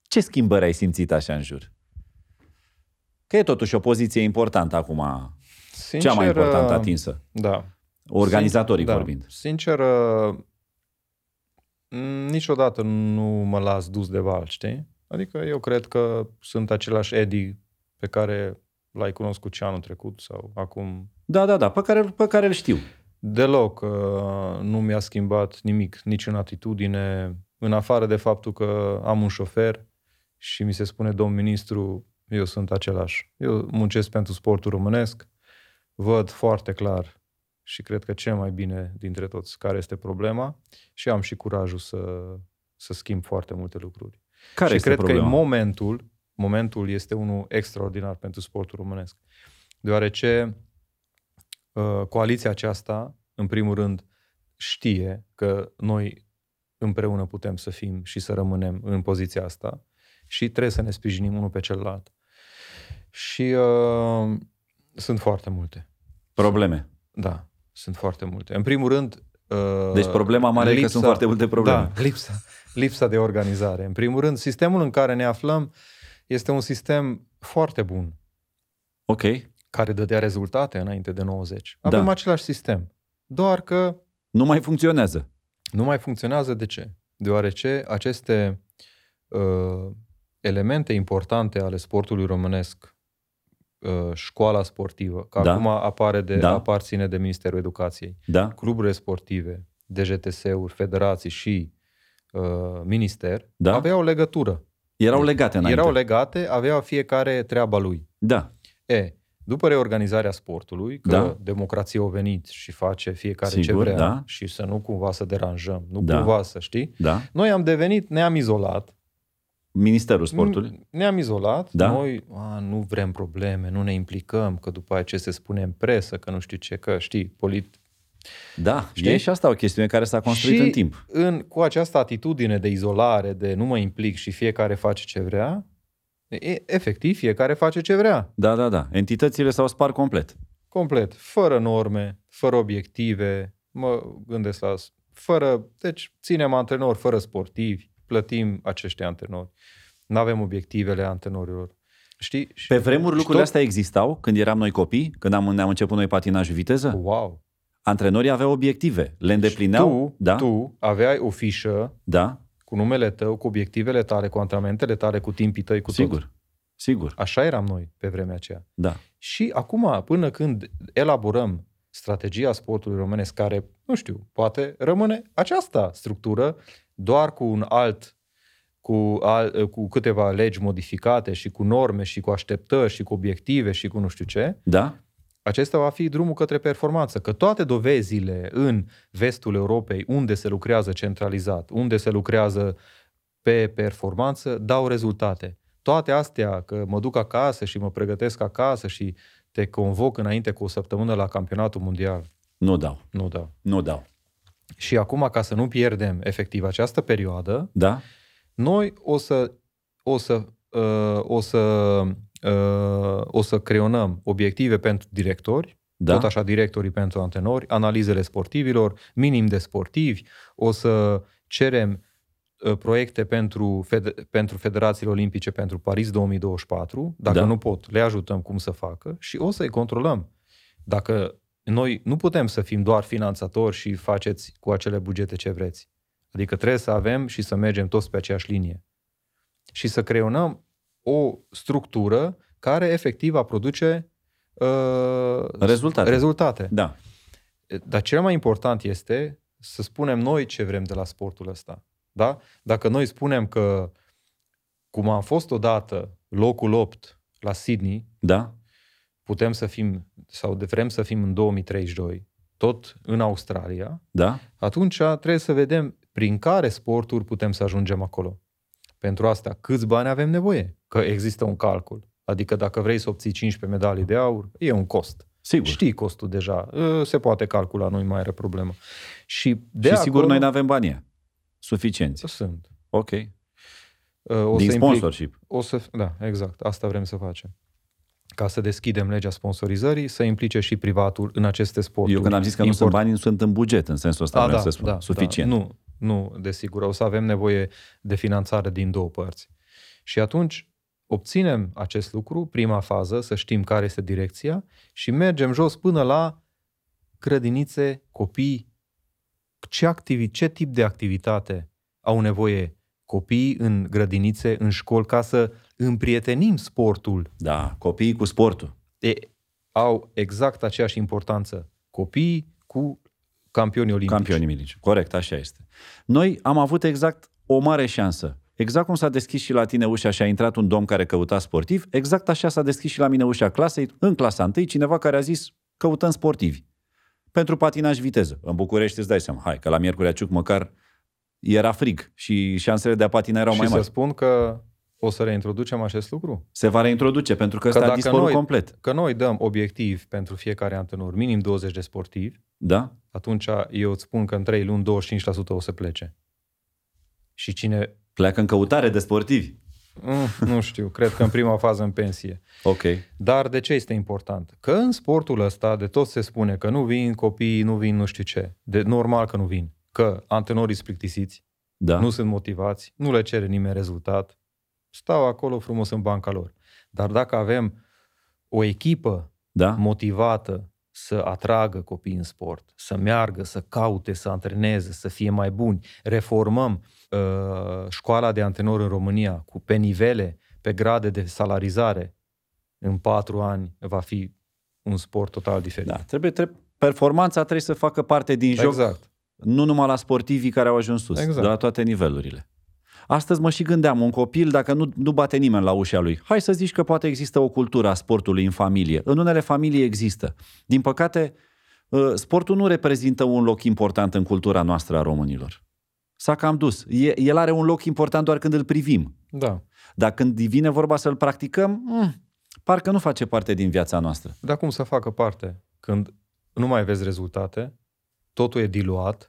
Speaker 1: ce schimbări ai simțit așa în jur? Că e totuși o poziție importantă acum,
Speaker 3: Sincer,
Speaker 1: cea mai importantă
Speaker 3: uh,
Speaker 1: atinsă,
Speaker 3: Da.
Speaker 1: organizatorii
Speaker 3: Sin-
Speaker 1: vorbind.
Speaker 3: Da, Sincer, uh, m, niciodată nu mă las dus de val, știi? Adică eu cred că sunt același Eddie pe care l-ai cunoscut și anul trecut sau acum.
Speaker 1: Da, da, da, pe care, pe care îl știu.
Speaker 3: Deloc uh, nu mi-a schimbat nimic, nici în atitudine, în afară de faptul că am un șofer și mi se spune domn ministru, eu sunt același. Eu muncesc pentru sportul românesc, văd foarte clar și cred că cel mai bine dintre toți care este problema și am și curajul să, să schimb foarte multe lucruri.
Speaker 1: Care
Speaker 3: și
Speaker 1: este
Speaker 3: cred
Speaker 1: problema?
Speaker 3: că e momentul, momentul este unul extraordinar pentru sportul românesc. Deoarece uh, coaliția aceasta, în primul rând, știe că noi împreună putem să fim și să rămânem în poziția asta și trebuie să ne sprijinim unul pe celălalt. Și uh, sunt foarte multe.
Speaker 1: Probleme.
Speaker 3: Da, sunt foarte multe. În primul rând... uh,
Speaker 1: Deci problema mare e că sunt foarte multe probleme.
Speaker 3: Da, lipsa, lipsa de organizare. În primul rând, sistemul în care ne aflăm este un sistem foarte bun,
Speaker 1: Ok,
Speaker 3: care dădea rezultate înainte de 90. Avem
Speaker 1: Da.
Speaker 3: același sistem, doar că
Speaker 1: nu mai funcționează.
Speaker 3: nu mai funcționează. De ce? Deoarece aceste uh, elemente importante ale sportului românesc, uh, școala sportivă, că
Speaker 1: Da.
Speaker 3: acum apare de,
Speaker 1: Da.
Speaker 3: apar ține de Ministerul Educației,
Speaker 1: Da,
Speaker 3: cluburile sportive, DGTS-uri, federații și uh, minister,
Speaker 1: Da.
Speaker 3: aveau legătură.
Speaker 1: erau legate înainte.
Speaker 3: Erau legate, aveau fiecare treaba lui.
Speaker 1: Da,
Speaker 3: E, după reorganizarea sportului, că
Speaker 1: Da.
Speaker 3: da. democrația a venit și face fiecare ce
Speaker 1: Sigur,
Speaker 3: vrea
Speaker 1: da.
Speaker 3: și să nu cumva să deranjăm, nu
Speaker 1: Da.
Speaker 3: cumva să știi,
Speaker 1: da.
Speaker 3: noi am devenit, ne-am izolat.
Speaker 1: Ministerul sportului.
Speaker 3: Ne-am izolat,
Speaker 1: Da.
Speaker 3: noi a, nu vrem probleme, nu ne implicăm, că după aia ce se spune în presă, că nu știu ce, că știi, polit,
Speaker 1: Da,
Speaker 3: Știi?
Speaker 1: e și asta o chestiune care s-a construit
Speaker 3: și
Speaker 1: în timp.
Speaker 3: În, cu această atitudine de izolare, de nu mă implic și fiecare face ce vrea, e, efectiv fiecare face ce vrea,
Speaker 1: Da, da, da. Entitățile s-au spart complet.
Speaker 3: complet, fără norme, fără obiective, mă gândesc la as- fără, deci ținem antrenori fără sportivi, plătim acești antrenori, nu avem obiectivele antrenorilor. Știi? Și-
Speaker 1: Pe vremuri
Speaker 3: și
Speaker 1: lucrurile astea existau când eram noi copii, când am, ne-am început noi patinaj viteză.
Speaker 3: Wow!
Speaker 1: Antrenorii aveau obiective, le îndeplineau.
Speaker 3: Tu,
Speaker 1: da,
Speaker 3: tu aveai o fișă
Speaker 1: da,
Speaker 3: cu numele tău, cu obiectivele tale, cu antrenamentele tale, cu timpii tăi, cu tot.
Speaker 1: sigur, sigur,
Speaker 3: Așa eram noi pe vremea aceea.
Speaker 1: da.
Speaker 3: Și acum, până când elaborăm strategia sportului românesc, care, nu știu, poate rămâne aceasta structură, doar cu un alt, cu, al, cu câteva legi modificate și cu norme și cu așteptări și cu obiective și cu nu știu ce,
Speaker 1: Da?
Speaker 3: acesta va fi drumul către performanță, că toate dovezile în vestul Europei, unde se lucrează centralizat, unde se lucrează pe performanță, dau rezultate. Toate astea, că mă duc acasă și mă pregătesc acasă și te convoc înainte cu o săptămână la campionatul mondial,
Speaker 1: Nu dau.
Speaker 3: nu da.
Speaker 1: Nu dau.
Speaker 3: Și acum, ca să nu pierdem efectiv această perioadă,
Speaker 1: Da?
Speaker 3: noi o să o să uh, o să uh, o să creionăm obiective pentru directori,
Speaker 1: Da.
Speaker 3: tot așa directorii pentru antrenori, analizele sportivilor, minim de sportivi, o să cerem uh, proiecte pentru, fed- pentru federațiile olimpice pentru Paris 2024, dacă
Speaker 1: Da.
Speaker 3: nu pot, le ajutăm cum să facă și o să-i controlăm. Dacă noi nu putem să fim doar finanțatori și faceți cu acele bugete ce vreți. Adică trebuie să avem și să mergem toți pe aceeași linie. Și să creionăm o structură care efectiv va produce uh,
Speaker 1: Rezultate.
Speaker 3: rezultate.
Speaker 1: Da.
Speaker 3: Dar cel mai important este să spunem noi ce vrem de la sportul ăsta. Da? Dacă noi spunem că, cum am fost odată locul 8 la Sydney,
Speaker 1: Da.
Speaker 3: putem să fim, sau de vrem să fim în 2032, tot în Australia,
Speaker 1: Da.
Speaker 3: atunci trebuie să vedem prin care sporturi putem să ajungem acolo. Pentru asta, câți bani avem nevoie? Că există un calcul. Adică dacă vrei să obții 15 medalii de aur, e un cost.
Speaker 1: Sigur.
Speaker 3: Știi costul deja, E, se poate calcula, nu-i mai are problemă. Și, de
Speaker 1: De și sigur
Speaker 3: acolo
Speaker 1: noi nu avem banii aia. suficienți.
Speaker 3: sunt.
Speaker 1: Ok.
Speaker 3: E, O
Speaker 1: Din
Speaker 3: să implic-
Speaker 1: sponsorship.
Speaker 3: O să, da, exact, asta vrem să facem. Ca să deschidem legea sponsorizării, să implice și privatul în aceste sporturi.
Speaker 1: Eu când am zis că nu sunt
Speaker 3: importante.
Speaker 1: bani, nu sunt în buget, în sensul ăsta vreau să spun. Suficient.
Speaker 3: Da. Nu, nu, desigur. O să avem nevoie de finanțare din două părți. Și atunci obținem acest lucru, prima fază, să știm care este direcția și mergem jos până la grădinițe, copii, ce, activi, ce tip de activitate au nevoie copiii în grădinițe, în școli, ca să împrietenim sportul
Speaker 1: da. Copiii cu sportul.
Speaker 3: e, au exact aceeași importanță copiii cu campionii olimpici.
Speaker 1: Campionii milici. Corect, așa este. Noi am avut exact o mare șansă. Exact cum s-a deschis și la tine ușa și a intrat un domn care căuta sportiv, exact așa s-a deschis și la mine ușa clasei, în clasa 1, cineva care a zis căutăm sportivi. Pentru patinaj viteză. În București îți dai seama, hai, că la Miercurea Ciuc măcar era frig și șansele de a patina erau
Speaker 3: și
Speaker 1: mai
Speaker 3: să
Speaker 1: mari.
Speaker 3: spun că o să reintroducem acest lucru.
Speaker 1: Se va reintroduce, pentru că ăsta a
Speaker 3: dacă
Speaker 1: dispărut
Speaker 3: noi-
Speaker 1: complet.
Speaker 3: Că noi dăm obiectiv pentru fiecare antrenor minim 20 de sportivi,
Speaker 1: Da?
Speaker 3: atunci eu îți spun că în 3 luni 25% o să plece. Și cine...
Speaker 1: Pleacă în căutare de sportivi.
Speaker 3: Mm, nu știu, cred că în prima fază în pensie.
Speaker 1: Ok.
Speaker 3: Dar de ce este important? Că în sportul ăsta de tot se spune că nu vin copiii, nu vin nu știu ce. De normal că nu vin. Că antenorii sunt plictisiți,
Speaker 1: Da.
Speaker 3: nu sunt motivați, nu le cere nimeni rezultat, stau acolo frumos în banca lor. Dar dacă avem o echipă
Speaker 1: Da?
Speaker 3: motivată să atragă copiii în sport, să meargă, să caute, să antreneze, să fie mai buni. Reformăm uh, școala de antrenori în România cu pe nivele, pe grade de salarizare. În patru ani va fi un sport total diferit.
Speaker 1: Da. Trebuie, trebuie, performanța trebuie să facă parte din joc
Speaker 3: Exact.
Speaker 1: nu numai la sportivii care au ajuns sus, exact.
Speaker 3: Exact.
Speaker 1: dar la toate nivelurile. Astăzi mă și gândeam, un copil, dacă nu, nu bate nimeni la ușa lui, hai să zici că poate există o cultură a sportului în familie. În unele familii există. Din păcate, ă, sportul nu reprezintă un loc important în cultura noastră a românilor. S-a cam dus. E, el are un loc important doar când îl privim.
Speaker 3: Da.
Speaker 1: Dar când vine vorba să-l practicăm, mm, parcă nu face parte din viața noastră.
Speaker 3: Dar cum să facă parte când nu mai vezi rezultate, totul e diluat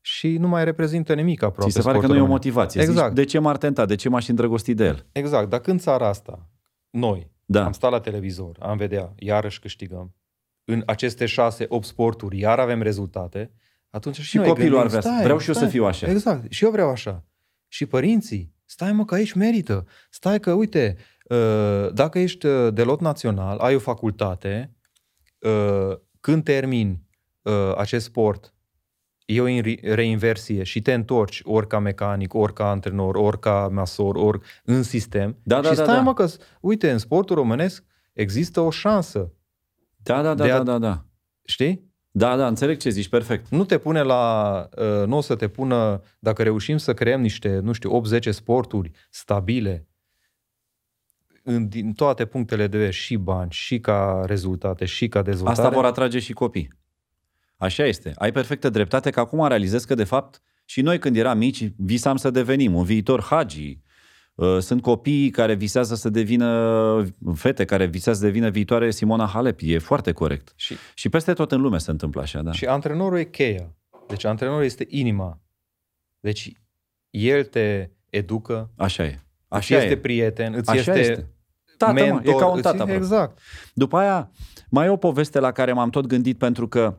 Speaker 3: și nu mai reprezintă nimic aproape.
Speaker 1: Ți se pare că
Speaker 3: sportul
Speaker 1: nu e o
Speaker 3: românesc.
Speaker 1: motivație.
Speaker 3: Exact.
Speaker 1: Zici, de ce m-ar tenta? De ce m-aș îndrăgosti de el?
Speaker 3: Exact, dar când țara asta, noi,
Speaker 1: Da.
Speaker 3: Am stat la televizor, am vedea, iarăși câștigăm. În aceste șase, opt sporturi, iar avem rezultate. Atunci și,
Speaker 1: Și
Speaker 3: noi
Speaker 1: copilul
Speaker 3: gândim,
Speaker 1: ar vrea să-
Speaker 3: stai,
Speaker 1: vreau și eu
Speaker 3: stai.
Speaker 1: să fiu așa.
Speaker 3: Exact, și eu vreau așa. Și părinții, stai mă că aici merită. Stai că, uite, uh, dacă ești uh, de lot național, ai o facultate, uh, când termini uh, acest sport, e o inri- reinversie și te întorci ori ca mecanic, ori ca antrenor, ori ca masor, ori în sistem.
Speaker 1: Da, da,
Speaker 3: și
Speaker 1: da,
Speaker 3: stai
Speaker 1: da.
Speaker 3: mă că, uite, în sportul românesc există o șansă,
Speaker 1: Da, da, da,
Speaker 3: De a-
Speaker 1: da, da, da.
Speaker 3: știi?
Speaker 1: Da, da, înțeleg ce zici, perfect.
Speaker 3: Nu te pune la, uh, nu o să te pună, dacă reușim să creăm niște, nu știu, 8-10 sporturi stabile, în, din toate punctele de vedere, și bani, și ca rezultate, și ca dezvoltare.
Speaker 1: Asta vor atrage și copii. Așa este. Ai perfectă dreptate că acum realizez că, de fapt, și noi când eram mici, visam să devenim un viitor hagi. Uh, Sunt copii care visează să devină, fete care visează să devină viitoare Simona Halep. E foarte corect.
Speaker 3: Și,
Speaker 1: Și peste tot în lume se întâmplă așa, da.
Speaker 3: și antrenorul e cheia. Deci antrenorul este inima. Deci el te educă,
Speaker 1: Așa e.
Speaker 3: îți
Speaker 1: Așa
Speaker 3: este
Speaker 1: e.
Speaker 3: prieten, îți
Speaker 1: Așa
Speaker 3: este
Speaker 1: este. Tată, mă,
Speaker 3: mentor.
Speaker 1: e ca un
Speaker 3: îți-
Speaker 1: tată. aproape.
Speaker 3: Exact.
Speaker 1: După aia, mai e o poveste la care m-am tot gândit pentru că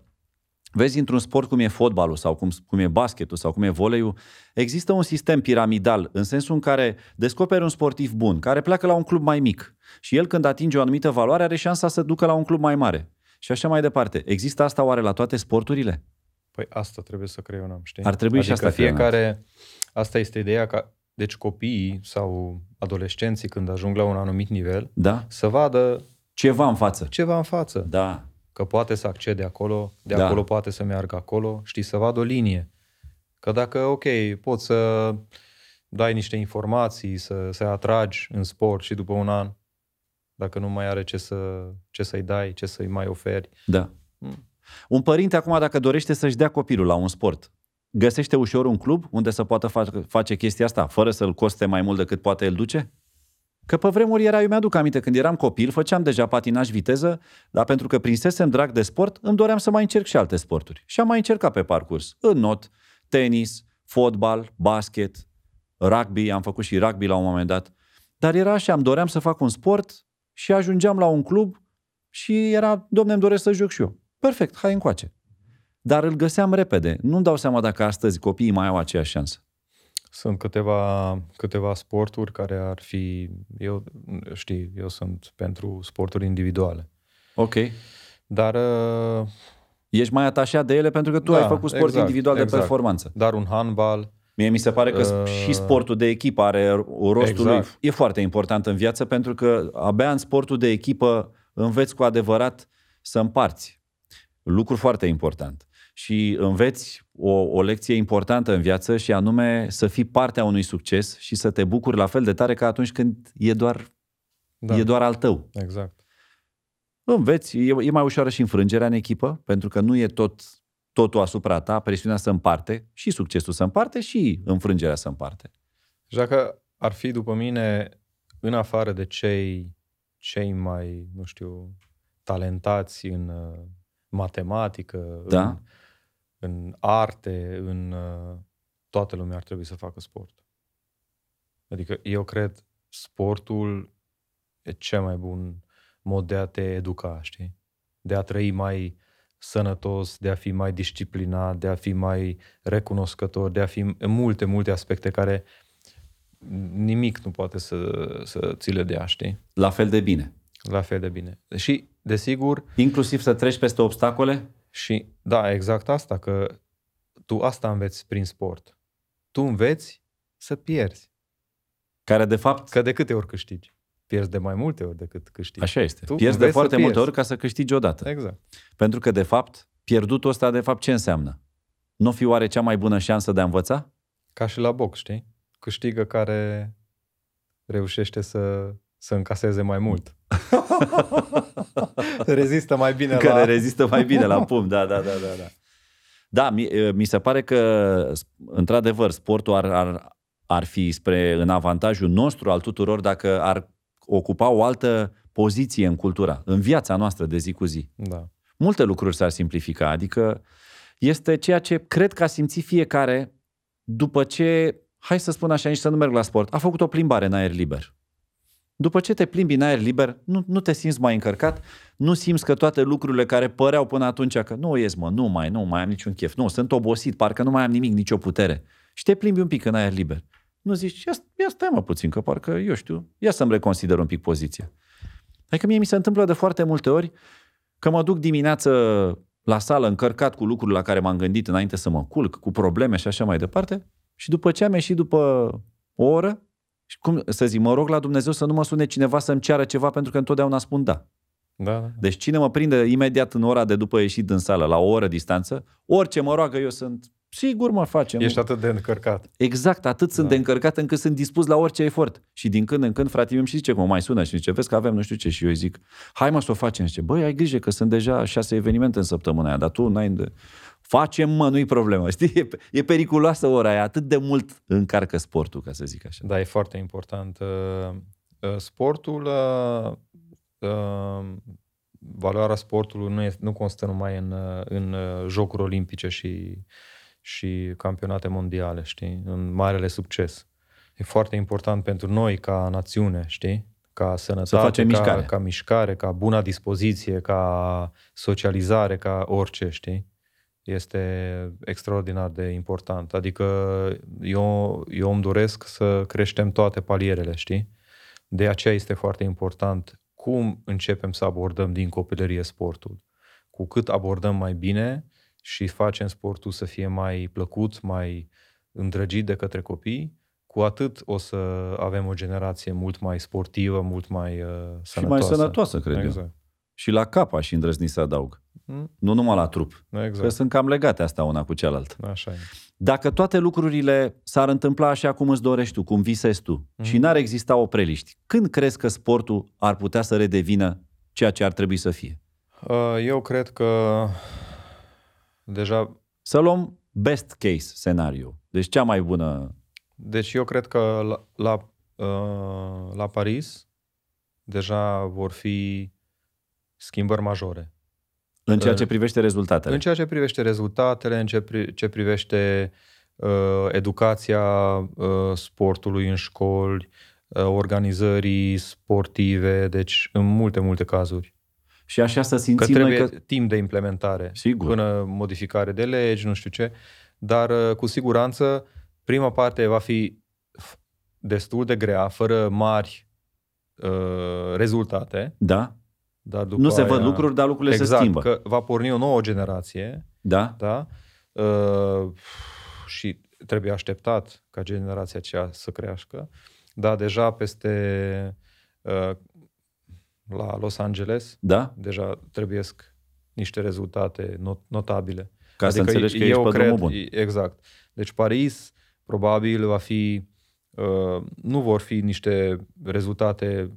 Speaker 1: vezi într-un sport cum e fotbalul sau cum, cum e basketul sau cum e voleiul, există un sistem piramidal în sensul în care descoperi un sportiv bun care pleacă la un club mai mic și el când atinge o anumită valoare are șansa să ducă la un club mai mare. Și așa mai departe. Există asta oare la toate sporturile?
Speaker 3: Păi asta trebuie să creionăm, știi?
Speaker 1: Ar trebui și
Speaker 3: adică
Speaker 1: asta
Speaker 3: fiecare, asta este ideea ca, deci copiii sau adolescenții când ajung la un anumit nivel,
Speaker 1: Da?
Speaker 3: să vadă
Speaker 1: Ceva în față.
Speaker 3: ceva în față,
Speaker 1: Da.
Speaker 3: că poate să accede acolo, de
Speaker 1: Da.
Speaker 3: acolo poate să meargă acolo, știi, să vadă o linie. Că dacă, ok, poți să dai niște informații, să, să atragi în sport și după un an, dacă nu mai are ce, să, ce să-i dai, ce să-i mai oferi,
Speaker 1: Da.
Speaker 3: Mm.
Speaker 1: Un părinte acum dacă dorește să-și dea copilul la un sport, găsește ușor un club unde să poată fa- face chestia asta, fără să-l coste mai mult decât poate el duce? Că pe vremuri era, eu mi-aduc aminte, când eram copil, făceam deja patinaj viteză, dar pentru că prinsesem drag de sport, îmi doream să mai încerc și alte sporturi. Și am mai încercat pe parcurs. În not, tenis, fotbal, basket, rugby, am făcut și rugby la un moment dat. Dar era așa, îmi doream să fac un sport și ajungeam la un club și era, domne, îmi doresc să joc și eu. Perfect, hai încoace. Dar îl găseam repede. Nu-mi dau seama dacă astăzi copiii mai au aceeași șansă.
Speaker 3: Sunt câteva, câteva sporturi care ar fi, eu știi, eu sunt pentru sporturi individuale.
Speaker 1: Ok.
Speaker 3: Dar, uh,
Speaker 1: Ești mai atașat de ele pentru că tu
Speaker 3: Da,
Speaker 1: ai făcut sport
Speaker 3: exact,
Speaker 1: individual de
Speaker 3: exact.
Speaker 1: performanță.
Speaker 3: dar un handbal,
Speaker 1: Mie mi se pare că
Speaker 3: Uh,
Speaker 1: și sportul de echipă are rostul
Speaker 3: exact.
Speaker 1: lui. E foarte important în viață pentru că abia în sportul de echipă înveți cu adevărat să împarți. Lucru foarte important. Și înveți o, o lecție importantă în viață și anume să fii partea unui succes și să te bucuri la fel de tare ca atunci când e doar,
Speaker 3: da,
Speaker 1: da. e doar al tău.
Speaker 3: exact.
Speaker 1: Înveți, e, e mai ușoară și înfrângerea în echipă, pentru că nu e tot totul asupra ta, presiunea să împarte și succesul să împarte și înfrângerea să împarte.
Speaker 3: Și dacă ar fi, după mine, în afară de cei, cei mai, nu știu, talentați în uh, matematică,
Speaker 1: Da.
Speaker 3: în, în arte, în uh, toată lumea ar trebui să facă sport. Adică eu cred sportul e cel mai bun mod de a te educa, știi? De a trăi mai sănătos, de a fi mai disciplinat, de a fi mai recunoscător, de a fi în multe, multe aspecte care nimic nu poate să, să ți le dea, știi?
Speaker 1: la fel de bine.
Speaker 3: La fel de bine. Și, desigur,
Speaker 1: Inclusiv să treci peste obstacole?
Speaker 3: și da, exact asta, că tu asta înveți prin sport. Tu înveți să pierzi.
Speaker 1: Care de fapt,
Speaker 3: Că de câte ori câștigi? Pierzi de mai multe ori decât câștigi.
Speaker 1: așa este,
Speaker 3: Tu
Speaker 1: pierzi de
Speaker 3: înveți să
Speaker 1: foarte multe
Speaker 3: pierzi.
Speaker 1: ori ca să câștigi odată.
Speaker 3: Exact.
Speaker 1: Pentru că de fapt, pierdutul ăsta de fapt ce înseamnă? Nu fi oare cea mai bună șansă de a învăța?
Speaker 3: Ca și la box, știi? Câștigă care reușește să, să încaseze mai mult. Rezistă mai bine da.
Speaker 1: Care
Speaker 3: la...
Speaker 1: rezistă mai bine la pumn, da, da, da, da. da. Da, mi, e, mi se pare că, s- într-adevăr, sportul ar, ar, ar fi spre în avantajul nostru al tuturor dacă ar ocupa o altă poziție în cultura, în viața noastră de zi cu zi.
Speaker 3: Da.
Speaker 1: multe lucruri s-ar simplifica. Adică este ceea ce cred că a simțit fiecare după ce, hai să spun așa, nici să nu merg la sport, a făcut o plimbare în aer liber. După ce te plimbi în aer liber, nu, nu te simți mai încărcat, nu simți că toate lucrurile care păreau până atunci că nu ies mă, nu mai, nu mai am niciun chef, nu, sunt obosit, parcă nu mai am nimic, nicio putere. Și te plimbi un pic în aer liber. Nu zici, ia, ia stai mă puțin, că parcă, eu știu, ia să-mi reconsider un pic poziția. Adică mie mi se întâmplă de foarte multe ori că mă duc dimineață la sală încărcat cu lucruri la care m-am gândit înainte să mă culc, cu probleme și așa mai departe. Și după ce am ieșit după o oră, și cum să zic, mă rog la Dumnezeu să nu mă sune cineva să-mi ceară ceva pentru că întotdeauna spun da.
Speaker 3: Da, da.
Speaker 1: Deci cine mă prinde imediat în ora de după ieșit din sală, la o oră distanță, orice mă roagă eu sunt Sigur mă facem.
Speaker 3: Ești atât de încărcat.
Speaker 1: Exact, atât sunt
Speaker 3: Da.
Speaker 1: de încărcat încât sunt dispus la orice efort. Și din când în când fratele îmi și zice, mă mai sună și zice, vezi că avem nu știu ce. Și eu îi zic, hai mă să o facem. Și zice, băi, ai grijă că sunt deja șase evenimente în săptămâna aia, dar tu n-ai... De... Facem, mă, nu-i problemă. Știi, e, e periculoasă ora aia, atât de mult încarcă sportul, ca să zic așa.
Speaker 3: Da, e foarte important. Uh, uh, Sportul, uh, uh, valoarea sportului nu, e, nu constă numai în, uh, în uh, jocuri olimpice și, și campionate mondiale, știi, în marele succes. E foarte important pentru noi ca națiune, știi, ca sănătate,
Speaker 1: facem
Speaker 3: ca,
Speaker 1: mișcare.
Speaker 3: ca mișcare, ca buna dispoziție, ca socializare, ca orice, știi este extraordinar de important. Adică eu, eu îmi doresc să creștem toate palierele, știi? De aceea este foarte important cum începem să abordăm din copilărie sportul. Cu cât abordăm mai bine și facem sportul să fie mai plăcut, mai îndrăgit de către copii, cu atât o să avem o generație mult mai sportivă, mult mai uh, sănătoasă.
Speaker 1: Și mai sănătoasă, cred exact. eu.
Speaker 3: Exact.
Speaker 1: Și la capa și îndrăzni să adaug.
Speaker 3: Mm,
Speaker 1: Nu numai la trup. Exact. Că
Speaker 3: Exact.
Speaker 1: sunt cam legate asta una cu cealaltă.
Speaker 3: Așa e.
Speaker 1: Dacă toate lucrurile s-ar întâmpla așa cum îți dorești tu, cum visezi tu, mm-hmm.
Speaker 3: Mhm.
Speaker 1: și n-ar exista opreliști, când crezi că sportul ar putea să redevină ceea ce ar trebui să fie?
Speaker 3: Uh, Eu cred că deja,
Speaker 1: Să luăm best case scenariu, deci cea mai bună.
Speaker 3: deci eu cred că la, la, uh, la Paris deja vor fi schimbări majore.
Speaker 1: În ceea
Speaker 3: Eh,
Speaker 1: ce privește rezultatele.
Speaker 3: În ceea ce privește rezultatele, în ce, pri- ce privește uh, educația uh, sportului în școli, uh, organizării sportive, deci în multe, multe cazuri.
Speaker 1: și așa să
Speaker 3: Că
Speaker 1: simțim
Speaker 3: trebuie
Speaker 1: noi
Speaker 3: că...
Speaker 1: că...
Speaker 3: timp de implementare.
Speaker 1: Sigur.
Speaker 3: Până modificare de legi, nu știu ce. Dar uh, cu siguranță prima parte va fi f- destul de grea, fără mari uh, rezultate.
Speaker 1: Da,
Speaker 3: Dar după
Speaker 1: nu se
Speaker 3: aia...
Speaker 1: văd lucruri, dar lucrurile
Speaker 3: exact,
Speaker 1: se schimbă.
Speaker 3: că va porni o nouă generație,
Speaker 1: Da?
Speaker 3: da? Uh, și trebuie așteptat ca generația aceea să crească. Dar deja peste uh, la Los Angeles
Speaker 1: Da?
Speaker 3: deja trebuiesc niște rezultate not- notabile. Adică
Speaker 1: Ca să înțelegi că ești pe drumul bun.
Speaker 3: Exact. Deci Paris probabil va fi, uh, nu vor fi niște rezultate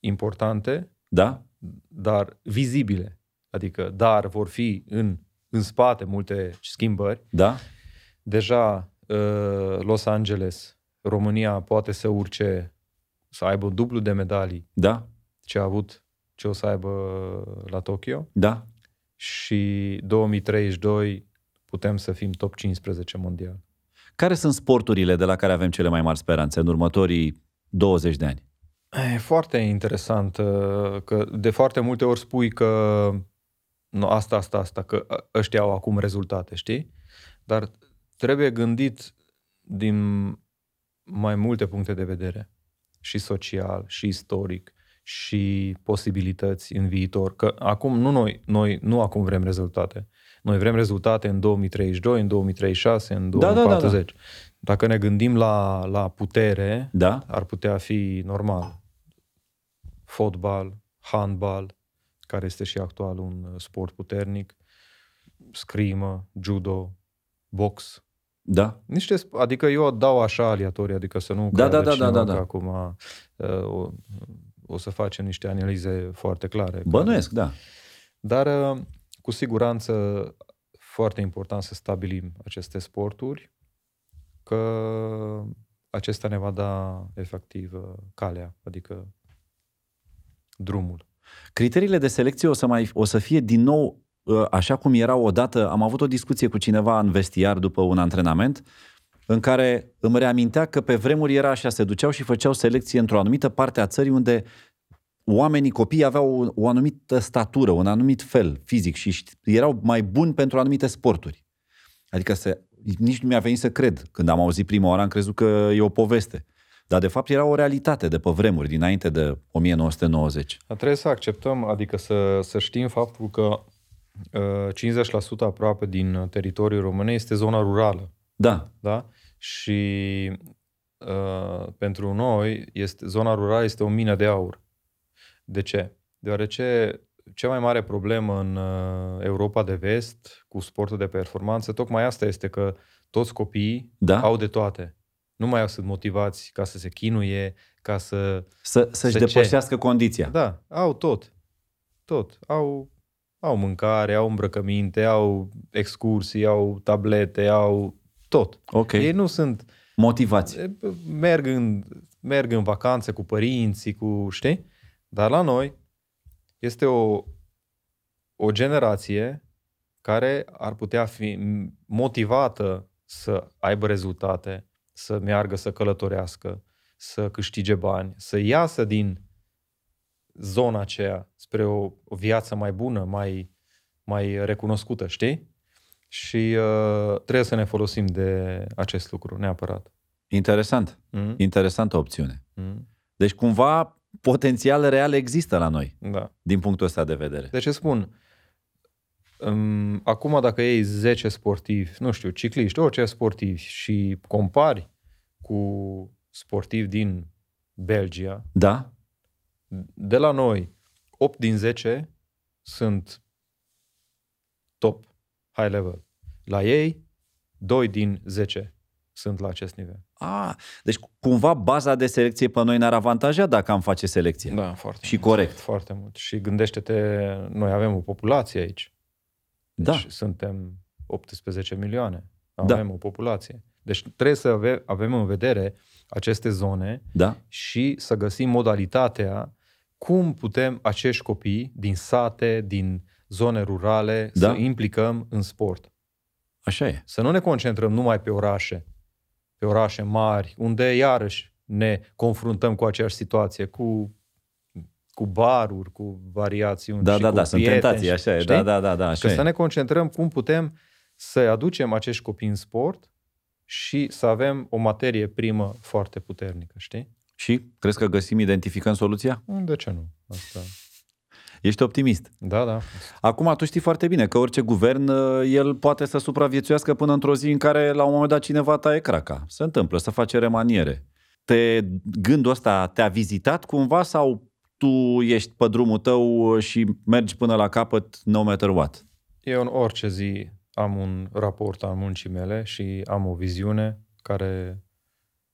Speaker 3: importante,
Speaker 1: Da?
Speaker 3: dar vizibile. Adică, dar vor fi în, în spate multe schimbări.
Speaker 1: Da?
Speaker 3: Deja uh, Los Angeles, România poate să urce, să aibă dublu de medalii
Speaker 1: Da?
Speaker 3: ce a avut, ce o să aibă la Tokyo
Speaker 1: Da?
Speaker 3: și 2032 putem să fim top 15 mondial.
Speaker 1: Care sunt sporturile de la care avem cele mai mari speranțe în următorii 20 de ani?
Speaker 3: E foarte interesant uh, că de foarte multe ori spui că nu, asta, asta, asta, că ă- ăștia au acum rezultate, știi? Dar trebuie gândit din mai multe puncte de vedere, și social, și istoric, și posibilități în viitor. Că acum nu noi, noi nu acum vrem rezultate. Noi vrem rezultate în 2032, în 2036, în
Speaker 1: Da, da, da, da.
Speaker 3: 2040. Dacă ne gândim la, la putere,
Speaker 1: Da?
Speaker 3: ar putea fi normal. Fotbal, handbal, care este și actual un uh, sport puternic, scrimă, judo, box.
Speaker 1: Da?
Speaker 3: Niște, sp- adică eu dau așa aleatorii, adică să nu
Speaker 1: Da, da,
Speaker 3: creadă
Speaker 1: da, da,
Speaker 3: cineva
Speaker 1: da,
Speaker 3: că
Speaker 1: da.
Speaker 3: acum uh, o, o să facem niște analize foarte clare.
Speaker 1: Bănuiesc, da.
Speaker 3: Dar uh, cu siguranță foarte important să stabilim aceste sporturi, că acesta ne va da efectiv uh, calea, adică drumul.
Speaker 1: Criteriile de selecție o să, mai, o să fie din nou uh, așa cum erau odată. Am avut o discuție cu cineva în vestiar după un antrenament în care îmi reamintea că pe vremuri era așa, se duceau și făceau selecție într-o anumită parte a țării unde oamenii, copiii aveau o, o anumită statură, un anumit fel fizic și ști- erau mai buni pentru anumite sporturi. Adică se, nici nu mi-a venit să cred. Când am auzit prima oară am crezut că e o poveste. Dar de fapt era o realitate de pe vremuri, dinainte de 1990.
Speaker 3: Dar trebuie să acceptăm, adică să, să știm faptul că uh, 50% aproape din uh, teritoriul României este zona rurală.
Speaker 1: Da,
Speaker 3: da? Și uh, pentru noi, este, zona rurală este o mină de aur. De ce? Deoarece cea mai mare problemă în uh, Europa de vest cu sportul de performanță, tocmai asta este că toți copiii
Speaker 1: Da.
Speaker 3: au de toate. Nu mai sunt motivați ca să se chinuie, ca să...
Speaker 1: Să, să-și
Speaker 3: Să ce?
Speaker 1: depășească condiția.
Speaker 3: Da, au tot. Tot. Au, au mâncare, au îmbrăcăminte, au excursii, au tablete, au tot.
Speaker 1: Ok.
Speaker 3: Ei nu sunt...
Speaker 1: Motivați.
Speaker 3: E, merg în, merg în vacanțe cu părinții, cu știi? Dar la noi este o, o generație care ar putea fi motivată să aibă rezultate, să meargă, să călătorească, să câștige bani, să iasă din zona aceea spre o, o viață mai bună, mai, mai recunoscută, știi? Și uh, trebuie să ne folosim de acest lucru, neapărat.
Speaker 1: Interesant.
Speaker 3: Mm?
Speaker 1: Interesantă opțiune.
Speaker 3: Mm?
Speaker 1: Deci cumva potențial real există la noi,
Speaker 3: Da.
Speaker 1: din punctul ăsta de vedere.
Speaker 3: De ce spun? Um, acum dacă iei 10 sportivi, nu știu, cicliști, orice sportivi și compari cu sportivi din Belgia,
Speaker 1: Da?
Speaker 3: de la noi 8 din 10 sunt top, high level. La ei 2 din 10 sunt la acest nivel.
Speaker 1: A, deci cumva baza de selecție pe noi ne-ar avantaja dacă am face selecție.
Speaker 3: Da, foarte
Speaker 1: Și corect.
Speaker 3: Foarte mult. Și gândește-te, noi avem o populație aici.
Speaker 1: Da.
Speaker 3: Deci suntem 18 milioane.
Speaker 1: Da.
Speaker 3: Avem o populație. Deci trebuie să ave- avem în vedere aceste zone
Speaker 1: Da?
Speaker 3: și să găsim modalitatea cum putem acești copii din sate, din zone rurale
Speaker 1: Da.
Speaker 3: să implicăm în sport.
Speaker 1: Așa e.
Speaker 3: Să nu ne concentrăm numai pe orașe, pe orașe mari, unde iarăși ne confruntăm cu aceeași situație, cu cu baruri, cu variațiuni
Speaker 1: Da,
Speaker 3: și
Speaker 1: da,
Speaker 3: cu
Speaker 1: da, sunt
Speaker 3: prieteni
Speaker 1: tentații,
Speaker 3: și-
Speaker 1: așa e.
Speaker 3: știi?
Speaker 1: Da, da, da, da,
Speaker 3: Că
Speaker 1: așa
Speaker 3: să
Speaker 1: e.
Speaker 3: ne concentrăm cum putem să aducem acești copii în sport și să avem o materie primă foarte puternică, știi? Mm,
Speaker 1: Și crezi că găsim, identificăm soluția?
Speaker 3: De ce nu? Asta.
Speaker 1: Ești optimist.
Speaker 3: Da, da.
Speaker 1: Acum tu știi foarte bine că orice guvern, uh, el poate să supraviețuiască până într-o zi în care la un moment dat cineva taie craca. Se întâmplă, să face remaniere. Te, gândul ăsta te-a vizitat cumva sau tu ești pe drumul tău și mergi până la capăt no matter what?
Speaker 3: Eu în orice zi am un raport al muncii mele și am o viziune care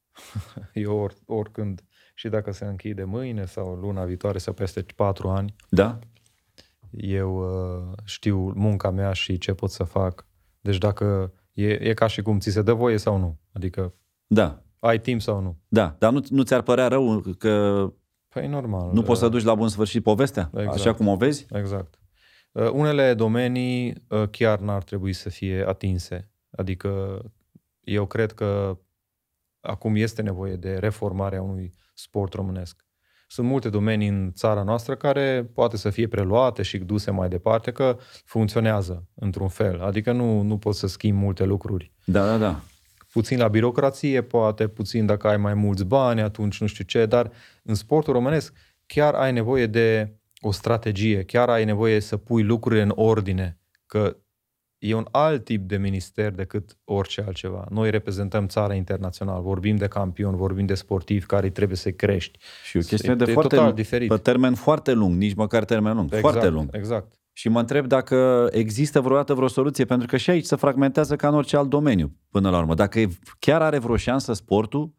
Speaker 3: eu or, oricând și dacă se închide mâine sau luna viitoare sau peste patru ani,
Speaker 1: Da?
Speaker 3: eu uh, știu munca mea și ce pot să fac. Deci dacă e, e ca și cum ți se dă voie sau nu. Adică
Speaker 1: Da,
Speaker 3: ai timp sau nu.
Speaker 1: da. Dar nu, nu ți-ar părea rău că
Speaker 3: Păi normal.
Speaker 1: nu poți să duci la bun sfârșit povestea?
Speaker 3: Exact.
Speaker 1: Așa cum o vezi?
Speaker 3: Exact. Uh, Unele domenii uh, chiar n-ar trebui să fie atinse. Adică eu cred că acum este nevoie de reformarea unui sport românesc. Sunt multe domenii în țara noastră care poate să fie preluate și duse mai departe, că funcționează într-un fel. Adică nu, nu poți să schimbi multe lucruri.
Speaker 1: Da, da, da.
Speaker 3: Puțin la birocrație, poate, puțin dacă ai mai mulți bani, atunci nu știu ce, dar în sportul românesc chiar ai nevoie de o strategie, chiar ai nevoie să pui lucrurile în ordine, că e un alt tip de minister decât orice altceva. Noi reprezentăm țara internațională, vorbim de campioni, vorbim de sportivi care îi trebuie să crești.
Speaker 1: Și o chestiune de
Speaker 3: E
Speaker 1: foarte
Speaker 3: total
Speaker 1: lung,
Speaker 3: diferit.
Speaker 1: pe termen foarte lung, nici măcar termen lung,
Speaker 3: Exact,
Speaker 1: foarte lung.
Speaker 3: Exact.
Speaker 1: Și mă întreb dacă există vreodată vreo soluție, pentru că și aici se fragmentează ca în orice alt domeniu, până la urmă. Dacă e- chiar are vreo șansă sportul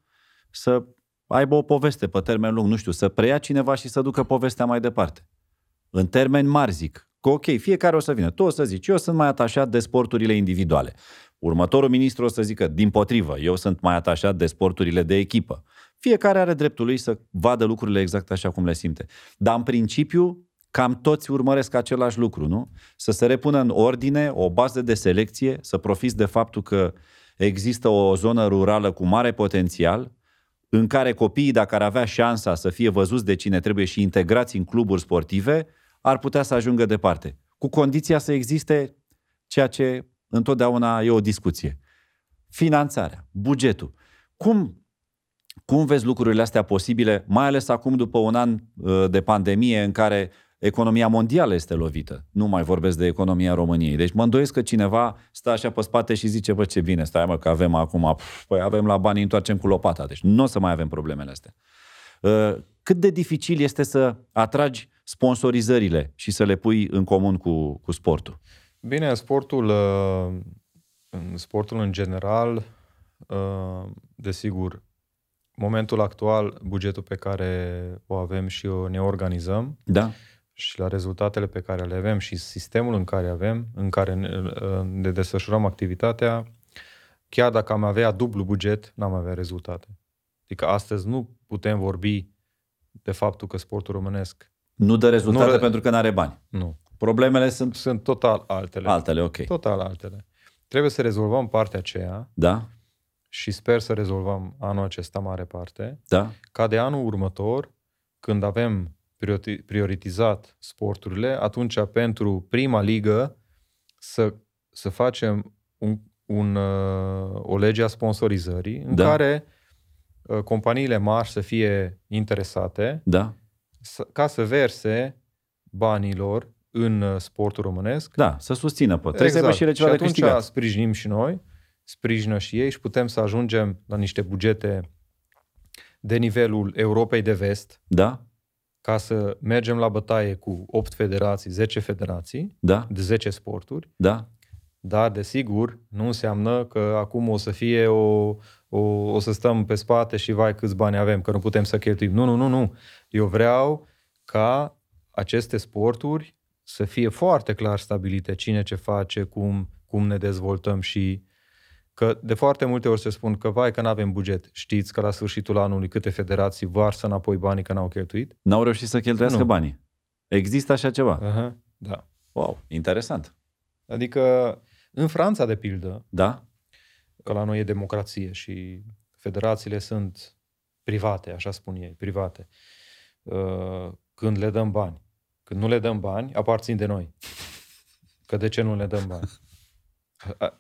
Speaker 1: să aibă o poveste pe termen lung, nu știu, să preia cineva și să ducă povestea mai departe. În termeni mari zic, că ok, fiecare o să vină, tu o să zici, eu sunt mai atașat de sporturile individuale. Următorul ministru o să zică, din potrivă, eu sunt mai atașat de sporturile de echipă. Fiecare are dreptul lui să vadă lucrurile exact așa cum le simte. Dar în principiu, cam toți urmăresc același lucru, nu? Să se repună în ordine o bază de selecție, să profiți de faptul că există o zonă rurală cu mare potențial, în care copiii, dacă ar avea șansa să fie văzuți de cine trebuie și integrați în cluburi sportive, ar putea să ajungă departe. Cu condiția să existe ceea ce întotdeauna e o discuție. Finanțarea, bugetul. Cum, cum vezi lucrurile astea posibile, mai ales acum după un an uh, de pandemie în care economia mondială este lovită? Nu mai vorbesc de economia României. Deci mă îndoiesc că cineva stă așa pe spate și zice, bă, ce bine, stai mă, că avem acum, pf, păi avem la bani, întoarcem cu lopata. Deci nu o să mai avem problemele astea. Uh, Cât de dificil este să atragi sponsorizările și să le pui în comun cu, cu sportul?
Speaker 3: Bine, sportul, uh, în sportul în general, uh, desigur, momentul actual, bugetul pe care o avem și o ne organizăm
Speaker 1: Da?
Speaker 3: și la rezultatele pe care le avem și sistemul în care avem, în care ne, uh, ne desfășurăm activitatea, chiar dacă am avea dublu buget, n-am avea rezultate. Adică astăzi nu putem vorbi de faptul că sportul românesc,
Speaker 1: Nu dă rezultate
Speaker 3: Nu
Speaker 1: nu,
Speaker 3: re-
Speaker 1: pentru că nu are bani.
Speaker 3: nu,
Speaker 1: Problemele sunt
Speaker 3: sunt total altele.
Speaker 1: altele, ok.
Speaker 3: Total altele. Trebuie să rezolvăm partea aceea
Speaker 1: Da?
Speaker 3: și sper să rezolvăm anul acesta mare parte,
Speaker 1: Da?
Speaker 3: ca de anul următor, când avem priori- prioritizat sporturile, atunci pentru prima ligă să, să facem un, un, uh, o lege a sponsorizării în
Speaker 1: Da.
Speaker 3: care uh, companiile mari să fie interesate
Speaker 1: Da?
Speaker 3: să, ca să verse banilor în uh, sportul românesc
Speaker 1: Da, să susțină. Pă. Trebuie să aibă și ele ceva
Speaker 3: Exact. și
Speaker 1: de
Speaker 3: atunci
Speaker 1: câștigat.
Speaker 3: sprijinim și noi, sprijină și ei și putem să ajungem la niște bugete de nivelul Europei de Vest
Speaker 1: Da?
Speaker 3: ca să mergem la bătaie cu 8 federații, 10 federații,
Speaker 1: Da?
Speaker 3: de 10 sporturi,
Speaker 1: Da?
Speaker 3: dar desigur nu înseamnă că acum o să fie o, o, o să stăm pe spate și vai câți bani avem, că nu putem să cheltuim. Nu, nu, nu, nu. Eu vreau ca aceste sporturi să fie foarte clar stabilite cine ce face, cum, cum ne dezvoltăm și că de foarte multe ori se spun că vai că nu avem buget. Știți că la sfârșitul anului câte federații varsă înapoi banii că n-au cheltuit?
Speaker 1: N-au reușit să cheltuiască
Speaker 3: Nu.
Speaker 1: banii. Există așa ceva.
Speaker 3: Uh-huh. Da.
Speaker 1: Wow, interesant.
Speaker 3: Adică în Franța, de pildă,
Speaker 1: Da?
Speaker 3: că la noi e democrație și federațiile sunt private, așa spun ei, private. Uh, Când le dăm bani. Când nu le dăm bani, aparțin de noi. Că de ce nu le dăm bani? A-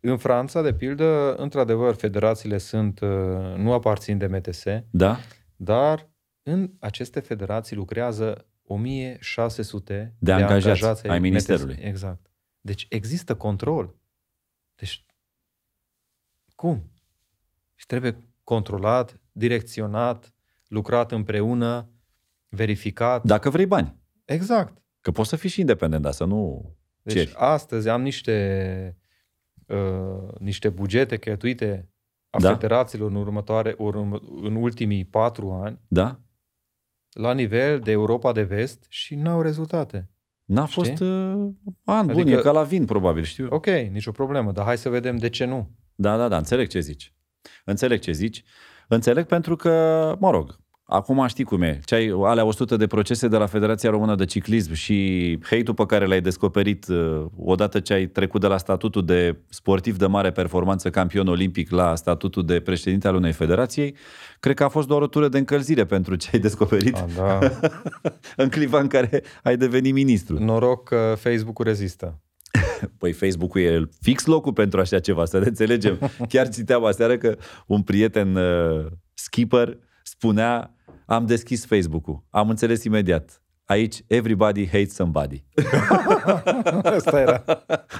Speaker 3: În Franța, de pildă, într-adevăr, federațiile sunt, uh, nu aparțin de MTS,
Speaker 1: Da?
Speaker 3: dar în aceste federații lucrează 1600 de,
Speaker 1: angajați ai
Speaker 3: MTS.
Speaker 1: ministerului.
Speaker 3: Exact. Deci există control. Deci cum? Și trebuie controlat, direcționat, lucrat împreună, verificat.
Speaker 1: Dacă vrei bani.
Speaker 3: Exact.
Speaker 1: Că poți să fii și independent, dar să nu...
Speaker 3: Deci
Speaker 1: Ceri.
Speaker 3: astăzi am niște uh, niște bugete cheltuite a
Speaker 1: Da.
Speaker 3: federațiilor în următoare, urmă, în ultimii patru ani
Speaker 1: Da?
Speaker 3: la nivel de Europa de Vest și n-au rezultate.
Speaker 1: N-a
Speaker 3: Știi?
Speaker 1: fost uh, an bun,
Speaker 3: Adică-
Speaker 1: e ca la vin, probabil, știu.
Speaker 3: Ok, nicio problemă, dar hai să vedem de ce nu.
Speaker 1: Da, da, da, înțeleg ce zici. Înțeleg ce zici. Înțeleg pentru că, mă rog, acum știi cum e. Ce ai alea 100 de procese de la Federația Română de Ciclism și hate-ul pe care l-ai descoperit uh, odată ce ai trecut de la statutul de sportiv de mare performanță campion olimpic la statutul de președinte al unei federației, cred că a fost doar o tură de încălzire pentru ce ai descoperit
Speaker 3: A, da.
Speaker 1: în clipa în care ai devenit ministru.
Speaker 3: Noroc că Facebook-ul rezistă.
Speaker 1: Păi Facebook-ul e fix locul pentru așa ceva, să ne înțelegem. Chiar citeam aseară că un prieten uh, skipper spunea am deschis Facebook-ul, am înțeles imediat. Aici everybody hates somebody.
Speaker 3: Asta era.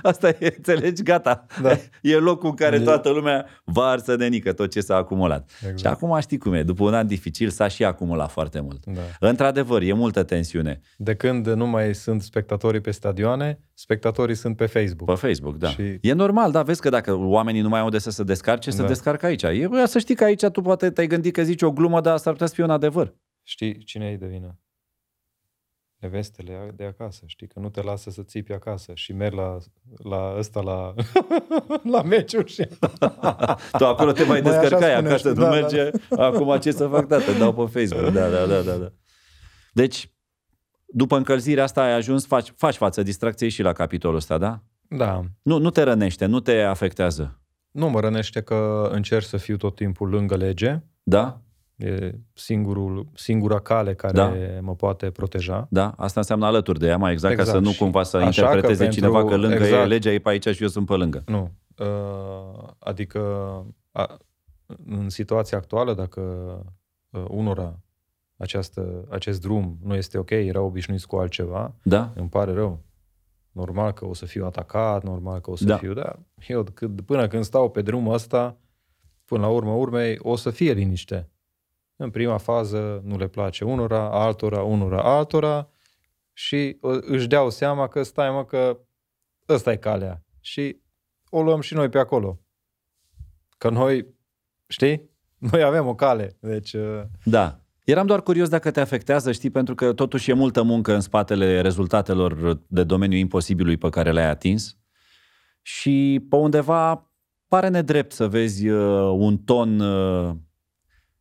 Speaker 1: Asta e, înțelegi? Gata.
Speaker 3: Da.
Speaker 1: E locul în care
Speaker 3: E-
Speaker 1: toată lumea varsă de nică tot ce s-a acumulat.
Speaker 3: Exact.
Speaker 1: Și acum știi cum e, după un an dificil s-a și acumulat foarte mult.
Speaker 3: Da.
Speaker 1: Într-adevăr, e multă tensiune.
Speaker 3: De când nu mai sunt spectatorii pe stadioane, spectatorii sunt pe Facebook.
Speaker 1: Pe Facebook, da. Și...
Speaker 3: Și-
Speaker 1: E normal, da, vezi că dacă oamenii nu mai au unde să se descarce, se
Speaker 3: Da.
Speaker 1: descarcă aici. E, bă, să știi că aici tu poate te-ai gândit că zici o glumă, dar s-ar putea să fie un adevăr.
Speaker 3: Știi cine e de vină? Nevestele de acasă, știi, că nu te lasă să țipi acasă și merg la, la ăsta, la, la meciuri și...
Speaker 1: Tu acolo te mai
Speaker 3: Băi, așa
Speaker 1: descărcai acasă,
Speaker 3: spune,
Speaker 1: nu
Speaker 3: știi, da, da.
Speaker 1: merge. Acum ce să fac, da, te dau pe Facebook. Da, da, da, da. da. Deci, după încălzirea asta ai ajuns, faci, faci față distracției și la capitolul ăsta, da?
Speaker 3: Da,
Speaker 1: Nu, nu te rănește, nu te afectează,
Speaker 3: nu mă rănește că încerc să fiu tot timpul lângă lege.
Speaker 1: da?
Speaker 3: E singurul, singura cale care
Speaker 1: Da.
Speaker 3: da. mă poate proteja.
Speaker 1: Da, asta înseamnă alături de ea, mai exact, exact.
Speaker 3: Exact.
Speaker 1: ca să nu
Speaker 3: Și
Speaker 1: cumva să
Speaker 3: așa că
Speaker 1: interpreteze
Speaker 3: pentru-
Speaker 1: cineva că lângă exact.
Speaker 3: exact.
Speaker 1: e, legea e pe aici și eu sunt pe lângă.
Speaker 3: Nu. Uh, Adică, a, în situația actuală, dacă uh, unora această, acest drum nu este ok, erau obișnuiți cu altceva,
Speaker 1: Da?
Speaker 3: îmi pare rău. Normal că o să fiu atacat, normal că o să
Speaker 1: Da.
Speaker 3: da. fiu, dar eu cât, până când stau pe drumul ăsta, până la urmă urmei, o să fie liniște. În prima fază nu le place unora, altora, unora, altora și uh, își deau seama că stai mă că ăsta e calea și o luăm și noi pe acolo. Că noi, știi, noi avem o cale, deci... uh,
Speaker 1: Da. Eram doar curios dacă te afectează, știi, pentru că totuși e multă muncă în spatele rezultatelor de domeniul imposibilului pe care le-ai atins și pe undeva pare nedrept să vezi uh, un ton uh,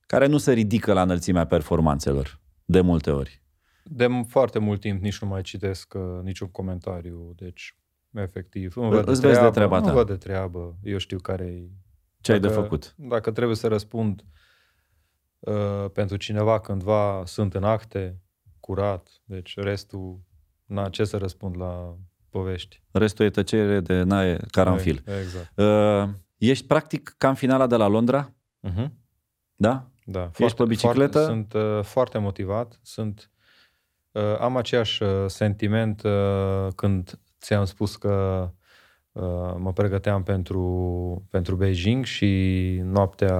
Speaker 1: care nu se ridică la înălțimea performanțelor, de multe ori.
Speaker 3: De m- foarte mult timp nici nu mai citesc uh, niciun comentariu, deci efectiv. Îmi văd
Speaker 1: Îți
Speaker 3: de
Speaker 1: vezi de
Speaker 3: treabă,
Speaker 1: treaba ta.
Speaker 3: Îmi văd de treabă. Eu știu care e.
Speaker 1: Ce ai de făcut?
Speaker 3: Dacă trebuie să răspund uh, pentru cineva cândva, sunt în acte, curat, deci restul, na, ce să răspund la povești.
Speaker 1: Restul e tăcere de naie, caranfil.
Speaker 3: E- Exact.
Speaker 1: Uh, ești practic ca în finala de la Londra,
Speaker 3: Uh-huh.
Speaker 1: da?
Speaker 3: Da, Ești
Speaker 1: pe bicicletă?
Speaker 3: Foarte, sunt uh, foarte motivat, sunt uh, am aceeași uh, sentiment uh, când ți-am spus că uh, mă pregăteam pentru, pentru Beijing și noaptea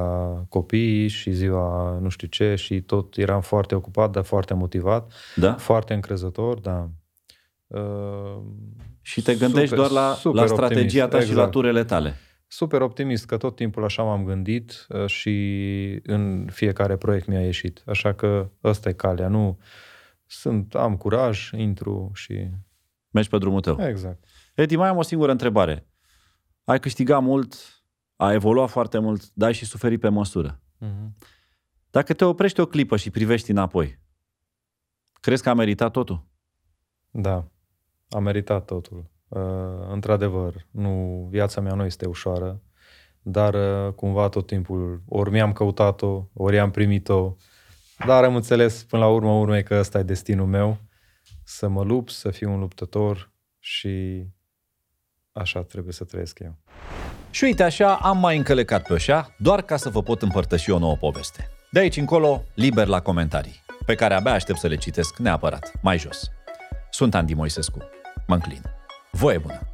Speaker 3: copiii și ziua nu știu ce și tot eram foarte ocupat, dar foarte motivat,
Speaker 1: Da?
Speaker 3: foarte încrezător, da. Uh,
Speaker 1: Și te gândești
Speaker 3: Super,
Speaker 1: doar la,
Speaker 3: super
Speaker 1: la strategia
Speaker 3: optimist,
Speaker 1: ta și la
Speaker 3: exact.
Speaker 1: turele tale.
Speaker 3: super optimist că tot timpul așa m-am gândit uh, și în fiecare proiect mi-a ieșit. Așa că ăsta e calea, nu sunt, am curaj, intru și...
Speaker 1: Mergi pe drumul tău.
Speaker 3: Exact.
Speaker 1: Edi, mai am o singură întrebare. Ai câștigat mult, ai evoluat foarte mult, dar ai și suferit pe măsură.
Speaker 3: Mm-hmm.
Speaker 1: Dacă te oprești o clipă și privești înapoi, crezi că a meritat totul?
Speaker 3: Da, a meritat totul. Uh, într-adevăr, nu, viața mea nu este ușoară, dar uh, cumva tot timpul ori mi-am căutat-o, ori am primit-o, dar am înțeles până la urmă urmei că ăsta e destinul meu, să mă lupt, să fiu un luptător și așa trebuie să trăiesc eu.
Speaker 4: Și uite așa am mai încălecat pe așa, doar ca să vă pot împărtăși o nouă poveste. De aici încolo, liber la comentarii, pe care abia aștept să le citesc neapărat, mai jos. Sunt Andy Moisescu. Mă înclin. Voie bună!